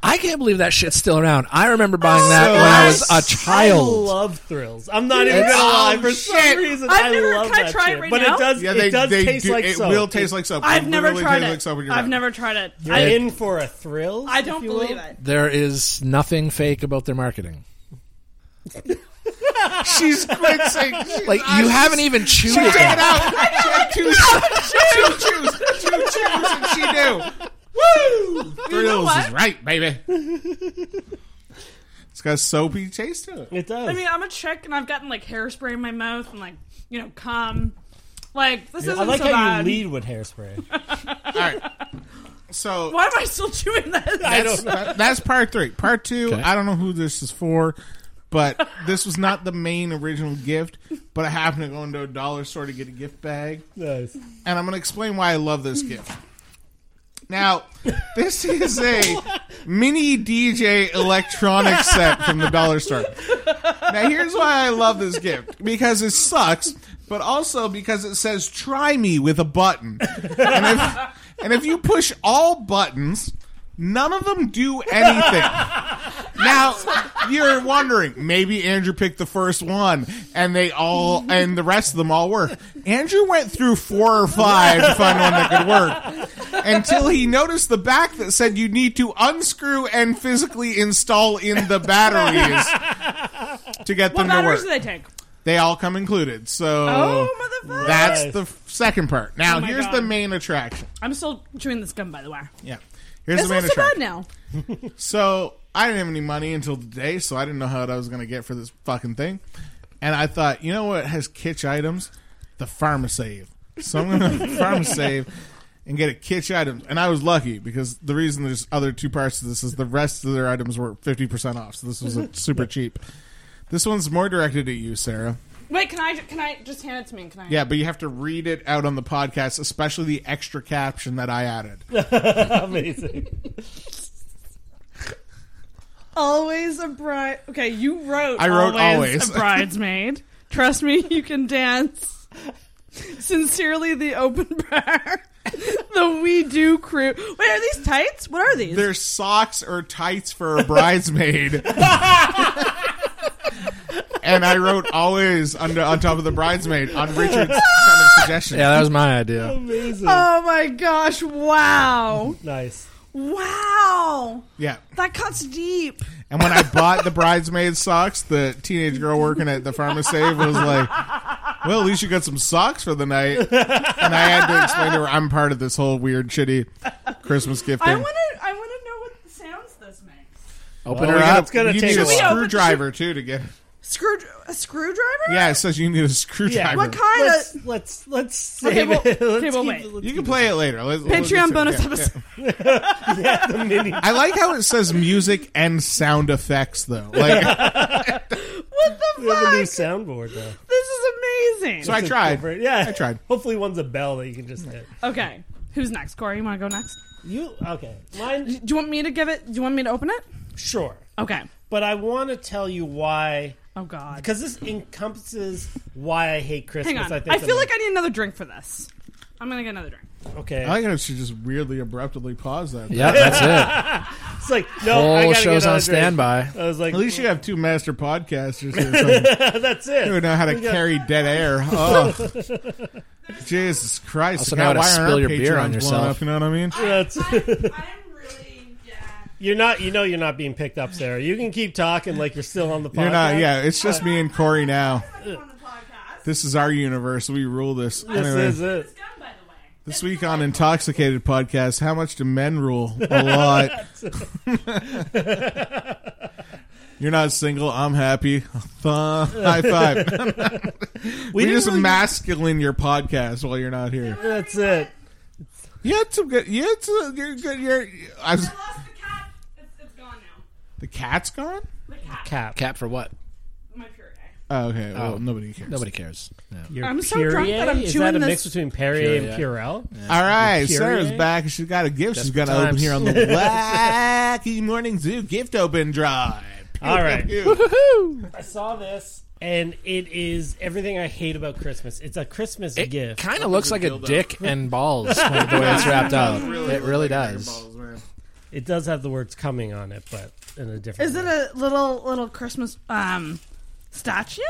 Speaker 11: I can't believe that shit's still around. I remember buying that
Speaker 2: So
Speaker 11: when I was
Speaker 2: nice.
Speaker 11: a child.
Speaker 10: I love thrills. I'm not even
Speaker 11: It's-
Speaker 10: gonna lie.
Speaker 11: oh,
Speaker 10: For
Speaker 11: shit.
Speaker 10: some reason,
Speaker 9: I've
Speaker 10: I
Speaker 9: never-
Speaker 10: love
Speaker 9: can I
Speaker 10: that
Speaker 9: try it
Speaker 10: shit.
Speaker 9: right
Speaker 10: but
Speaker 9: now?
Speaker 10: it does.
Speaker 2: Yeah,
Speaker 10: it
Speaker 2: they-
Speaker 10: does
Speaker 2: they
Speaker 10: taste
Speaker 2: do-
Speaker 10: like
Speaker 2: it
Speaker 10: soap.
Speaker 2: will taste like soap.
Speaker 9: I've
Speaker 2: It
Speaker 9: never
Speaker 2: literally
Speaker 9: tried
Speaker 2: tastes
Speaker 9: it.
Speaker 2: like soap when you're
Speaker 9: I've
Speaker 2: done.
Speaker 9: never tried it.
Speaker 10: You're
Speaker 9: I,
Speaker 10: in for a thrill.
Speaker 9: I don't believe it.
Speaker 11: There is nothing fake about their marketing.
Speaker 2: She's quit saying she's-
Speaker 11: Like
Speaker 2: I-
Speaker 11: you haven't even chewed
Speaker 2: She
Speaker 11: it.
Speaker 2: took
Speaker 11: yet.
Speaker 2: it out. She had two, two chews, two chews, and she knew. Woo! Thrills
Speaker 9: what?
Speaker 2: is right, baby. It's got a soapy taste to it.
Speaker 10: It does.
Speaker 9: I mean, I'm a chick and I've gotten like hairspray in my mouth and like you know cum. Like this
Speaker 10: I
Speaker 9: isn't
Speaker 10: like
Speaker 9: so
Speaker 10: how
Speaker 9: bad.
Speaker 10: you lead with hairspray.
Speaker 2: All right. So
Speaker 9: Why am I still chewing this?
Speaker 2: that's, that- that's part three. Part two, I don't know who this is for, but this was not the main original gift. But I happened to go into a dollar store to get a gift bag.
Speaker 10: nice.
Speaker 2: and I'm going to explain why I love this gift. Now, this is a mini DJ electronic set from the dollar store. Now, here's why I love this gift because it sucks, but also because it says "Try me" with a button, and if, and if you push all buttons, none of them do anything. Now you're wondering, maybe Andrew picked the first one, and they all and the rest of them all work. Andrew went through four or five to find one that could work until he noticed the back that said you need to unscrew and physically install in the batteries to get
Speaker 9: What
Speaker 2: them to work.
Speaker 9: batteries do they take?
Speaker 2: They all come included. So
Speaker 9: Oh, motherfucker.
Speaker 2: that's
Speaker 9: Nice.
Speaker 2: the f- second part. Now,
Speaker 9: Oh my
Speaker 2: here's
Speaker 9: God.
Speaker 2: the main attraction.
Speaker 9: I'm still chewing this gum, by the way.
Speaker 2: Yeah. Here's
Speaker 9: it's
Speaker 2: the
Speaker 9: not
Speaker 2: main
Speaker 9: so bad
Speaker 2: attraction.
Speaker 9: now.
Speaker 2: so I didn't have any money until today, so I didn't know how I was going to get for this fucking thing. And I thought, you know what has kitsch items? The Pharmasave. So I'm going to Pharmasave and get a kitsch item. And I was lucky because the reason there's other two parts to this is the rest of their items were 50% off. So this was a super cheap. This one's more directed at you, Sarah.
Speaker 9: Wait, can I? Can I just hand it to me? Can I?
Speaker 2: Yeah, but you have to read it out on the podcast, especially the extra caption that I added.
Speaker 10: Amazing.
Speaker 9: Always a bride. Okay, you wrote.
Speaker 2: I wrote always.
Speaker 9: a bridesmaid. Trust me, you can dance. Sincerely, the open bar, the we do crew. Wait, are these tights? What are these?
Speaker 2: They're socks or tights for a bridesmaid. and I wrote always under on top of the bridesmaid on Richard's kind of suggestion.
Speaker 11: Yeah, that was my idea.
Speaker 10: Amazing.
Speaker 9: Oh my gosh! Wow!
Speaker 10: Nice.
Speaker 9: Wow!
Speaker 2: Yeah.
Speaker 9: That cuts deep.
Speaker 2: And when I bought the bridesmaid socks, the teenage girl working at the pharmacy was like, "Well, at least you got some socks for the night." And I had to explain to her I'm part of this whole weird shitty Christmas gift
Speaker 9: I
Speaker 2: thing.
Speaker 9: want to. I want to know what sounds this makes.
Speaker 2: Open
Speaker 11: Oh,
Speaker 2: her
Speaker 11: yeah,
Speaker 2: up.
Speaker 11: it's gonna
Speaker 2: you
Speaker 11: take
Speaker 2: need
Speaker 11: a
Speaker 2: a
Speaker 11: while.
Speaker 2: screwdriver too to get.
Speaker 9: Screw a screwdriver.
Speaker 2: Yeah, it says you need a screwdriver.
Speaker 9: What kind
Speaker 10: Let's-
Speaker 9: of?
Speaker 10: Let's let's save
Speaker 9: Okay, well,
Speaker 10: it. Let's
Speaker 9: okay, well
Speaker 10: keep
Speaker 9: wait.
Speaker 10: it- let's
Speaker 2: You
Speaker 10: keep
Speaker 2: can
Speaker 10: it.
Speaker 2: play it later. Let- let's get
Speaker 9: Patreon
Speaker 2: to-
Speaker 9: bonus
Speaker 2: yeah,
Speaker 9: episode.
Speaker 10: Yeah, the mini.
Speaker 2: I like how it says music and sound effects though. Like
Speaker 9: What the
Speaker 10: We have a new
Speaker 9: fuck?
Speaker 10: soundboard though.
Speaker 9: This is amazing.
Speaker 2: so I tried.
Speaker 10: Different- Yeah,
Speaker 2: I tried.
Speaker 10: Hopefully, one's a bell that you can just hit.
Speaker 9: okay, who's next? Corey, you want to go next?
Speaker 10: You okay? Mine,
Speaker 9: Do you want me to give it? Do you want me to open it?
Speaker 10: sure.
Speaker 9: Okay.
Speaker 10: But I want to tell you why,
Speaker 9: Oh God.
Speaker 10: because this encompasses why I hate Christmas.
Speaker 9: Hang on.
Speaker 10: I,
Speaker 9: I,
Speaker 10: think
Speaker 9: feel like I need another drink for this. I'm gonna get another drink.
Speaker 10: okay.
Speaker 2: I like how she just weirdly abruptly paused that.
Speaker 11: Yeah, that's it.
Speaker 10: it's like no, I
Speaker 11: Whole
Speaker 10: gotta
Speaker 11: show's
Speaker 10: get
Speaker 11: on
Speaker 10: another drink.
Speaker 11: standby.
Speaker 10: I was like,
Speaker 2: At least you have two master podcasters here. So
Speaker 10: that's
Speaker 2: you
Speaker 10: it.
Speaker 2: know how to carry dead air. Oh. Jesus Christ!
Speaker 11: Also
Speaker 2: God,
Speaker 11: know how to
Speaker 2: why aren't
Speaker 11: spill
Speaker 2: our
Speaker 11: your beer on
Speaker 2: Patreons blowing
Speaker 11: yourself.
Speaker 2: Up, you know what I mean?
Speaker 10: That's,
Speaker 9: I'm really. Yeah.
Speaker 10: you're not. You know, you're not being picked up, Sarah. You can keep talking like you're still on the podcast.
Speaker 2: You're not. Yeah, it's just me and Corey now.
Speaker 9: On the podcast.
Speaker 2: This is our universe. We rule this.
Speaker 10: This
Speaker 2: Anyway,
Speaker 10: is it.
Speaker 9: Gum, by the way.
Speaker 2: this week on Intoxicated Podcast, how much do men rule? A lot. You're not single. I'm happy. Th- High five. We,
Speaker 10: didn't
Speaker 2: just
Speaker 10: really-
Speaker 2: masculine your podcast while you're not here.
Speaker 10: That's it.
Speaker 2: You had some good. You had some. You're good. You're. I was,
Speaker 9: lost the cat. It's, it's gone now.
Speaker 2: the cat's gone.
Speaker 9: The cat.
Speaker 10: Cap.
Speaker 11: Cap for what?
Speaker 9: My puree.
Speaker 2: Oh, okay. Well, nobody cares.
Speaker 11: Nobody cares. No.
Speaker 10: Your
Speaker 9: I'm so drunk that I'm
Speaker 10: Is
Speaker 9: chewing
Speaker 10: that a
Speaker 9: this-
Speaker 10: mix between Perrier and Purell?
Speaker 2: All right,
Speaker 10: Curie?
Speaker 2: Sarah's back. She's got a gift. She's got to
Speaker 11: Desperate
Speaker 2: open here on the
Speaker 11: times.
Speaker 2: Wacky Morning Zoo gift open drive.
Speaker 10: All right.
Speaker 2: Pew.
Speaker 10: I saw this, and it is everything I hate about Christmas. It's a Christmas
Speaker 11: It
Speaker 10: gift.
Speaker 11: kind of looks like a dick and balls the way it's wrapped up. It really does.
Speaker 10: It does have the words "coming" on it, but in a different.
Speaker 9: Is it
Speaker 10: way.
Speaker 9: a little little Christmas um statue?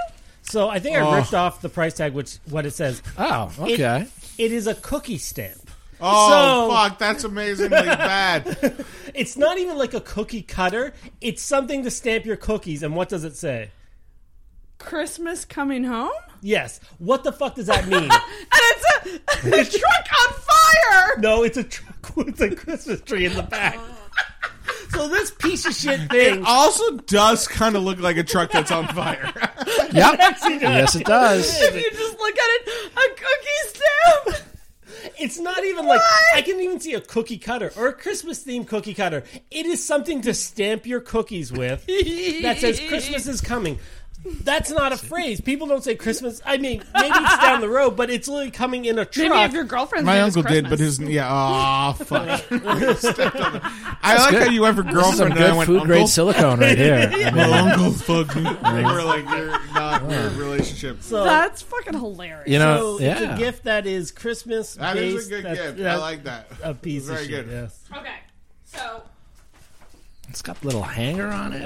Speaker 10: So I think
Speaker 2: Oh.
Speaker 10: I ripped off the price tag, which what it says.
Speaker 11: Oh,
Speaker 10: It-
Speaker 11: okay.
Speaker 10: it is a cookie stamp.
Speaker 2: Oh
Speaker 10: So-
Speaker 2: fuck! That's amazingly bad.
Speaker 10: It's not even like a cookie cutter. It's something to stamp your cookies. And what does it say?
Speaker 9: Christmas coming home?
Speaker 10: Yes. What the fuck does that mean?
Speaker 9: And it's a, a truck on fire.
Speaker 10: no, it's a truck with a Christmas tree in the back. so this piece of shit
Speaker 9: uh,
Speaker 10: thing.
Speaker 2: Also, does kind of look like a truck that's on fire.
Speaker 11: Yep. yes, it does.
Speaker 9: If you just look at it, a cookie stamp.
Speaker 10: It's not even like I can even see a cookie cutter or a Christmas themed cookie cutter. It is something to stamp your cookies with that says Christmas is coming. That's not a phrase. People don't say Christmas. I mean, maybe it's down the road, but it's literally coming in a truck.
Speaker 9: Maybe if your girlfriend's
Speaker 2: My
Speaker 9: name is
Speaker 2: uncle did, but
Speaker 9: Christmas.
Speaker 2: his yeah. Oh fuck! Stepped on it. I like how you went for
Speaker 11: This is some
Speaker 2: girlfriend and I
Speaker 11: good
Speaker 2: went
Speaker 11: food grade
Speaker 2: uncle.
Speaker 11: silicone right here. I mean,
Speaker 2: My uncle fucked me. They were like, you're not in a relationship.
Speaker 10: So-
Speaker 9: That's fucking hilarious.
Speaker 11: you know,
Speaker 10: so it's
Speaker 11: yeah.
Speaker 10: a gift that is Christmas.
Speaker 2: That is
Speaker 10: based-
Speaker 2: a good
Speaker 10: that's-
Speaker 11: Um,
Speaker 2: gift. I
Speaker 10: that's
Speaker 2: like that.
Speaker 10: A piece
Speaker 2: Very
Speaker 10: of shit.
Speaker 2: good.
Speaker 10: Yes.
Speaker 9: Okay, so
Speaker 11: It's got a little hanger on it.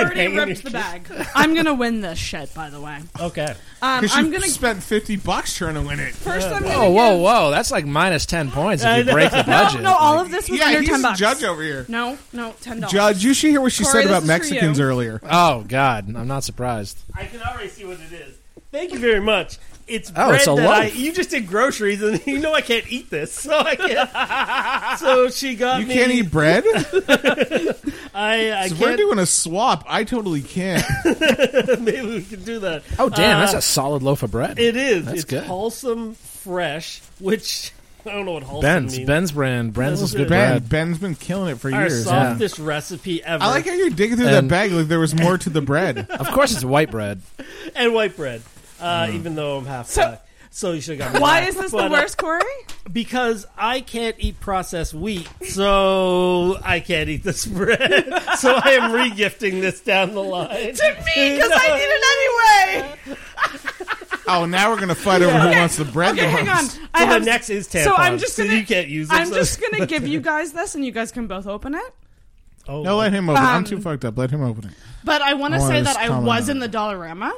Speaker 9: already
Speaker 11: Hanging
Speaker 9: ripped the bag. I'm gonna win this shit, by the way.
Speaker 10: Okay.
Speaker 9: Um,
Speaker 2: Because
Speaker 9: I'm
Speaker 2: you Oh,
Speaker 9: gonna
Speaker 2: spend fifty bucks trying to win it.
Speaker 9: First, I'm
Speaker 11: Oh, Whoa, whoa, whoa! That's like minus ten points
Speaker 2: I
Speaker 11: if you
Speaker 2: know.
Speaker 11: break the
Speaker 2: No,
Speaker 11: budget.
Speaker 9: Oh, no, all of this was
Speaker 2: Yeah,
Speaker 9: under
Speaker 2: he's
Speaker 9: ten
Speaker 2: a
Speaker 9: bucks.
Speaker 2: judge over here.
Speaker 9: No, no, ten dollars.
Speaker 2: Judge, you should hear what she
Speaker 9: Corey,
Speaker 2: said about
Speaker 9: this is for
Speaker 2: Mexicans
Speaker 9: you.
Speaker 2: earlier.
Speaker 11: Oh God, I'm not surprised.
Speaker 10: I can already see what it is. Thank you very much. It's
Speaker 11: Oh,
Speaker 10: bread
Speaker 11: it's a
Speaker 10: that I,
Speaker 11: loaf.
Speaker 10: you just did groceries, and you know I can't eat this, so I can't. so she got
Speaker 2: You
Speaker 10: me.
Speaker 2: can't eat bread.
Speaker 10: I, I
Speaker 2: So we're
Speaker 10: can't.
Speaker 2: doing a swap. I totally can't.
Speaker 10: maybe we can do that.
Speaker 11: Oh damn,
Speaker 10: Uh,
Speaker 11: that's a solid loaf of bread.
Speaker 10: It is.
Speaker 11: That's
Speaker 10: it's
Speaker 11: good.
Speaker 10: wholesome, fresh. Which I don't know what wholesome
Speaker 11: Ben's
Speaker 10: means.
Speaker 11: Ben's brand. Ben's is good
Speaker 2: Ben,
Speaker 11: bread.
Speaker 2: Ben's been killing it for
Speaker 10: Our
Speaker 2: years.
Speaker 10: softest recipe ever.
Speaker 2: I like how you're digging through that
Speaker 11: And-
Speaker 2: bag like there was more to the bread.
Speaker 11: Of course, it's white bread.
Speaker 10: and white bread.
Speaker 11: Mm.
Speaker 10: Uh, Even though I'm half black. So you should have got me
Speaker 9: Why
Speaker 10: that.
Speaker 9: is this
Speaker 10: But,
Speaker 9: the
Speaker 10: uh,
Speaker 9: worst, Corey?
Speaker 10: Because I can't eat processed wheat, so I can't eat this bread. so I am regifting this down the line.
Speaker 9: to me, because I need it anyway.
Speaker 2: Oh, now we're gonna fight over who wants the bread.
Speaker 9: Okay,
Speaker 2: the
Speaker 9: hang on.
Speaker 2: most.
Speaker 9: I
Speaker 10: So the
Speaker 9: have,
Speaker 10: next is
Speaker 9: So I'm
Speaker 10: tampons,
Speaker 9: just
Speaker 10: so
Speaker 9: gonna.
Speaker 10: you can't use them,
Speaker 9: I'm
Speaker 10: so-
Speaker 9: just gonna give you guys this, and you guys can both open it.
Speaker 10: Oh,
Speaker 2: No, let him open. it. I'm
Speaker 9: Um,
Speaker 2: too fucked up. Let him open it.
Speaker 9: But I want to
Speaker 2: I wanna
Speaker 9: say
Speaker 2: just
Speaker 9: that I
Speaker 2: comment
Speaker 9: was
Speaker 2: on
Speaker 9: in the Dollarama,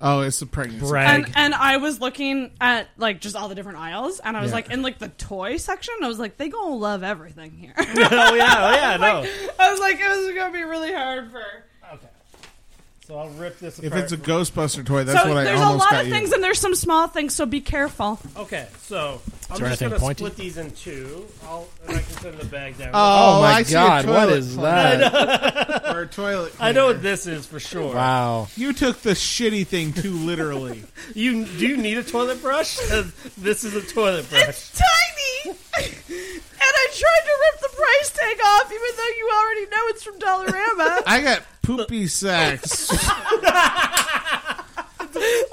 Speaker 2: Oh, it's a pregnancy.
Speaker 10: brag.
Speaker 9: and and I was looking at like just all the different aisles, and I was
Speaker 2: Yeah.
Speaker 9: like in like the toy section. I was like, they gonna love everything here.
Speaker 10: oh yeah, oh yeah, no.
Speaker 9: I was like, it was gonna be really hard for.
Speaker 10: So I'll rip this.
Speaker 2: If
Speaker 10: apart.
Speaker 2: it's a Ghostbuster toy, that's
Speaker 9: so
Speaker 2: what I
Speaker 9: there's a
Speaker 2: almost
Speaker 9: lot
Speaker 2: got
Speaker 9: of things,
Speaker 2: you.
Speaker 9: and there's some small things, so be careful.
Speaker 10: okay, so I'm
Speaker 11: there
Speaker 10: just
Speaker 11: anything
Speaker 10: gonna
Speaker 11: pointy?
Speaker 10: split these in two. I'll and I can send the bag down.
Speaker 11: Oh, my
Speaker 2: I see a
Speaker 11: God, what
Speaker 2: toilet
Speaker 11: is
Speaker 2: cleaner.
Speaker 11: that?
Speaker 2: Or a toilet.
Speaker 10: I know what
Speaker 2: cleaner.
Speaker 10: this is for sure.
Speaker 11: Wow.
Speaker 2: You took the shitty thing too literally.
Speaker 10: You do you need a toilet brush? 'Cause this is a toilet brush.
Speaker 9: Tiny, and I tried to rip the price tag off, even though you already know it's from Dollarama.
Speaker 2: I got poopy sacks.
Speaker 9: Look, it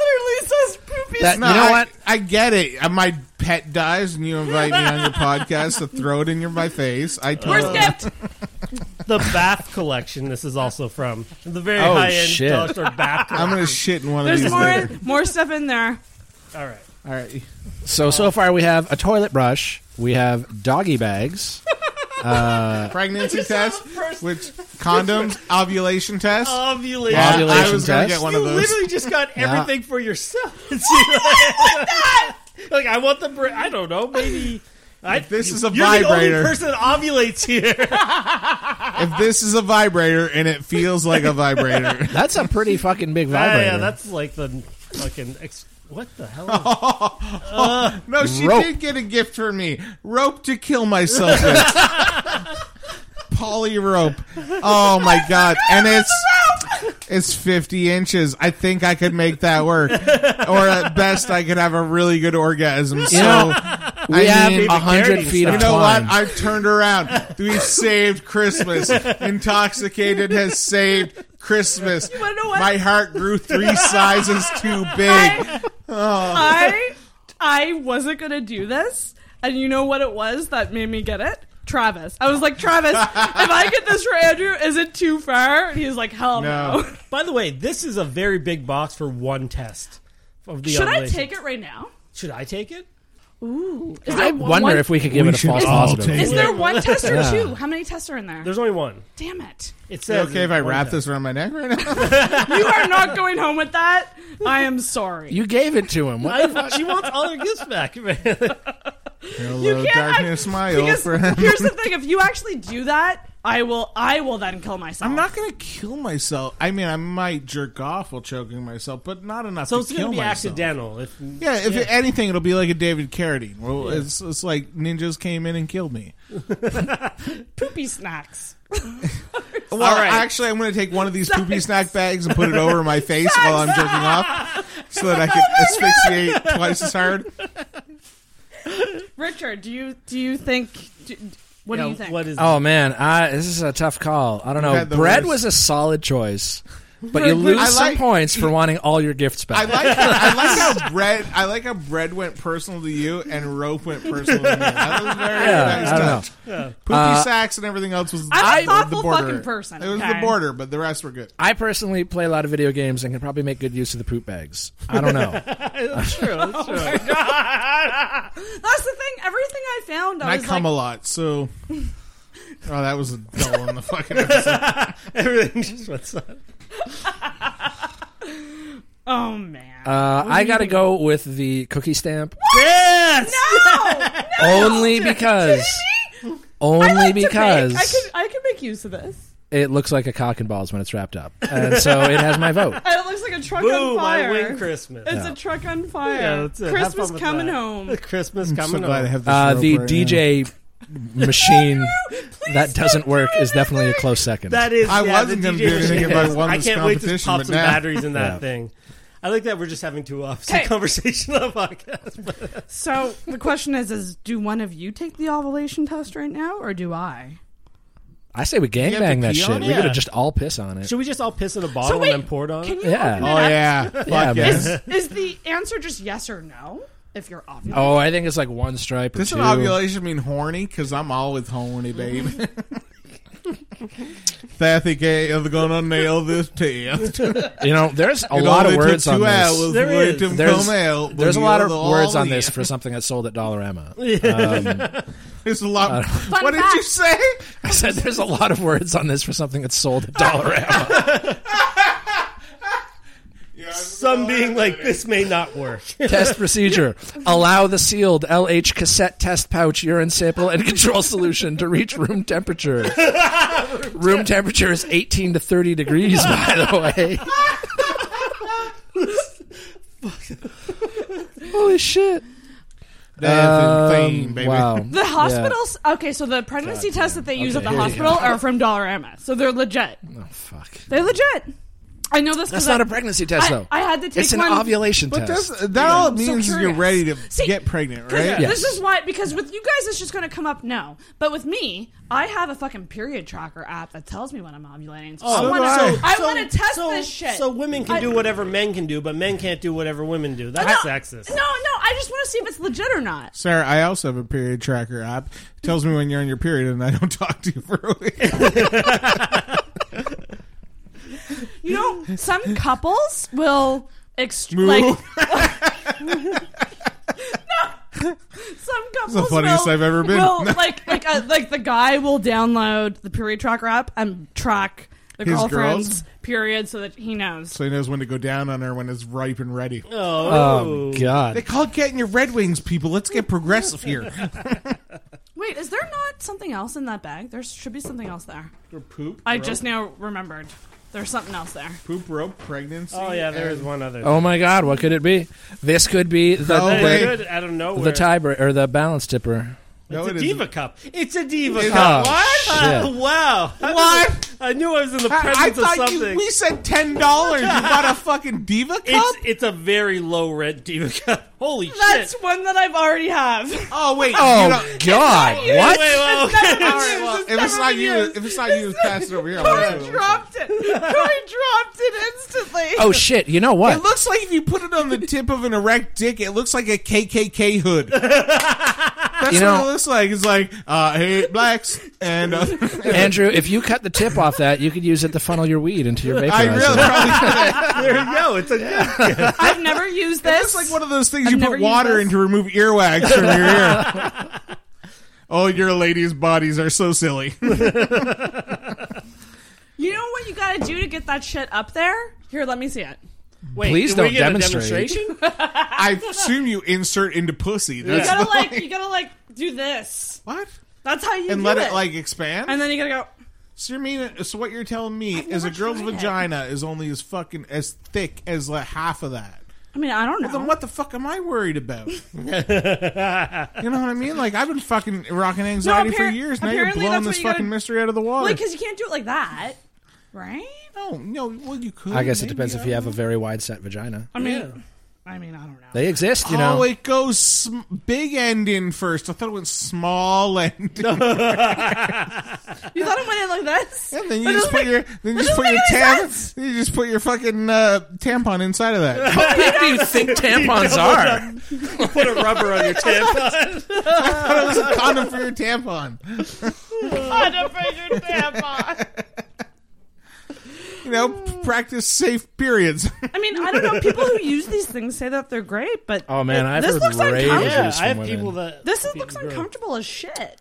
Speaker 9: literally says poopy.
Speaker 11: That-
Speaker 9: That,
Speaker 11: You know
Speaker 2: I,
Speaker 11: what?
Speaker 2: I get it. Uh, My pet dies, and you invite me on your podcast to throw it in your my face. I
Speaker 9: Worst
Speaker 11: Oh.
Speaker 2: totally.
Speaker 9: gift.
Speaker 10: the bath collection. This is also from the very
Speaker 11: Oh,
Speaker 10: high end
Speaker 11: shit.
Speaker 10: dollar store bath.
Speaker 2: I'm gonna shit in one of
Speaker 9: There's
Speaker 2: these.
Speaker 9: more
Speaker 2: later.
Speaker 9: more stuff in there.
Speaker 10: All right.
Speaker 2: All right.
Speaker 11: So so far we have a toilet brush. We have doggy bags.
Speaker 2: Pregnancy test, which condoms, ovulation test.
Speaker 10: Ovulation.
Speaker 2: Yeah, I
Speaker 11: ovulation
Speaker 2: was gonna
Speaker 11: test?
Speaker 2: get one
Speaker 10: you
Speaker 2: of those.
Speaker 10: literally just got
Speaker 11: Yeah.
Speaker 10: everything for yourself. It's like, like, I want the. Br- I don't know. Maybe. I,
Speaker 2: this is a
Speaker 10: you're the
Speaker 2: vibrator.
Speaker 10: only person that ovulates here.
Speaker 2: If this is a vibrator and it feels like a vibrator,
Speaker 11: That's a pretty fucking big vibrator.
Speaker 10: yeah, that's like the fucking. Ex- what the hell? is-
Speaker 2: no, she
Speaker 11: Rope.
Speaker 2: did get a gift from me. Rope to kill myself with. Poly rope. Oh my god! And it's it's fifty inches. I think I could make that work, or at best, I could have a really good orgasm. So.
Speaker 11: You know, we have
Speaker 2: mean,
Speaker 11: a hundred feet of
Speaker 2: You know what?
Speaker 11: twine.
Speaker 2: I've turned around. We've saved Christmas. Intoxicated has saved Christmas.
Speaker 9: wanna know what?
Speaker 2: My heart grew three sizes too big.
Speaker 9: I,
Speaker 11: Oh.
Speaker 9: I I wasn't gonna do this, and you know what it was that made me get it. Travis, I was like, Travis, if I get this for Andrew, is it too far? And he's like, Hell no.
Speaker 2: No.
Speaker 10: By the way, this is a very big box for one test. Of the
Speaker 9: Should I
Speaker 10: ovulation.
Speaker 9: take it right now?
Speaker 10: Should I take it?
Speaker 9: Ooh, is
Speaker 11: I
Speaker 9: there one-
Speaker 11: wonder
Speaker 9: one-
Speaker 11: if we could give
Speaker 2: We
Speaker 11: it a
Speaker 2: should
Speaker 11: false
Speaker 2: all
Speaker 11: positive.
Speaker 2: take
Speaker 9: Is there
Speaker 10: Yeah.
Speaker 9: one test or
Speaker 11: Yeah.
Speaker 9: two? How many tests are in there?
Speaker 10: There's only one.
Speaker 9: Damn it!
Speaker 10: It
Speaker 2: Is it
Speaker 10: says
Speaker 2: okay if I
Speaker 10: one
Speaker 2: wrap
Speaker 10: test.
Speaker 2: this around my neck right now?
Speaker 9: You are not going home with that. I am sorry.
Speaker 11: You gave it to him. What the
Speaker 10: I- she wants all her gifts back, man.
Speaker 2: Hello,
Speaker 9: can't-
Speaker 2: darkness, my old
Speaker 9: Because
Speaker 2: friend.
Speaker 9: here's the thing: if you actually do that, I will. I will then kill myself.
Speaker 2: I'm not gonna kill myself. I mean, I might jerk off while choking myself, but not enough
Speaker 10: So
Speaker 2: to
Speaker 10: it's
Speaker 2: kill
Speaker 10: going to be
Speaker 2: myself.
Speaker 10: accidental. If,
Speaker 2: Yeah, if anything, it'll be like a David Carradine. Well, it's, it's like ninjas came in and killed me.
Speaker 9: poopy snacks.
Speaker 2: Well, actually, I'm going to take one of these poopy snack bags and put it over my face while I'm jerking off, so that I can
Speaker 9: Oh
Speaker 2: asphyxiate twice as hard.
Speaker 9: Richard, do you do you think? Do, what do you think?
Speaker 10: What is
Speaker 11: Oh man, I, this is a tough call. I don't know.
Speaker 2: had the
Speaker 11: Bread
Speaker 2: worst.
Speaker 11: was a solid choice, but you
Speaker 2: Bread was-
Speaker 11: lose
Speaker 2: I
Speaker 11: some
Speaker 2: like-
Speaker 11: points for wanting all your gifts
Speaker 2: I
Speaker 11: back.
Speaker 2: like I like how bread I like how bread went personal to you and rope went personal to me. That was very
Speaker 11: Yeah,
Speaker 2: nice
Speaker 11: I don't Uh,
Speaker 2: touch. Poopy sacks and everything else was
Speaker 9: I'm a
Speaker 2: I-
Speaker 9: thoughtful
Speaker 2: the border.
Speaker 9: fucking person,
Speaker 2: It was
Speaker 9: okay?
Speaker 2: the border, but the rest were good.
Speaker 11: I personally play a lot of video games and can probably make good use of the poop bags. I don't know.
Speaker 10: true? That's true.
Speaker 9: That's the thing. Everything I found,
Speaker 2: And
Speaker 9: I
Speaker 2: I
Speaker 9: was
Speaker 2: come
Speaker 9: like,
Speaker 2: a lot, so Oh, that was a dull one, the fucking
Speaker 11: Uh,
Speaker 2: episode.
Speaker 10: Everything just went silent.
Speaker 9: Oh man.
Speaker 11: Uh,
Speaker 9: What do
Speaker 11: I
Speaker 9: you
Speaker 11: gotta
Speaker 9: think?
Speaker 11: go with the cookie stamp
Speaker 10: Yes.
Speaker 11: only because only
Speaker 9: I like to
Speaker 11: because
Speaker 9: make- I can I can make use of this.
Speaker 11: it looks like a cock and balls when it's wrapped up, and so it has my vote.
Speaker 9: And Uh, it looks like a truck
Speaker 10: Boom,
Speaker 9: on
Speaker 10: I
Speaker 9: fire.
Speaker 10: win Christmas.
Speaker 9: It's
Speaker 11: Yeah.
Speaker 9: a truck on fire.
Speaker 10: Yeah, that's it. Have
Speaker 9: Christmas
Speaker 10: fun with
Speaker 9: coming
Speaker 10: that.
Speaker 9: home.
Speaker 10: Christmas
Speaker 2: I'm so
Speaker 10: coming
Speaker 2: glad
Speaker 10: up.
Speaker 2: I have this
Speaker 11: Uh, the
Speaker 2: rope right
Speaker 11: DJ machine that doesn't work is definitely a close second.
Speaker 10: That is.
Speaker 2: I
Speaker 10: yeah,
Speaker 2: wasn't
Speaker 10: the
Speaker 2: gonna
Speaker 10: DJ
Speaker 2: do anything if I
Speaker 10: is-
Speaker 2: won
Speaker 10: I
Speaker 2: this
Speaker 10: can't wait to
Speaker 2: competition,
Speaker 10: pop
Speaker 2: but
Speaker 10: some
Speaker 2: now-
Speaker 10: batteries in that
Speaker 11: Yeah.
Speaker 10: thing. I like that we're just having two opposite
Speaker 9: Hey.
Speaker 10: conversation on a podcast.
Speaker 9: So the question is: Is do one of you take the ovulation test right now, or do I?
Speaker 11: I say we gangbang that
Speaker 2: pee
Speaker 11: shit.
Speaker 2: on
Speaker 11: We
Speaker 10: it?
Speaker 11: could
Speaker 10: Yeah.
Speaker 11: have just all piss on it.
Speaker 10: Should we just all piss in a bottle
Speaker 9: So wait,
Speaker 10: and then pour it on?
Speaker 9: Can you?
Speaker 11: Yeah.
Speaker 9: open it
Speaker 2: now. Oh
Speaker 9: up?
Speaker 2: yeah,
Speaker 11: Yeah,
Speaker 2: fuck
Speaker 11: man.
Speaker 2: yes.
Speaker 9: Is, is the answer just yes or no? If you're ovulating.
Speaker 11: Oh, I think it's like one stripe or
Speaker 2: Does
Speaker 11: two.
Speaker 2: an ovulation mean horny? Because I'm all with horny, babe. Thathy gay, I'm gonna nail this test.
Speaker 11: You know, there's a
Speaker 2: It
Speaker 11: lot of
Speaker 2: only
Speaker 11: words
Speaker 2: took
Speaker 11: on
Speaker 2: two
Speaker 11: this.
Speaker 2: hours
Speaker 10: There
Speaker 2: for it
Speaker 10: is.
Speaker 2: to
Speaker 11: There's,
Speaker 2: come out, but
Speaker 11: there's a
Speaker 2: you
Speaker 11: lot
Speaker 2: are
Speaker 11: of
Speaker 2: the
Speaker 11: words on
Speaker 2: only-
Speaker 11: this for something that sold at Dollarama.
Speaker 2: There's a lot. what did you say?
Speaker 11: I said there's a lot of words on this for something that's sold at Dollarama.
Speaker 10: Some being like, this may not work.
Speaker 11: test procedure. Allow the sealed LH cassette test pouch urine sample and control solution to reach room temperature. room temperature is 18 to 30 degrees, by the way. Holy shit.
Speaker 2: That's insane,
Speaker 11: Um,
Speaker 2: baby.
Speaker 11: Wow.
Speaker 9: The hospitals. Okay, so the pregnancy tests that they use at
Speaker 11: Okay,
Speaker 9: the
Speaker 11: here we
Speaker 9: hospital are from Dollarama, so they're legit.
Speaker 11: Oh, fuck.
Speaker 9: They're legit. I know this.
Speaker 11: That's
Speaker 9: 'cause
Speaker 11: not
Speaker 9: I-
Speaker 11: a pregnancy test,
Speaker 9: I-
Speaker 11: though.
Speaker 9: I had to take
Speaker 11: It's an
Speaker 9: one-
Speaker 11: ovulation
Speaker 2: But
Speaker 11: test.
Speaker 2: that's, that all it
Speaker 9: I'm so
Speaker 2: means is you're
Speaker 9: curious.
Speaker 2: ready to
Speaker 9: See,
Speaker 2: get pregnant,
Speaker 9: 'Cause
Speaker 2: right?
Speaker 11: Yeah.
Speaker 9: This is why, because with you guys, it's just going to come up now. But with me, I have a fucking period tracker app that tells me when I'm ovulating. So I
Speaker 2: so do
Speaker 9: want to.
Speaker 2: I.
Speaker 9: I,
Speaker 10: So-
Speaker 9: want to test
Speaker 10: so-
Speaker 9: this shit.
Speaker 10: So women can
Speaker 9: I-
Speaker 10: do whatever men can do, but men can't do whatever women do.
Speaker 9: Oh, no,
Speaker 10: That's
Speaker 9: No,
Speaker 10: sexist.
Speaker 9: no, I just want to see if it's legit or not.
Speaker 2: Sarah, I also have a period tracker app. It tells me when you're on your period, and I don't talk to you for a week.
Speaker 9: You know, some couples will. Ext- like, no, some couples.
Speaker 2: the funniest
Speaker 9: will,
Speaker 2: I've ever been.
Speaker 9: will, like, like, uh, like the guy will download the period tracker app and track the
Speaker 2: His girls?
Speaker 9: girlfriend's period so that he knows.
Speaker 2: so he knows when to go down on her when it's ripe and ready.
Speaker 10: Oh,
Speaker 11: God.
Speaker 2: They call it getting your Red Wings, people. Let's get progressive here.
Speaker 9: Wait, is there not something else in that bag? There should be something else there.
Speaker 2: Your poop,
Speaker 9: I just now remembered. There's something else there.
Speaker 2: poop rope pregnancy.
Speaker 10: oh yeah, there is one other.
Speaker 11: Oh, my God. What could it be? This could be the,
Speaker 2: Oh,
Speaker 10: That is
Speaker 2: wait.
Speaker 10: good out of nowhere.
Speaker 11: the tie or the balance tipper.
Speaker 2: No,
Speaker 10: It's
Speaker 2: it
Speaker 10: a
Speaker 2: is-
Speaker 10: diva cup. It's a diva
Speaker 2: It's
Speaker 10: cup.
Speaker 2: a
Speaker 10: what?
Speaker 11: shit.
Speaker 10: wow.
Speaker 2: What?
Speaker 10: I knew I was in the
Speaker 2: I,
Speaker 10: presence
Speaker 2: I
Speaker 10: of
Speaker 2: thought
Speaker 10: something.
Speaker 2: you, we said ten dollars. You bought a fucking diva cup.
Speaker 10: It's it's a very low rent diva cup. Holy
Speaker 9: That's
Speaker 10: shit!
Speaker 9: one that I've already have.
Speaker 2: oh wait. you
Speaker 11: Oh,
Speaker 2: don't-
Speaker 11: God.
Speaker 10: Wait,
Speaker 11: What?
Speaker 10: whoa.
Speaker 2: if it's not you, if it's not you, pass it over here. I'll
Speaker 9: Corey
Speaker 2: pass it over.
Speaker 9: dropped it. Corey dropped it instantly.
Speaker 11: Oh, shit. You know what?
Speaker 2: It looks like if you put it on the tip of an erect dick, it looks like a KKK hood. That's
Speaker 11: You
Speaker 2: what
Speaker 11: know-
Speaker 2: it looks like. It's like uh, I hate blacks, and uh,
Speaker 11: Andrew, if you cut the tip off that, you could use it to funnel your weed into your vaporizer.
Speaker 2: I really probably
Speaker 10: There you go. It's a
Speaker 9: I've never used this.
Speaker 2: It's like one of those things
Speaker 9: I've
Speaker 2: you
Speaker 9: never
Speaker 2: put
Speaker 9: used
Speaker 2: water
Speaker 9: this.
Speaker 2: in to remove earwax from your ear. oh, your ladies' bodies are so silly.
Speaker 9: you know what you gotta do to get that shit up there? Here, let me see it.
Speaker 10: wait.
Speaker 11: Please
Speaker 10: did we
Speaker 11: don't
Speaker 10: get a
Speaker 11: demonstrate.
Speaker 10: demonstration?
Speaker 2: I assume you insert into pussy.
Speaker 9: You
Speaker 2: That's
Speaker 9: gotta like, you gotta like do this.
Speaker 2: what?
Speaker 9: That's how you
Speaker 2: And
Speaker 9: do
Speaker 2: let it like expand.
Speaker 9: and then you gotta go.
Speaker 2: so you mean? So what you're telling me is
Speaker 9: never
Speaker 2: a girl's
Speaker 9: tried it.
Speaker 2: vagina is only as fucking as thick as like half of that.
Speaker 9: I mean, I don't know.
Speaker 2: Then what the fuck am I worried about? you know what I mean? Like I've been fucking rocking anxiety for
Speaker 9: appar-
Speaker 2: years. Now you're
Speaker 9: apparently
Speaker 2: blowing
Speaker 9: that's what
Speaker 2: this
Speaker 9: you gotta-
Speaker 2: fucking mystery out of the water.
Speaker 9: Like, because you can't do it like that, right?
Speaker 2: no, no. Well, you could.
Speaker 11: I guess it
Speaker 2: maybe,
Speaker 11: depends if
Speaker 2: I
Speaker 11: you
Speaker 2: don't
Speaker 11: have a very wide set vagina.
Speaker 9: I mean, I mean, I don't know.
Speaker 11: They exist, you know.
Speaker 2: Oh, it goes sm- big end in first. I thought it went small end,
Speaker 9: You thought it went in like this?
Speaker 2: and then you
Speaker 9: That
Speaker 2: just
Speaker 9: doesn't
Speaker 2: put
Speaker 9: make-
Speaker 2: your then you
Speaker 9: that
Speaker 2: just put your
Speaker 9: doesn't make any
Speaker 2: tam-
Speaker 9: sense.
Speaker 2: you just put your fucking uh, tampon inside of that.
Speaker 11: How big do you think tampons are?
Speaker 10: Put a rubber on your tampon.
Speaker 2: It was a condom for your tampon.
Speaker 9: I don't figure it out.
Speaker 2: You know, p- practice safe periods.
Speaker 9: I mean, I don't know. People who use these things say that they're great, but
Speaker 11: Oh man, I've
Speaker 9: this
Speaker 11: heard
Speaker 9: looks
Speaker 11: rave
Speaker 9: uncomfortable.
Speaker 10: Yeah,
Speaker 11: reviews
Speaker 10: I
Speaker 11: from
Speaker 10: have
Speaker 11: women.
Speaker 10: people that
Speaker 9: This is,
Speaker 10: people
Speaker 9: looks
Speaker 10: grow.
Speaker 9: uncomfortable as shit.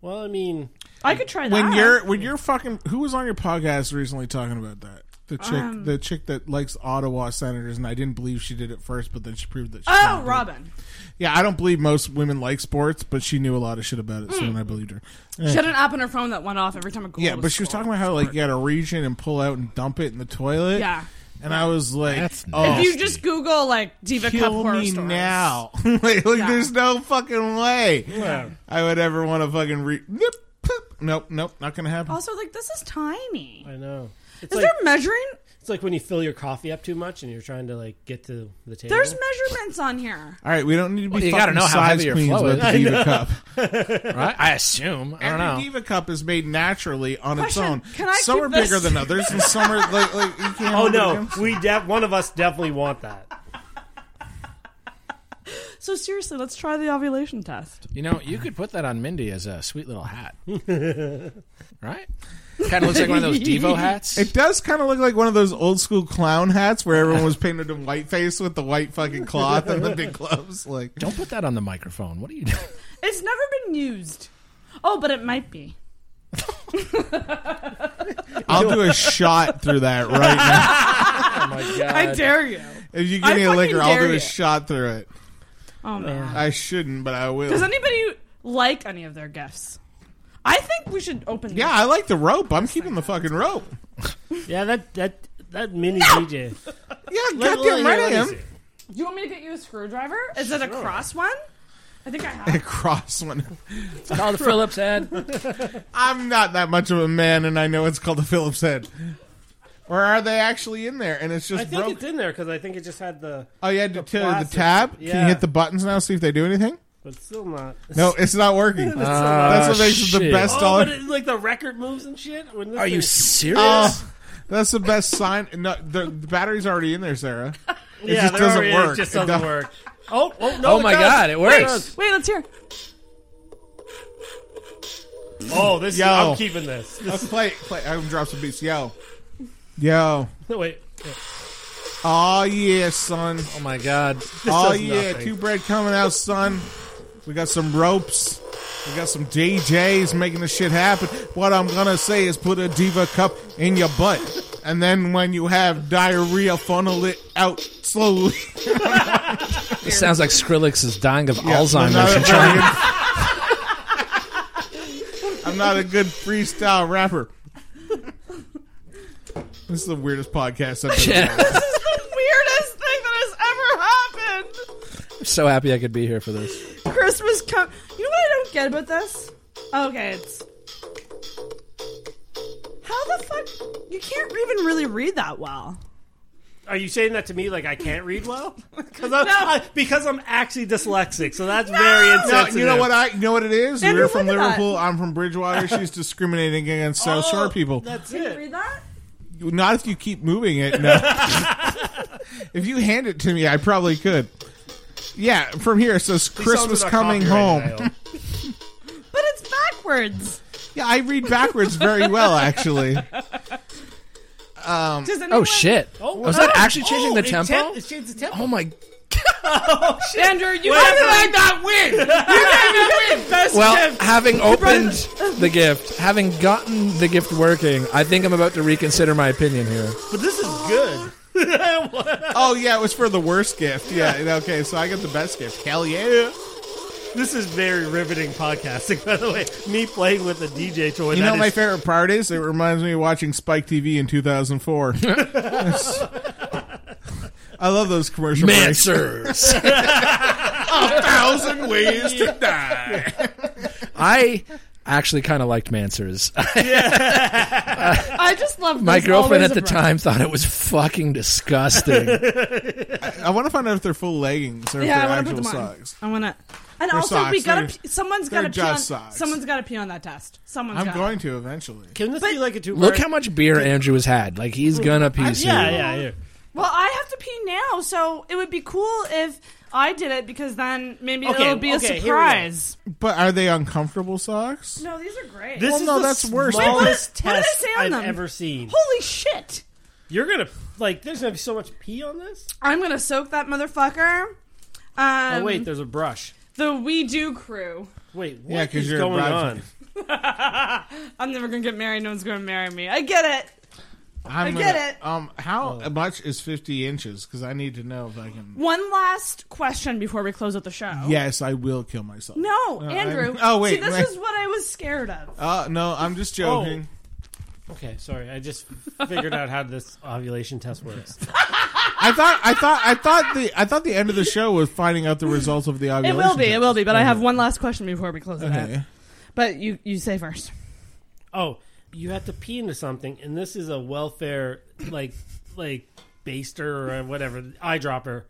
Speaker 10: Well, I mean,
Speaker 9: I could try that.
Speaker 2: when
Speaker 11: Ah.
Speaker 2: you're when you're fucking who was on your podcast recently talking about that the chick
Speaker 9: Um,
Speaker 2: the chick that likes Ottawa senators and I didn't believe she did it first but then she proved that she
Speaker 9: oh,
Speaker 2: did.
Speaker 9: Robin,
Speaker 2: yeah I don't believe most women like sports but she knew a lot of shit about it so then I believed her Eh.
Speaker 9: she had an app on her phone that went off every time a goal.
Speaker 2: yeah but she was talking about how like you got to reach in and pull out and dump it in the toilet
Speaker 9: Yeah.
Speaker 2: and I was like oh
Speaker 9: if you just Google like diva cup
Speaker 2: kill
Speaker 9: horror
Speaker 2: me
Speaker 9: stories.
Speaker 2: now like, like,
Speaker 9: Yeah.
Speaker 2: there's no fucking way
Speaker 9: Yeah.
Speaker 2: I would ever want to fucking re- nip, poop. nope nope not gonna happen
Speaker 9: Also, like this is tiny.
Speaker 10: I know. It's
Speaker 9: Is there measuring?
Speaker 10: It's like when you fill your coffee up too much and you're trying to like get to the table.
Speaker 9: There's measurements on here.
Speaker 2: All right, we don't need to be.
Speaker 10: Well, you
Speaker 2: fucking
Speaker 10: gotta know how
Speaker 2: size
Speaker 10: heavy your
Speaker 2: queens
Speaker 10: flow
Speaker 2: with
Speaker 10: is.
Speaker 2: the
Speaker 10: I
Speaker 2: diva
Speaker 10: know.
Speaker 2: cup,
Speaker 11: right? I assume. I don't
Speaker 2: Every
Speaker 11: know.
Speaker 2: diva cup is made naturally on
Speaker 10: Question,
Speaker 2: its own.
Speaker 10: can I
Speaker 2: some
Speaker 10: keep
Speaker 2: are bigger
Speaker 10: this?
Speaker 2: than others, and some are like like you can't.
Speaker 10: Oh no, we de- one of us definitely want that.
Speaker 9: So seriously, let's try the ovulation test.
Speaker 11: You know, you could put that on Mindy as a sweet little hat, right? Kind of looks like one of those Devo hats.
Speaker 2: It does kind of look like one of those old school clown hats where everyone was painted in white face with the white fucking cloth and the big gloves. Like,
Speaker 11: don't put that on the microphone. What are you doing?
Speaker 9: It's never been used. Oh, but it might be.
Speaker 2: I'll do a shot through that right now.
Speaker 10: Oh my God.
Speaker 9: I dare you.
Speaker 2: If you give
Speaker 9: I
Speaker 2: me a
Speaker 9: fucking
Speaker 2: liquor, I'll
Speaker 9: dare
Speaker 2: do a
Speaker 9: you.
Speaker 2: shot through it.
Speaker 9: Oh man.
Speaker 2: I shouldn't, but I will.
Speaker 9: Does anybody like any of their gifts? I think we should open.
Speaker 2: yeah, I like the rope. I'm keeping the fucking rope.
Speaker 10: Yeah, that that that mini DJ.
Speaker 2: Yeah,
Speaker 10: Let-
Speaker 2: goddamn right
Speaker 10: let- let
Speaker 2: I
Speaker 10: me
Speaker 2: am.
Speaker 10: see.
Speaker 9: Do you want me to get you a screwdriver? Is it a cross one? I think I have.
Speaker 2: A cross one.
Speaker 11: It's called a Phillips head.
Speaker 2: I'm not that much of a man, and I know it's called the Phillips head. Or are they actually in there? And it's
Speaker 10: I
Speaker 2: just
Speaker 10: think
Speaker 2: broke.
Speaker 10: it's in there because I think it just had the.
Speaker 2: Oh, you had to tell the
Speaker 10: plastic.
Speaker 2: tab. Can
Speaker 10: Yeah.
Speaker 2: you hit the buttons now? See if they do anything.
Speaker 10: But still not.
Speaker 2: No, it's not working.
Speaker 10: It's still not.
Speaker 2: That's what makes it the best
Speaker 10: Oh,
Speaker 2: dollar.
Speaker 10: but it, like the record moves and shit. When this
Speaker 11: Are you
Speaker 10: thing-
Speaker 11: serious?
Speaker 10: Uh,
Speaker 2: Oh, that's the best sign. No, the, the battery's already in there, Sarah. It
Speaker 10: Yeah,
Speaker 2: just
Speaker 10: there
Speaker 2: doesn't
Speaker 10: it is.
Speaker 2: work.
Speaker 10: Just doesn't
Speaker 2: don't-
Speaker 10: work. Oh, oh no!
Speaker 11: Oh
Speaker 10: it
Speaker 11: my
Speaker 10: does.
Speaker 11: God, it
Speaker 10: Wait.
Speaker 11: works.
Speaker 9: Wait, let's hear.
Speaker 10: Oh, this.
Speaker 2: Yo.
Speaker 10: I'm keeping this. This
Speaker 2: Let's
Speaker 10: is-
Speaker 2: Oh, play, play. I'm gonna drop some beats. Yo, yo.
Speaker 10: No, wait.
Speaker 2: Oh yeah, son.
Speaker 11: Oh my god.
Speaker 2: Oh
Speaker 10: does
Speaker 2: yeah,
Speaker 10: nothing.
Speaker 2: two bread coming out, son. We got some ropes. We got some DJs making this shit happen. What I'm gonna say is put a diva cup in your butt, and then when you have diarrhea, funnel it out slowly.
Speaker 11: This sounds like Skrillex is dying of
Speaker 2: I'm
Speaker 11: Alzheimer's.
Speaker 2: not a
Speaker 11: and trying-
Speaker 2: very good- I'm not a good freestyle rapper. This is the weirdest podcast I've ever
Speaker 11: Yeah.
Speaker 9: This is the weirdest thing that has ever happened.
Speaker 11: I'm so happy I could be here for this.
Speaker 9: Christmas come. You know what I don't get about this? Okay, it's how the fuck you can't even really read that well.
Speaker 10: Are you saying that to me like I can't read well? Because I'm, I- because I'm actually dyslexic, so that's very
Speaker 2: No,
Speaker 10: insensitive.
Speaker 2: you know what I? You know what it is?
Speaker 9: Andrew,
Speaker 2: You're from
Speaker 9: look at that.
Speaker 2: Liverpool. I'm from Bridgewater. She's discriminating against South
Speaker 9: Oh.
Speaker 2: Shore people.
Speaker 10: That's
Speaker 9: Can you
Speaker 10: it.
Speaker 9: read that?
Speaker 2: Not if you keep moving it. No. if you hand it to me, I probably could. Yeah, from here it says Christmas coming home.
Speaker 9: But it's backwards.
Speaker 2: Yeah, I read backwards very well, actually.
Speaker 9: Does anyone?
Speaker 11: Oh shit. Was
Speaker 9: oh,
Speaker 11: that actually changing the tempo?
Speaker 10: Oh, It changed the tempo.
Speaker 11: Oh my.
Speaker 9: Andrew, you have
Speaker 6: I not win? You didn't win.
Speaker 9: the best
Speaker 11: Well,
Speaker 9: gift.
Speaker 11: having opened the gift, having gotten the gift working, I think I'm about to reconsider my opinion here.
Speaker 10: But this is good.
Speaker 2: Oh yeah, it was for the worst gift. Yeah, okay, so I got the best gift. Hell yeah.
Speaker 10: This is very riveting podcasting, by the way. Me playing with a DJ toy.
Speaker 2: You
Speaker 10: that
Speaker 2: know what my
Speaker 10: is-
Speaker 2: favorite part is? It reminds me of watching Spike TV in 2004. I love those commercial breaks.
Speaker 11: Mansers.
Speaker 2: thousand ways to die.
Speaker 11: I actually kind of liked Mansers.
Speaker 9: I just love
Speaker 11: my
Speaker 9: this,
Speaker 11: girlfriend
Speaker 9: always
Speaker 11: at the
Speaker 9: abrupt.
Speaker 11: time thought it was fucking disgusting.
Speaker 2: I want to find out if they're full leggings or if
Speaker 9: Yeah, I
Speaker 2: they're
Speaker 9: want to put
Speaker 2: actual
Speaker 9: them on.
Speaker 2: socks.
Speaker 9: I want to. And
Speaker 2: They're
Speaker 9: also, we
Speaker 2: socks.
Speaker 9: gotta.
Speaker 2: They're-
Speaker 9: Pee, someone's
Speaker 2: they're
Speaker 9: gotta pee on.
Speaker 2: just socks.
Speaker 9: Someone's gotta pee on that test. Someone's.
Speaker 2: I'm
Speaker 9: gotta.
Speaker 2: going to eventually.
Speaker 10: Can this be like a two?
Speaker 11: Look how much beer Andrew has had. Like he's gonna pee soon.
Speaker 10: Yeah, yeah, yeah.
Speaker 9: Well, I have to pee now, so it would be cool if I did it because then maybe
Speaker 10: Okay,
Speaker 9: it'll be a
Speaker 10: okay, here we go.
Speaker 9: surprise.
Speaker 2: But are they uncomfortable socks?
Speaker 9: No, these are great.
Speaker 10: This
Speaker 2: Well,
Speaker 10: is
Speaker 2: no,
Speaker 10: the
Speaker 2: that's worse. Wait,
Speaker 10: smallest
Speaker 2: what
Speaker 10: test
Speaker 9: did- what did it say on
Speaker 10: I've
Speaker 9: them?
Speaker 10: ever seen.
Speaker 9: Holy shit!
Speaker 10: You're gonna like. There's gonna be so much pee on this.
Speaker 9: I'm gonna soak that motherfucker. Um,
Speaker 10: oh wait, there's a brush.
Speaker 9: the We Do crew.
Speaker 10: Wait,
Speaker 2: Yeah,
Speaker 10: what
Speaker 2: 'cause
Speaker 10: is
Speaker 2: you're
Speaker 10: going
Speaker 2: arrived-
Speaker 10: on?
Speaker 9: I'm never gonna get married. No one's gonna marry me. I get it.
Speaker 2: I'm
Speaker 9: I
Speaker 2: gonna-
Speaker 9: get it.
Speaker 2: Um, how much is fifty inches? Because I need to know if I can.
Speaker 9: One last question before we close out the show.
Speaker 2: Yes, I will kill myself.
Speaker 9: No,
Speaker 2: Uh,
Speaker 9: Andrew.
Speaker 2: I'm- oh wait.
Speaker 9: See, this
Speaker 2: wait.
Speaker 9: is what I was scared of.
Speaker 2: Uh, no, I'm just joking.
Speaker 10: Okay, sorry. I just figured out how this ovulation test works.
Speaker 2: I thought, I thought, I thought the, I thought the end of the show was finding out the results of the
Speaker 9: It
Speaker 2: ovulation.
Speaker 9: will be.
Speaker 2: test.
Speaker 9: It will be. But I have one last question before we close it
Speaker 2: Okay.
Speaker 9: out. But you, you say first.
Speaker 10: Oh, you have to pee into something, and this is a welfare like like baster or whatever eyedropper,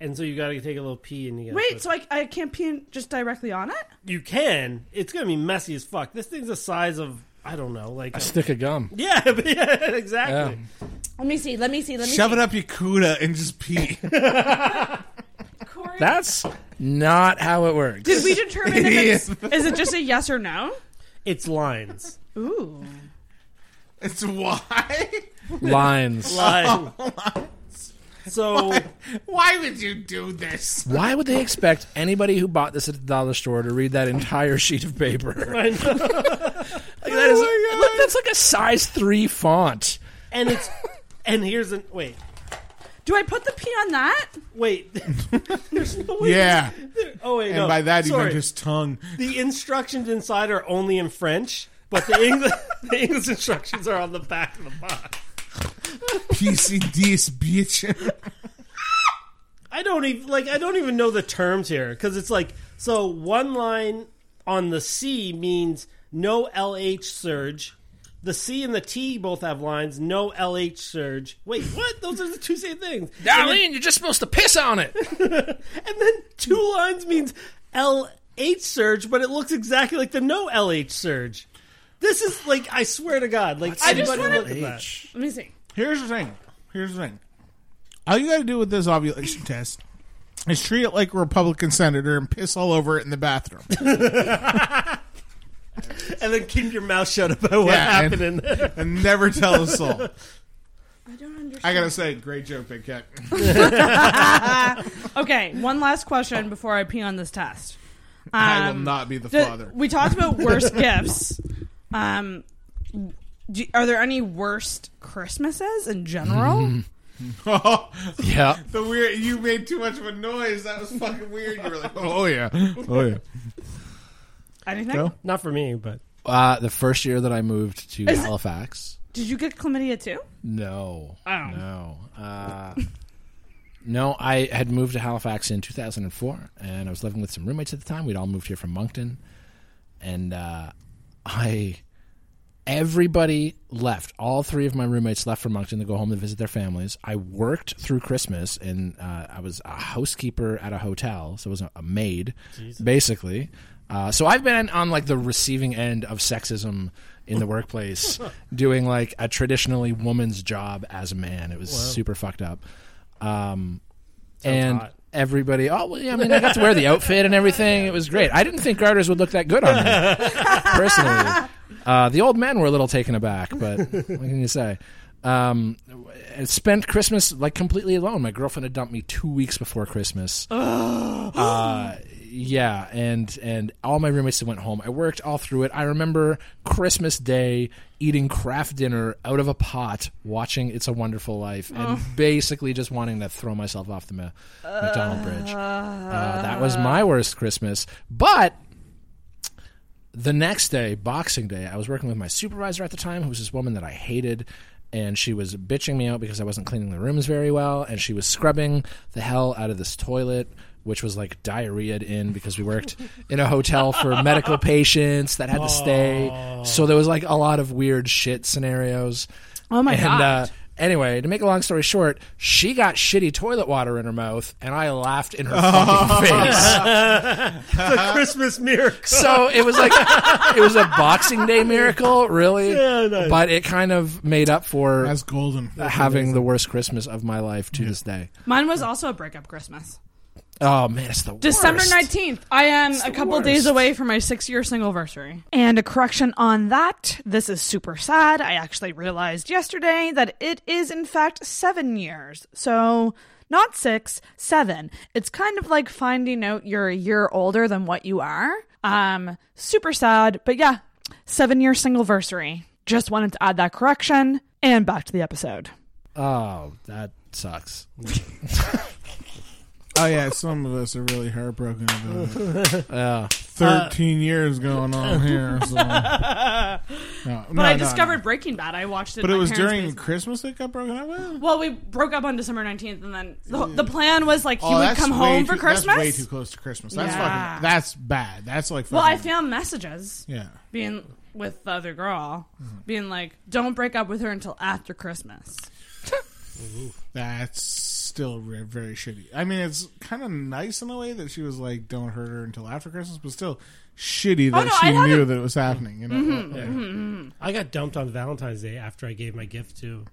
Speaker 10: and so you got to take a little pee and you. gotta
Speaker 9: Wait,
Speaker 10: put-
Speaker 9: so I, I can't pee in- just directly on it?
Speaker 10: you can. It's gonna be messy as fuck. This thing's the size of I don't know, like
Speaker 11: A stick of gum.
Speaker 10: Yeah, but yeah, exactly.
Speaker 9: Let me see. Let me see. Let me
Speaker 2: Shove
Speaker 9: see.
Speaker 2: it up your cuda and just pee.
Speaker 11: That's not how it works.
Speaker 9: Did we determine if it's,
Speaker 11: It
Speaker 9: is it just a yes or no?
Speaker 10: It's lines.
Speaker 9: Ooh.
Speaker 2: It's why?
Speaker 11: Lines.
Speaker 10: Lines. So
Speaker 2: Why would you do this?
Speaker 11: Why would they expect anybody who bought this at the dollar store to read that entire sheet of paper?
Speaker 10: I know.
Speaker 11: Like, that is, look, that's like a size three font.
Speaker 10: and it's and here's an wait
Speaker 9: Do I put the pee on that?
Speaker 10: wait. There's no way.
Speaker 2: Yeah.
Speaker 10: there- oh wait,
Speaker 2: And
Speaker 10: no.
Speaker 2: by that you
Speaker 10: Sorry.
Speaker 2: meant his tongue.
Speaker 10: The instructions inside are only in French, but the English the English instructions are on the back of the box.
Speaker 2: PCDs, bitch.
Speaker 10: I don't even like I don't even know the terms here because it's like so one line on the C means no LH surge. The C and the T both have lines. No LH surge. Wait, what? Those are the two same things. And then,
Speaker 11: Darlene, you're just supposed to piss on it.
Speaker 10: and then two lines means LH surge, but it looks exactly like the no LH surge. This is like I swear to God, like
Speaker 9: I just
Speaker 10: somebody
Speaker 9: wanna-
Speaker 10: look at that.
Speaker 9: Let me see.
Speaker 2: Here's the thing. Here's the thing. All you got to do with this ovulation test is treat it like a Republican senator and piss all over it in the bathroom.
Speaker 10: and then keep your mouth shut about what
Speaker 2: Yeah, and-
Speaker 10: happened in there.
Speaker 2: and never tell a soul.
Speaker 9: I don't understand.
Speaker 2: I gotta say, great joke, Big Cat.
Speaker 9: Okay, one last question before I pee on this test.
Speaker 2: I will
Speaker 9: Um,
Speaker 2: not be the
Speaker 9: the-
Speaker 2: father.
Speaker 9: We talked about worst gifts. Um, do, are there any worst Christmases
Speaker 2: Mm-hmm.
Speaker 9: in general?
Speaker 11: yeah.
Speaker 2: the weird. You made too much of a noise. That was fucking weird. You were like, oh yeah, oh yeah.
Speaker 9: Anything?
Speaker 2: Go.
Speaker 10: Not for me, but
Speaker 11: Uh, the first year that I moved to
Speaker 9: Is it-
Speaker 11: Halifax.
Speaker 9: Did you get chlamydia too?
Speaker 11: No.
Speaker 9: Oh.
Speaker 11: No. Uh, no, I had moved to Halifax in 2004, and I was living with some roommates at the time. We'd all moved here from Moncton, and uh, I. Everybody left. All three of my roommates left for Moncton to go home and visit their families. I worked through Christmas, and uh, I was a housekeeper at a hotel, so I was a a maid, basically. Uh, so I've been on like the receiving end of sexism in the workplace, doing like a traditionally woman's job as a man. It was super fucked up. Um, and
Speaker 10: hot.
Speaker 11: everybody, oh well, yeah, I mean, I got to wear the outfit and everything. It was great. I didn't think garters would look that good on me personally. Uh, the old men were a little taken aback, but what can you say? Um, I spent Christmas like completely alone. My girlfriend had dumped me two weeks before Christmas. uh, yeah, and and all my roommates went home. I worked all through it. I remember Christmas Day eating craft dinner out of a pot, watching "It's a Wonderful Life," and basically just wanting to throw myself off the Ma- McDonald Bridge. Uh, that was my worst Christmas, but the next day, Boxing Day, I was working with my supervisor at the time, who was this woman that I hated, and she was bitching me out because I wasn't cleaning the rooms very well, and she was scrubbing the hell out of this toilet, which was like diarrheaed in because we worked in a hotel for medical patients that had to stay. So there was like a lot of weird shit scenarios.
Speaker 9: Oh my
Speaker 11: and,
Speaker 9: God.
Speaker 11: Uh, anyway, to make a long story short, she got shitty toilet water in her mouth, and I laughed in her fucking face
Speaker 10: the Christmas miracle.
Speaker 11: so it was like it was a boxing day miracle really
Speaker 10: Yeah, nice.
Speaker 11: but it kind of made up for
Speaker 2: That's golden.
Speaker 11: having the worst christmas of my life to this day
Speaker 9: Mine was also a breakup Christmas.
Speaker 11: oh man it's the
Speaker 9: December
Speaker 11: worst.
Speaker 9: 19th. I am
Speaker 11: It's
Speaker 9: a
Speaker 11: the
Speaker 9: couple days
Speaker 11: worst.
Speaker 9: away from my six year single anniversary. And a correction on that. This is super sad. I actually realized yesterday that it is, in fact, seven years. So, not six, seven. It's kind of like finding out you're a year older than what you are. Um, super sad. But yeah, seven year singleversary. Just wanted to add that correction and back to the episode.
Speaker 11: Oh, that sucks.
Speaker 2: Oh yeah, some of us are really heartbroken about it.
Speaker 11: Yeah.
Speaker 9: Uh,
Speaker 2: Thirteen years going on here. So. No,
Speaker 9: But
Speaker 2: no,
Speaker 9: I
Speaker 2: no,
Speaker 9: discovered
Speaker 2: no.
Speaker 9: Breaking Bad. I watched it.
Speaker 2: But
Speaker 9: in
Speaker 2: it
Speaker 9: my
Speaker 2: was
Speaker 9: parents'
Speaker 2: during
Speaker 9: basement.
Speaker 2: Christmas it got broken up with.
Speaker 9: Well, we broke up on December nineteenth, and then the, the plan was like he would
Speaker 2: Mm. Oh, that's
Speaker 9: come
Speaker 2: way
Speaker 9: home
Speaker 2: too-
Speaker 9: for Christmas.
Speaker 2: That's way too close to Christmas. That's
Speaker 9: Yeah.
Speaker 2: fucking. That's bad. That's like. Fucking,
Speaker 9: well, I found messages.
Speaker 2: Yeah.
Speaker 9: being with the other girl,
Speaker 2: Mm-hmm.
Speaker 9: being like, "Don't break up with her until after Christmas."
Speaker 2: That's still re- very shitty. I mean, it's kind of nice in a way that she was like, "Don't hurt her until after Christmas," but still shitty
Speaker 9: Oh,
Speaker 2: that
Speaker 9: no,
Speaker 2: she
Speaker 9: I haven't-
Speaker 2: knew that it was happening. You know,
Speaker 9: Mhm,
Speaker 2: Yeah.
Speaker 9: mhm, mhm.
Speaker 10: I got dumped on Valentine's Day after I gave my gift to,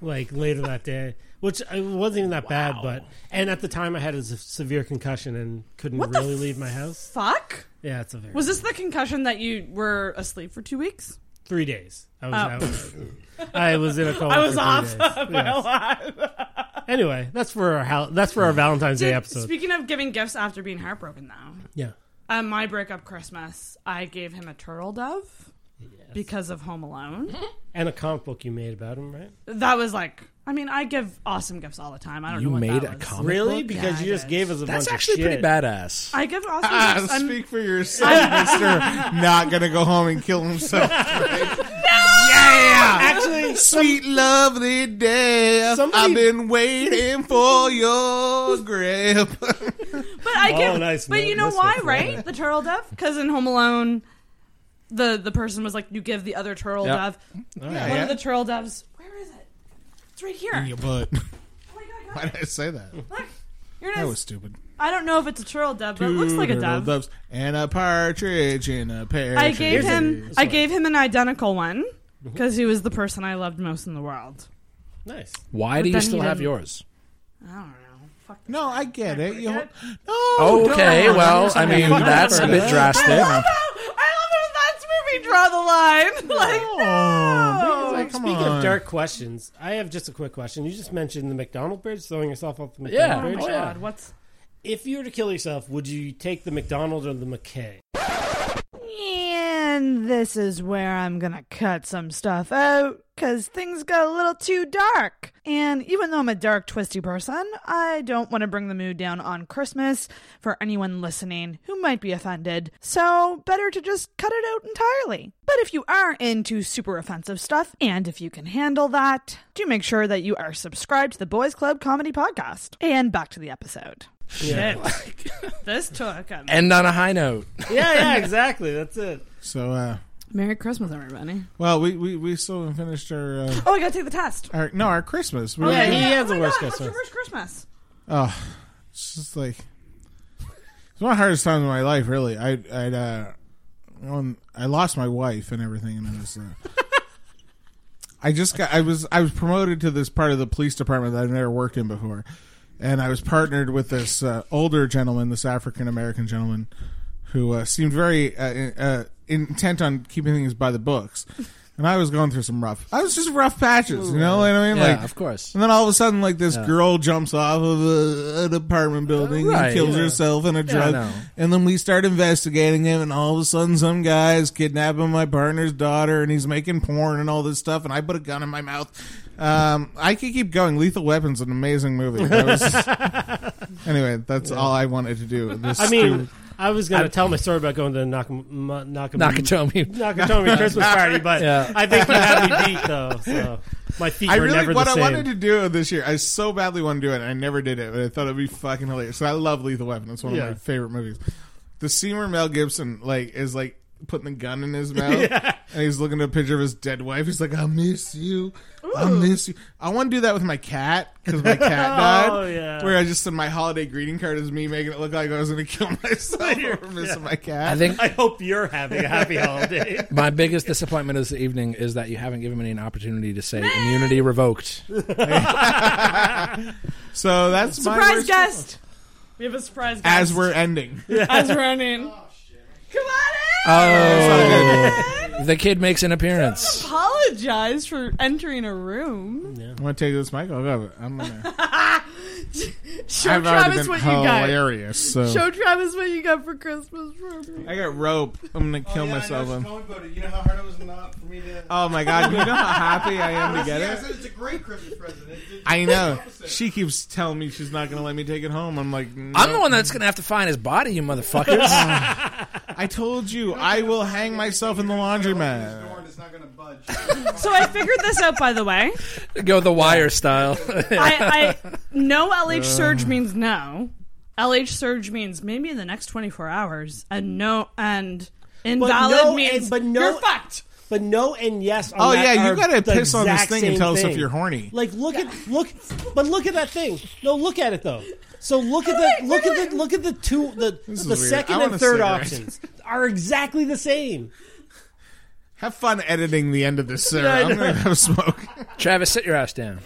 Speaker 10: like later that day, which uh, it wasn't even that bad. But and at the time, I had a s- severe concussion and couldn't
Speaker 9: What the
Speaker 10: really leave my house.
Speaker 9: Fuck.
Speaker 10: Yeah, it's a very
Speaker 9: Was this the concussion that you were asleep for two weeks?
Speaker 10: three days. I was
Speaker 9: Oh.
Speaker 10: out. I was in a coma.
Speaker 9: I was
Speaker 10: for three
Speaker 9: off
Speaker 10: days.
Speaker 9: my
Speaker 10: Yes.
Speaker 9: life.
Speaker 10: Anyway, that's for our hal- that's for our Valentine's Day
Speaker 9: Dude,
Speaker 10: episode.
Speaker 9: Speaking of giving gifts after being heartbroken, though,
Speaker 10: yeah.
Speaker 9: at my breakup Christmas, I gave him a turtle dove because of Home Alone.
Speaker 10: And a comic book you made about him, right?
Speaker 9: that was like, I mean, I give awesome gifts all the time. I don't
Speaker 11: You
Speaker 9: know what
Speaker 11: made
Speaker 9: that
Speaker 11: a
Speaker 9: was.
Speaker 11: comic
Speaker 10: Really?
Speaker 11: book?
Speaker 10: Because
Speaker 9: Yeah,
Speaker 10: you
Speaker 9: I
Speaker 10: just gave us a
Speaker 11: That's
Speaker 10: bunch
Speaker 11: actually
Speaker 10: of shit.
Speaker 11: pretty badass.
Speaker 9: I give awesome
Speaker 2: Ah,
Speaker 9: gifts. I'm-
Speaker 2: speak for yourself, Mister. Not gonna go home and kill himself. Yeah,
Speaker 10: actually,
Speaker 2: sweet lovely day. I've been waiting for your grip.
Speaker 9: But I
Speaker 2: Oh,
Speaker 9: give,
Speaker 2: nice.
Speaker 9: but
Speaker 2: No,
Speaker 9: you know
Speaker 2: this
Speaker 9: why,
Speaker 2: one's
Speaker 9: right?
Speaker 2: nice.
Speaker 9: The turtle dove, because in Home Alone, the the person was like, "You give the other turtle
Speaker 2: Yep.
Speaker 9: dove."
Speaker 2: Oh,
Speaker 9: One
Speaker 2: yeah.
Speaker 9: of the turtle doves. Where is it? It's right here. Oh
Speaker 2: In your butt. Why did I say that?
Speaker 9: Here it is.
Speaker 2: That was stupid.
Speaker 9: I don't know if it's a turtle dove, but it looks like a
Speaker 2: Two little
Speaker 9: dove.
Speaker 2: doves and a partridge in a pear.
Speaker 9: I
Speaker 2: tree.
Speaker 9: gave him, I gave him an identical one
Speaker 2: Mm-hmm.
Speaker 9: because he was the person I loved most in the world.
Speaker 10: Nice.
Speaker 11: Why
Speaker 9: But
Speaker 11: do you
Speaker 9: then
Speaker 11: still
Speaker 9: he
Speaker 11: have
Speaker 9: didn't-
Speaker 11: yours?
Speaker 2: No, I get it. You no,
Speaker 11: okay,
Speaker 2: don't.
Speaker 11: well,
Speaker 2: There's
Speaker 11: I
Speaker 2: something
Speaker 11: mean,
Speaker 2: fucking
Speaker 11: that's a
Speaker 2: for
Speaker 11: bit
Speaker 2: that.
Speaker 11: drastic.
Speaker 2: I
Speaker 9: That's where we draw the line. like,
Speaker 2: Oh.
Speaker 9: oh, no.
Speaker 10: Speaking
Speaker 11: on.
Speaker 10: of dark questions, I have just a quick question. You just mentioned the McDonald bridge, throwing yourself off the McDonald
Speaker 11: Yeah.
Speaker 10: bridge.
Speaker 11: Oh, yeah. God,
Speaker 9: what's
Speaker 10: if you were to kill yourself, would you take the McDonald or the McKay?
Speaker 9: And this is where I'm gonna cut some stuff out because things got a little too dark. And even though I'm a dark, twisty person, I don't want to bring the mood down on Christmas for anyone listening who might be offended. So, better to just cut it out entirely. But if you are into super offensive stuff, and if you can handle that, do make sure that you are subscribed to the Boys Club Comedy Podcast. And back to the episode.
Speaker 11: Yeah.
Speaker 9: this took a
Speaker 11: End on a high note.
Speaker 10: yeah, yeah, exactly. That's it.
Speaker 2: So, uh,
Speaker 9: Merry Christmas, everybody.
Speaker 2: well, we, we, we still haven't finished our, uh,
Speaker 9: Oh, I gotta take the test.
Speaker 2: our no our Christmas. We
Speaker 9: Oh,
Speaker 2: were-
Speaker 9: Oh my God, What's your worst Christmas?
Speaker 2: Oh, it's just like it's one of the hardest times of my life. Really, I I'd, uh, when I lost my wife and everything, and I was. Uh, I just got. I was. I was promoted to this part of the police department that I've never worked in before, and I was partnered with this uh, older gentleman, this African American gentleman, who uh, seemed very uh, in- uh, intent on keeping things by the books. And I was going through some rough. I was just rough patches, you know what I mean?
Speaker 11: Yeah,
Speaker 2: like,
Speaker 11: of course.
Speaker 2: And then all of a sudden, like this
Speaker 11: Yeah.
Speaker 2: girl jumps off of a, an apartment building
Speaker 11: Right,
Speaker 2: and kills
Speaker 11: yeah.
Speaker 2: herself in a
Speaker 11: Yeah, I
Speaker 2: drug.
Speaker 11: know.
Speaker 2: and then we start investigating him, and all of a sudden, some guy's kidnapping my partner's daughter, and he's making porn and all this stuff. And I put a gun in my mouth. Um, I could keep going. Lethal Weapon's an amazing movie. That was- anyway, that's all I wanted to do. This
Speaker 10: I mean,
Speaker 2: stupid-
Speaker 10: I was going
Speaker 2: I-
Speaker 10: to tell my story about going to the Nak- M- Nak-
Speaker 11: Nakatomi.
Speaker 10: Nakatomi Christmas party, but
Speaker 11: Yeah.
Speaker 10: I think you had me beat, though. So my feet
Speaker 2: I
Speaker 10: were
Speaker 2: really
Speaker 10: never
Speaker 2: what
Speaker 10: the
Speaker 2: I
Speaker 10: same.
Speaker 2: wanted to do this year. I so badly wanted to do it. and I never did it, but I thought it'd be fucking hilarious. So I love Lethal Weapon. It's one
Speaker 10: Yeah.
Speaker 2: of my favorite movies. The scene where Mel Gibson like is like putting the gun in his mouth
Speaker 10: Yeah.
Speaker 2: and he's looking at a picture of his dead wife. He's like, "I miss you, I miss you." I want to do that with my cat because my cat died.
Speaker 10: Oh, yeah.
Speaker 2: Where I just send my holiday greeting card as me making it look like I was going to kill myself for missing my cat.
Speaker 11: I think-
Speaker 10: I hope you're having a happy holiday.
Speaker 11: My biggest disappointment of this evening is that you haven't given me an opportunity to say immunity revoked.
Speaker 2: so. That's my
Speaker 9: Surprise
Speaker 2: worst-
Speaker 9: guest. We have a surprise guest.
Speaker 2: As we're ending.
Speaker 9: As we're ending.
Speaker 11: Oh, the kid makes an appearance.
Speaker 9: Apologize for entering a room.
Speaker 2: I'm gonna take this mic. I'll go. I'm gonna.
Speaker 9: Show
Speaker 1: I've already
Speaker 9: Travis
Speaker 1: been
Speaker 9: what
Speaker 1: hilarious.
Speaker 9: you got.
Speaker 1: So
Speaker 9: Show Travis what you got for Christmas from me.
Speaker 1: I got rope. I'm gonna kill myself.
Speaker 2: Oh, I
Speaker 1: I'm-
Speaker 2: know what you're going, but you know how hard it was not for me to.
Speaker 1: Oh my God, you know how happy I am to get
Speaker 2: Yeah, I
Speaker 1: it?
Speaker 2: said it's a great Christmas present. It did-
Speaker 1: I know. She keeps telling me she's not gonna let me take it home. I'm like, no.
Speaker 11: I'm the one that's gonna have to find his body, you motherfuckers.
Speaker 1: I told you, I will hang myself in the laundromat.
Speaker 9: So I figured this out, by the way.
Speaker 11: Go the wire style.
Speaker 9: I, I no LH surge means no. LH surge means maybe in the next 24 hours, and no and invalid
Speaker 10: no
Speaker 9: means
Speaker 10: and- but no-
Speaker 9: you're fucked.
Speaker 10: But no and yes. On
Speaker 1: Oh,
Speaker 10: that
Speaker 1: yeah, you
Speaker 10: are
Speaker 1: gotta
Speaker 10: the
Speaker 1: piss on this
Speaker 10: exact
Speaker 1: thing and
Speaker 10: same
Speaker 1: tell us if
Speaker 10: thing.
Speaker 1: you're horny.
Speaker 10: Like look at look, but look at that thing. No, look at it though. So look at the look at the look at the two the
Speaker 1: is
Speaker 10: the
Speaker 1: weird. I
Speaker 10: second
Speaker 1: want
Speaker 10: and
Speaker 1: a
Speaker 10: third
Speaker 1: cigarette.
Speaker 10: options are exactly the same.
Speaker 1: Have fun editing the end of this, Sarah.
Speaker 10: Yeah, I
Speaker 1: I'm
Speaker 10: know.
Speaker 1: gonna have a smoke.
Speaker 11: Travis, sit your ass down.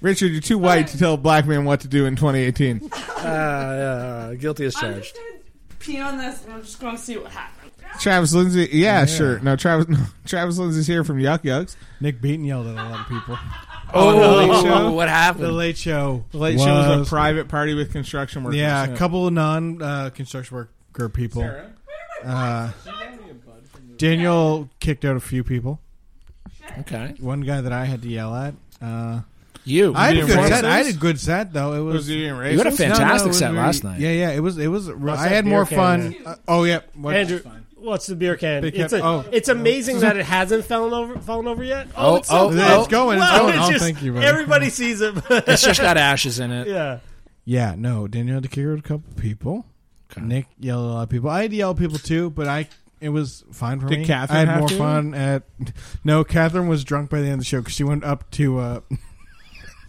Speaker 1: Richard, you're too white to tell a black man what to do in 2018.
Speaker 11: guilty as
Speaker 9: I'm just gonna pee on this, and I'm just gonna see what happens.
Speaker 1: Travis Lindsay, yeah,
Speaker 2: Yeah.
Speaker 1: sure. No, Travis, no, Travis Lindsay's here from Yuck Yucks.
Speaker 2: Nick Beaton yelled at a lot of people.
Speaker 1: Oh, the late show?
Speaker 11: what happened?
Speaker 2: The late show.
Speaker 1: The late show was a private party with construction workers.
Speaker 2: Yeah, a couple of non uh, construction worker people. Uh, Daniel kicked out a few people.
Speaker 11: Okay.
Speaker 2: One guy that I had to yell at. Uh,
Speaker 11: You.
Speaker 2: I had,
Speaker 11: You
Speaker 2: a
Speaker 11: being
Speaker 2: good set.
Speaker 11: racist?
Speaker 2: I had a good set though. It was,
Speaker 1: Was you being
Speaker 11: You had a racist? fantastic
Speaker 2: it was
Speaker 11: set
Speaker 2: very-
Speaker 11: last night.
Speaker 2: Yeah, yeah. It was. It was.
Speaker 10: What's
Speaker 2: I
Speaker 10: that
Speaker 2: had
Speaker 10: beer
Speaker 2: more
Speaker 10: can
Speaker 2: fun.
Speaker 10: there?
Speaker 2: Uh, oh yeah, what-
Speaker 10: Andrew, what's the beer can?
Speaker 2: Big
Speaker 10: It's,
Speaker 2: can-
Speaker 10: a,
Speaker 2: oh.
Speaker 10: it's amazing that it hasn't fallen over fallen over yet.
Speaker 11: Oh,
Speaker 10: it's so
Speaker 11: oh,
Speaker 10: good.
Speaker 11: oh. It's going, it's
Speaker 10: Wow,
Speaker 11: going. Oh,
Speaker 10: just-
Speaker 2: thank you, buddy.
Speaker 10: Everybody sees it.
Speaker 11: It's just got ashes in it.
Speaker 10: Yeah.
Speaker 2: Yeah, no. Daniel had to kick out a couple people. Nick yelled at a lot of people. I had to yell at people too, but I it was fine for
Speaker 1: Did
Speaker 2: me.
Speaker 1: Catherine
Speaker 2: I had
Speaker 1: have
Speaker 2: more
Speaker 1: to?
Speaker 2: fun at. No, Catherine was drunk by the end of the show because she went up to uh,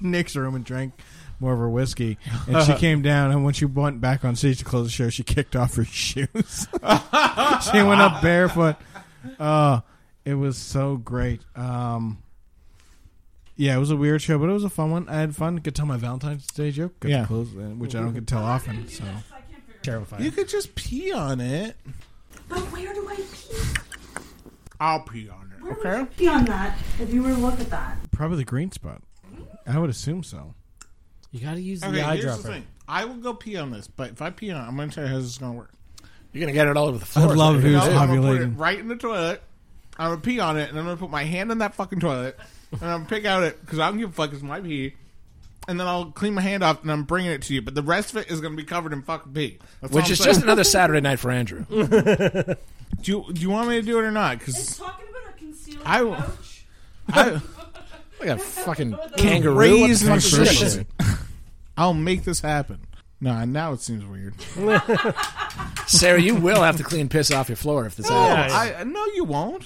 Speaker 2: Nick's room and drank more of her whiskey, and she came down. And when she went back on stage to close the show, she kicked off her shoes. she went up barefoot. Uh, it was so great. Um, yeah, it was a weird show, but it was a fun one. I had fun. Could tell my Valentine's Day joke. Got to
Speaker 1: Yeah.
Speaker 2: close, uh, which I don't get to tell often. So
Speaker 10: terrifying.
Speaker 1: You could just pee on it.
Speaker 9: But where do I pee?
Speaker 1: I'll pee on it.
Speaker 9: Where would you pee on that if you were to look at that?
Speaker 2: probably the green spot. I would assume so.
Speaker 10: You got to use
Speaker 1: Okay, here's the thing. I will go pee on this, but if I pee on it, I'm going to tell you how this is going to work.
Speaker 11: You're gonna get it all over the
Speaker 2: I'd
Speaker 11: floor.
Speaker 2: love if he was
Speaker 1: I'm gonna put it
Speaker 2: ovulating.
Speaker 1: right in the toilet. I'm gonna pee on it, and I'm gonna put my hand in that fucking toilet, and I'm gonna pick out it because I don't give a fuck. It's my pee, and then I'll clean my hand off, and I'm bringing it to you. But the rest of it is gonna be covered in fucking pee, That's all
Speaker 11: Which
Speaker 1: I'm
Speaker 11: is
Speaker 1: saying.
Speaker 11: just another Saturday night for Andrew.
Speaker 1: Do you, do you want me to do it or not? Because
Speaker 9: talking about a concealed
Speaker 1: I will-
Speaker 9: couch.
Speaker 1: I
Speaker 11: like a fucking
Speaker 1: kangaroo.
Speaker 11: kangaroo. What the fuck is
Speaker 1: Raisin
Speaker 11: this?
Speaker 1: shit. I'll make this happen. Nah, now it seems weird.
Speaker 11: Sarah, you will have to clean piss off your floor if this
Speaker 1: No,
Speaker 11: happens.
Speaker 1: I, no, you won't.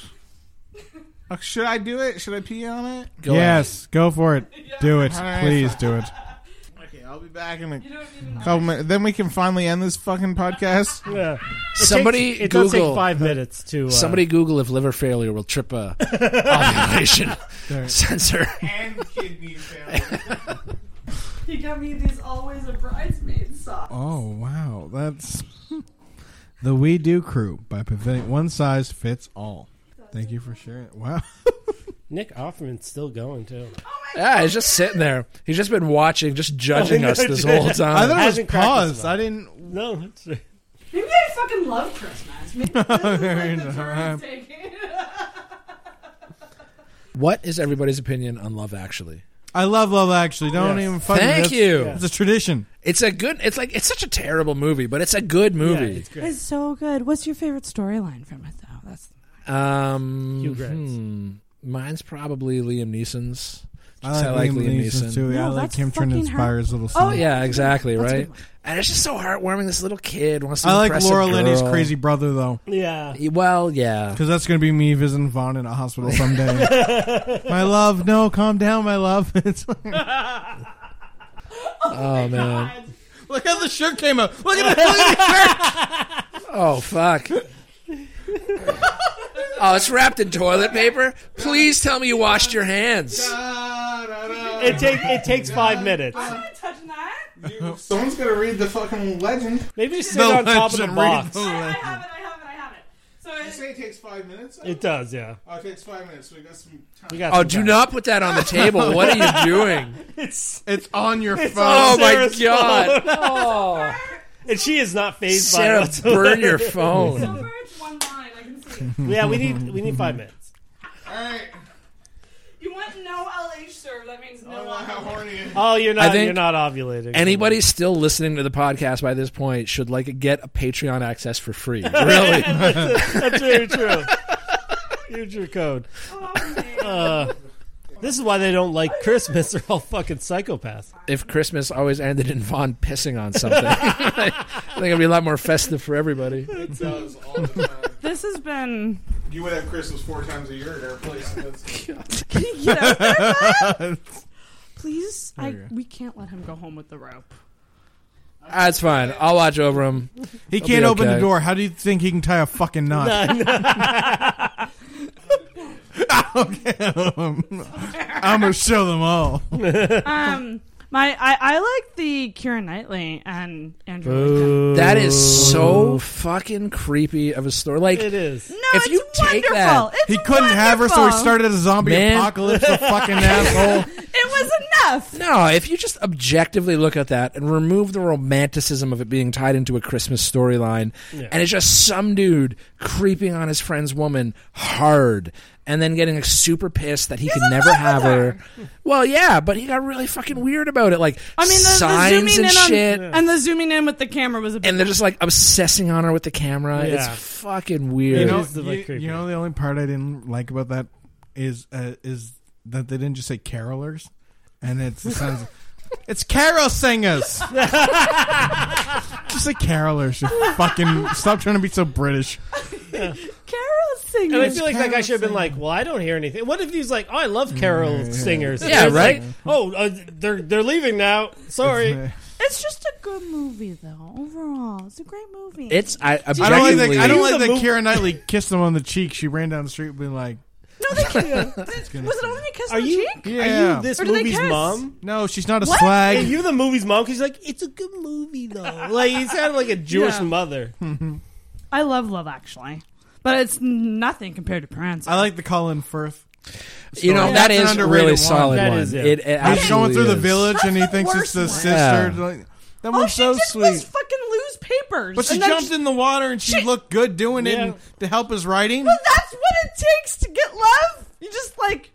Speaker 1: Uh, Should I do it? Should I pee on it?
Speaker 11: Go
Speaker 2: yes, go for it. Do it,
Speaker 1: All right.
Speaker 2: please do it.
Speaker 1: Okay, I'll be back in a couple minutes. Then we can finally end this fucking podcast.
Speaker 10: Yeah. It
Speaker 11: Somebody
Speaker 10: takes, it
Speaker 11: Google
Speaker 10: does take five minutes to uh,
Speaker 11: Somebody Google if liver failure will trip a ovulation sensor.
Speaker 1: And kidney failure.
Speaker 9: He got me these always a bridesmaid socks.
Speaker 2: Oh wow, that's the We Do Crew by preventing one size fits all. Thank you for sharing. Wow,
Speaker 10: Nick Offerman's still going too.
Speaker 11: Yeah, he's just sitting there. He's just been watching, just judging
Speaker 10: Oh,
Speaker 11: us
Speaker 10: no,
Speaker 11: this
Speaker 10: dude.
Speaker 11: whole time.
Speaker 2: I thought it was
Speaker 10: Hasn't cracked this
Speaker 2: paused. I didn't.
Speaker 10: No, it's-
Speaker 9: Maybe I fucking love Christmas. Maybe this is like the turn it's taking.
Speaker 11: What is everybody's opinion on Love Actually?
Speaker 2: I love Love Actually. Don't
Speaker 10: Yes.
Speaker 2: even fucking.
Speaker 11: Thank
Speaker 2: that's-
Speaker 11: you.
Speaker 2: It's a tradition.
Speaker 11: It's a good. It's like it's such a terrible movie, but it's a good
Speaker 10: yeah,
Speaker 11: movie.
Speaker 10: it's great.
Speaker 9: It's so good. What's your favorite storyline from it though? That's
Speaker 11: um,
Speaker 10: Hugh Grant's.
Speaker 11: hmm. mine's probably Liam Neeson's.
Speaker 2: I
Speaker 11: Just
Speaker 2: like, Liam Neeson, too.
Speaker 9: No,
Speaker 2: I like
Speaker 9: that's
Speaker 2: him trying to
Speaker 9: fucking
Speaker 2: inspire
Speaker 9: her-
Speaker 2: his little.
Speaker 9: Oh,
Speaker 2: Son.
Speaker 11: Oh yeah, exactly.
Speaker 9: That's a
Speaker 11: right,
Speaker 9: good one.
Speaker 11: and it's just so heartwarming. This little kid wants to.
Speaker 2: I like
Speaker 11: impress a
Speaker 2: Laura Linney's
Speaker 11: girl.
Speaker 2: crazy brother though,
Speaker 10: Yeah.
Speaker 11: Well, yeah.
Speaker 2: because that's gonna be me visiting Vaughn in a hospital someday. my love, no, calm down, my love. It's
Speaker 11: Oh man.
Speaker 2: look how the shirt came up. Look at
Speaker 11: Oh fuck. oh, it's wrapped in toilet paper. Please tell me you washed your hands.
Speaker 10: It takes it takes five minutes.
Speaker 9: not touching that.
Speaker 1: Someone's gonna read the fucking legend.
Speaker 10: Maybe just sit on top of the
Speaker 2: legend, read
Speaker 10: box.
Speaker 2: the
Speaker 9: I, I have it. I have it. I have it. So it
Speaker 1: you say it takes five minutes?
Speaker 10: It does, yeah.
Speaker 1: Oh, it takes five minutes. So we got some time.
Speaker 10: We got
Speaker 11: Oh, do not put that on the table. What are you doing?
Speaker 10: It's
Speaker 1: it's on your phone.
Speaker 11: Oh my
Speaker 10: Sarah's
Speaker 11: god!
Speaker 10: phone.
Speaker 11: Oh.
Speaker 10: And she is not phased by
Speaker 11: Sarah,
Speaker 10: it whatsoever.
Speaker 11: burn your phone. It's over,
Speaker 9: one line. I can see.
Speaker 10: yeah, we need we need five minutes.
Speaker 9: You want no LH, sir? That means no.
Speaker 10: Oh, you're not
Speaker 11: I think
Speaker 10: you're not ovulating.
Speaker 11: Anybody still listening to the podcast by this point should like get a Patreon access for free. Really?
Speaker 10: that's, that's very true. Use your code.
Speaker 9: Oh,
Speaker 10: Uh, this is why they don't like Christmas. They're all fucking psychopaths.
Speaker 11: if Christmas always ended in Vaughn pissing on something, I think it'd be a lot more festive for everybody.
Speaker 1: It does all the time.
Speaker 9: This has been.
Speaker 1: You would have Christmas four times a year at our place. and that's-
Speaker 9: Can you get out there, Matt? Please,
Speaker 11: There
Speaker 9: I,
Speaker 11: you go.
Speaker 9: we can't let him go home with the rope.
Speaker 11: That's fine. I'll watch over him.
Speaker 2: He
Speaker 11: He'll
Speaker 2: can't
Speaker 11: be
Speaker 2: open the
Speaker 11: okay.
Speaker 2: door. How do you think he can tie a fucking knot? okay. I'm gonna show them all.
Speaker 9: um, my I, I like the Kira Knightley and Andrew.
Speaker 11: That is so fucking creepy of a story. Like
Speaker 10: It is. No,
Speaker 11: if you take
Speaker 9: wonderful.
Speaker 11: that,
Speaker 9: It's
Speaker 2: He couldn't have her, so he
Speaker 9: wonderful.
Speaker 2: started a zombie
Speaker 11: Man.
Speaker 2: apocalypse. A fucking asshole.
Speaker 9: It was enough.
Speaker 11: No, if you just objectively look at that and remove the romanticism of it being tied into a Christmas storyline,
Speaker 10: Yeah.
Speaker 11: and it's just some dude creeping on his friend's woman hard, and then getting like, super pissed that he could never have her. Well, yeah, but he got really fucking weird about it. Like,
Speaker 9: I mean, the, the
Speaker 11: signs
Speaker 9: zooming
Speaker 11: and
Speaker 9: in on,
Speaker 11: shit,
Speaker 9: and the zooming in with the camera was a bit.
Speaker 11: and they're just like obsessing on her with the camera.
Speaker 9: Yeah.
Speaker 11: It's fucking weird.
Speaker 2: You know, you, you know the only part I didn't like about that is uh, is that they didn't just say carolers, and it's it sounds it's carol singers. just say carolers. You fucking stop trying to be so British.
Speaker 9: Carol singers.
Speaker 10: And I feel like that guy should have been like, "Well, I don't hear anything." What if he's like, "Oh, I love carol singers."
Speaker 11: Yeah,
Speaker 10: It's
Speaker 11: right?
Speaker 10: like, oh, uh, they're they're leaving now. Sorry.
Speaker 9: It's just a good movie, though. Overall, it's a great movie.
Speaker 11: It's I.
Speaker 2: I don't like that. I don't like that.
Speaker 11: Objectively-
Speaker 2: Kira Knightley kissed him on the cheek. She ran down the street, being like,
Speaker 9: was it only a kiss
Speaker 10: Are
Speaker 9: on the
Speaker 10: you
Speaker 9: cheek?
Speaker 10: are
Speaker 2: Yeah.
Speaker 10: you this
Speaker 9: Or do they
Speaker 10: movie's
Speaker 9: kiss?
Speaker 10: mom?
Speaker 2: "No, she's not a
Speaker 10: Are
Speaker 9: What?
Speaker 2: slag."
Speaker 10: you the movie's mom? Because like, it's a good movie though. Like he sounded like a Jewish
Speaker 9: Yeah.
Speaker 10: mother.
Speaker 9: I love Love Actually, but it's nothing compared to Prince.
Speaker 2: I like the Colin Firth.
Speaker 11: You know,
Speaker 2: story.
Speaker 11: that
Speaker 2: That's an
Speaker 11: is
Speaker 2: underrated
Speaker 11: really
Speaker 2: one.
Speaker 11: solid That one. is, yeah. It- it
Speaker 2: He's going
Speaker 11: absolutely
Speaker 2: through the
Speaker 11: is.
Speaker 2: village and he
Speaker 9: That's the
Speaker 2: thinks it's the
Speaker 9: worst
Speaker 2: sister.
Speaker 11: one. Yeah.
Speaker 2: Like, that
Speaker 9: All
Speaker 2: one's
Speaker 9: she
Speaker 2: so
Speaker 9: did
Speaker 2: sweet.
Speaker 9: was fucking lose papers.
Speaker 2: But she
Speaker 9: and then
Speaker 2: jumped in the water and she, looked good doing it
Speaker 10: Yeah.
Speaker 2: and to help his writing.
Speaker 9: But that's what it takes to get love. You just like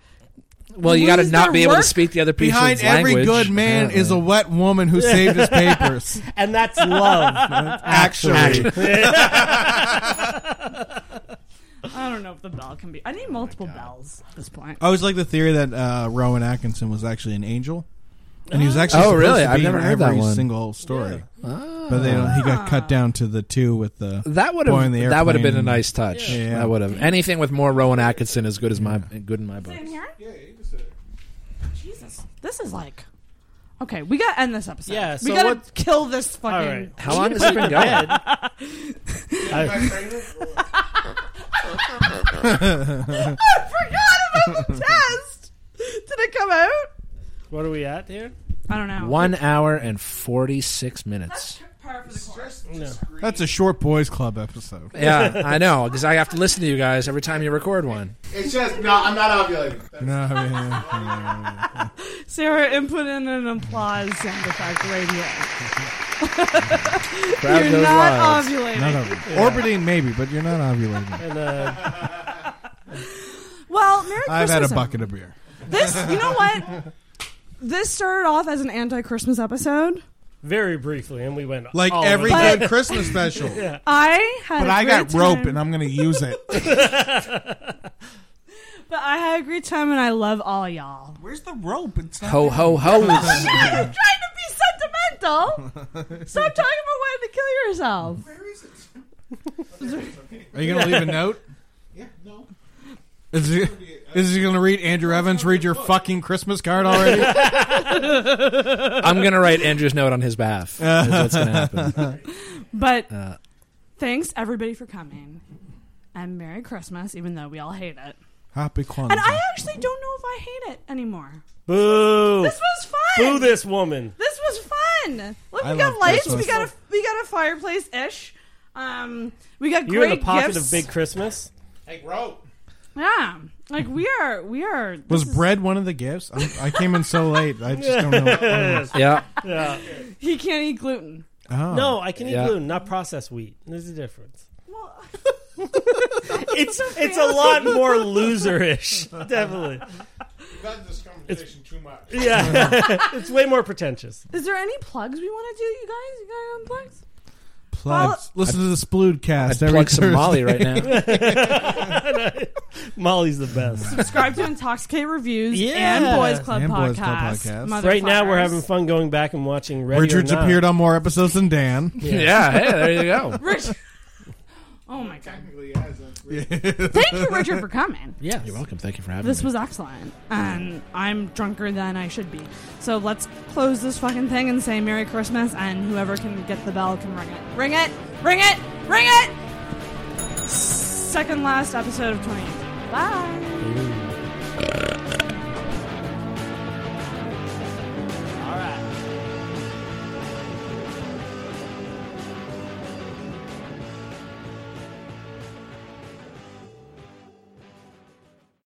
Speaker 11: Well, you got to
Speaker 9: lose
Speaker 11: not
Speaker 9: their
Speaker 11: be able to
Speaker 9: work.
Speaker 11: speak the other people's
Speaker 2: Behind every
Speaker 11: language.
Speaker 2: good man
Speaker 11: Apparently.
Speaker 2: is a wet woman who saved his papers.
Speaker 10: And that's love.
Speaker 2: Actually,
Speaker 9: I don't know if the bell can be. I need multiple bells at this point.
Speaker 2: I was like the theory that uh, Rowan Atkinson was actually an angel, and he was actually
Speaker 11: Oh,
Speaker 2: supposed
Speaker 11: really?
Speaker 2: to be
Speaker 11: I've never
Speaker 2: in
Speaker 11: heard that
Speaker 2: every
Speaker 11: one.
Speaker 2: single story. But they don't, he got cut down to the two with the
Speaker 11: That would
Speaker 2: boy in
Speaker 11: have
Speaker 2: the
Speaker 11: that would have been a
Speaker 2: airplane.
Speaker 11: nice touch.
Speaker 2: Yeah.
Speaker 11: That would have anything with more Rowan Atkinson is good as my good in my book.
Speaker 9: Same here. Yeah, you just Jesus, this is like. Okay, we gotta end this episode.
Speaker 10: Yeah, so
Speaker 9: we gotta
Speaker 10: what-
Speaker 9: kill this
Speaker 10: All
Speaker 9: fucking.
Speaker 10: right.
Speaker 11: How long has it been going?
Speaker 9: I forgot about the test. Did it come out?
Speaker 10: What are we at here?
Speaker 9: I don't know.
Speaker 11: One hour and forty six minutes.
Speaker 2: That's a short boys club episode.
Speaker 11: Yeah, I know because I have to listen to you guys every time you record one.
Speaker 12: It's just no. I'm not ovulating.
Speaker 2: No, I mean,
Speaker 9: Sarah, input in an applause sound effect radio.
Speaker 11: Crowd
Speaker 9: You're
Speaker 11: goes
Speaker 9: not
Speaker 11: wild.
Speaker 9: ovulating.
Speaker 2: not ovulating. Orbiting maybe, but you're not ovulating.
Speaker 10: And, uh,
Speaker 9: Well, Merry
Speaker 2: I've
Speaker 9: Christmas.
Speaker 2: had a
Speaker 9: everyone.
Speaker 2: bucket of beer.
Speaker 9: This, you know what? This started off as an anti-Christmas episode.
Speaker 10: very briefly, and we went
Speaker 2: Like
Speaker 10: all
Speaker 2: every
Speaker 10: over the-
Speaker 2: good Christmas special.
Speaker 9: I had,
Speaker 2: But
Speaker 9: a
Speaker 2: I got
Speaker 9: great
Speaker 2: rope
Speaker 9: time.
Speaker 2: and I'm going to use it.
Speaker 9: But I had a great time, and I love all y'all.
Speaker 5: Where's the rope? It's not
Speaker 11: Ho ho ho!
Speaker 9: Shit, I'm trying to be sentimental. Stop talking about wanting to kill yourself.
Speaker 5: Where is it?
Speaker 2: Are you going to leave a note?
Speaker 5: Yeah, no.
Speaker 2: Is he, is he going to read Andrew Evans read your fucking Christmas card already?
Speaker 11: I'm gonna write Andrew's note on his behalf. That's what's gonna happen.
Speaker 9: But
Speaker 11: Uh,
Speaker 9: thanks everybody for coming, and Merry Christmas, even though we all hate it.
Speaker 2: Happy Kwanzaa.
Speaker 9: And I actually don't know if I hate it anymore.
Speaker 10: boo.
Speaker 9: This was fun.
Speaker 10: Boo this woman.
Speaker 9: This was fun. Look, we
Speaker 2: I
Speaker 9: got
Speaker 2: love
Speaker 9: lights.
Speaker 2: Christmas.
Speaker 9: We got a we got a fireplace ish. Um, we got
Speaker 10: You're in the
Speaker 9: great
Speaker 10: pocket
Speaker 9: gifts.
Speaker 10: of Big Christmas.
Speaker 1: Hey, bro.
Speaker 9: Yeah, like we are, we are. this
Speaker 2: Was
Speaker 9: is-
Speaker 2: bread one of the gifts? I'm, I came in so late. I just don't know.
Speaker 11: Yeah.
Speaker 10: Yeah.
Speaker 9: He can't eat gluten.
Speaker 2: Oh.
Speaker 10: No, I can eat
Speaker 2: Yeah.
Speaker 10: gluten, not processed wheat. There's a difference. it's it's a lot more loserish, definitely.
Speaker 1: That this conversation too much.
Speaker 10: Yeah, it's way more pretentious.
Speaker 9: Is there any plugs we want to do, you guys? You got any plugs?
Speaker 2: Plugs. Listen to the Splood cast.
Speaker 11: I'd plug some Molly right
Speaker 10: now. Molly's the best.
Speaker 9: Subscribe to Intoxicate Reviews
Speaker 10: Yeah.
Speaker 9: and Boys Club
Speaker 2: And Boys Club
Speaker 9: Podcast.
Speaker 2: Podcast.
Speaker 10: Right now, we're
Speaker 9: motherfuckers.
Speaker 10: having fun going back and watching. Ready
Speaker 2: Richard's
Speaker 10: or not.
Speaker 2: appeared on more episodes than Dan.
Speaker 10: Yeah. Yeah, hey, there you
Speaker 11: go.
Speaker 9: Rich. Oh my god. Thank you, Richard, for coming.
Speaker 11: Yeah, you're welcome. Thank you for having
Speaker 9: This
Speaker 11: me.
Speaker 9: was excellent, and I'm drunker than I should be. So let's close this fucking thing and say Merry Christmas, and whoever can get the bell can ring it. Ring it! Ring it! Ring it! Second last episode of 2018. Bye!
Speaker 11: Here we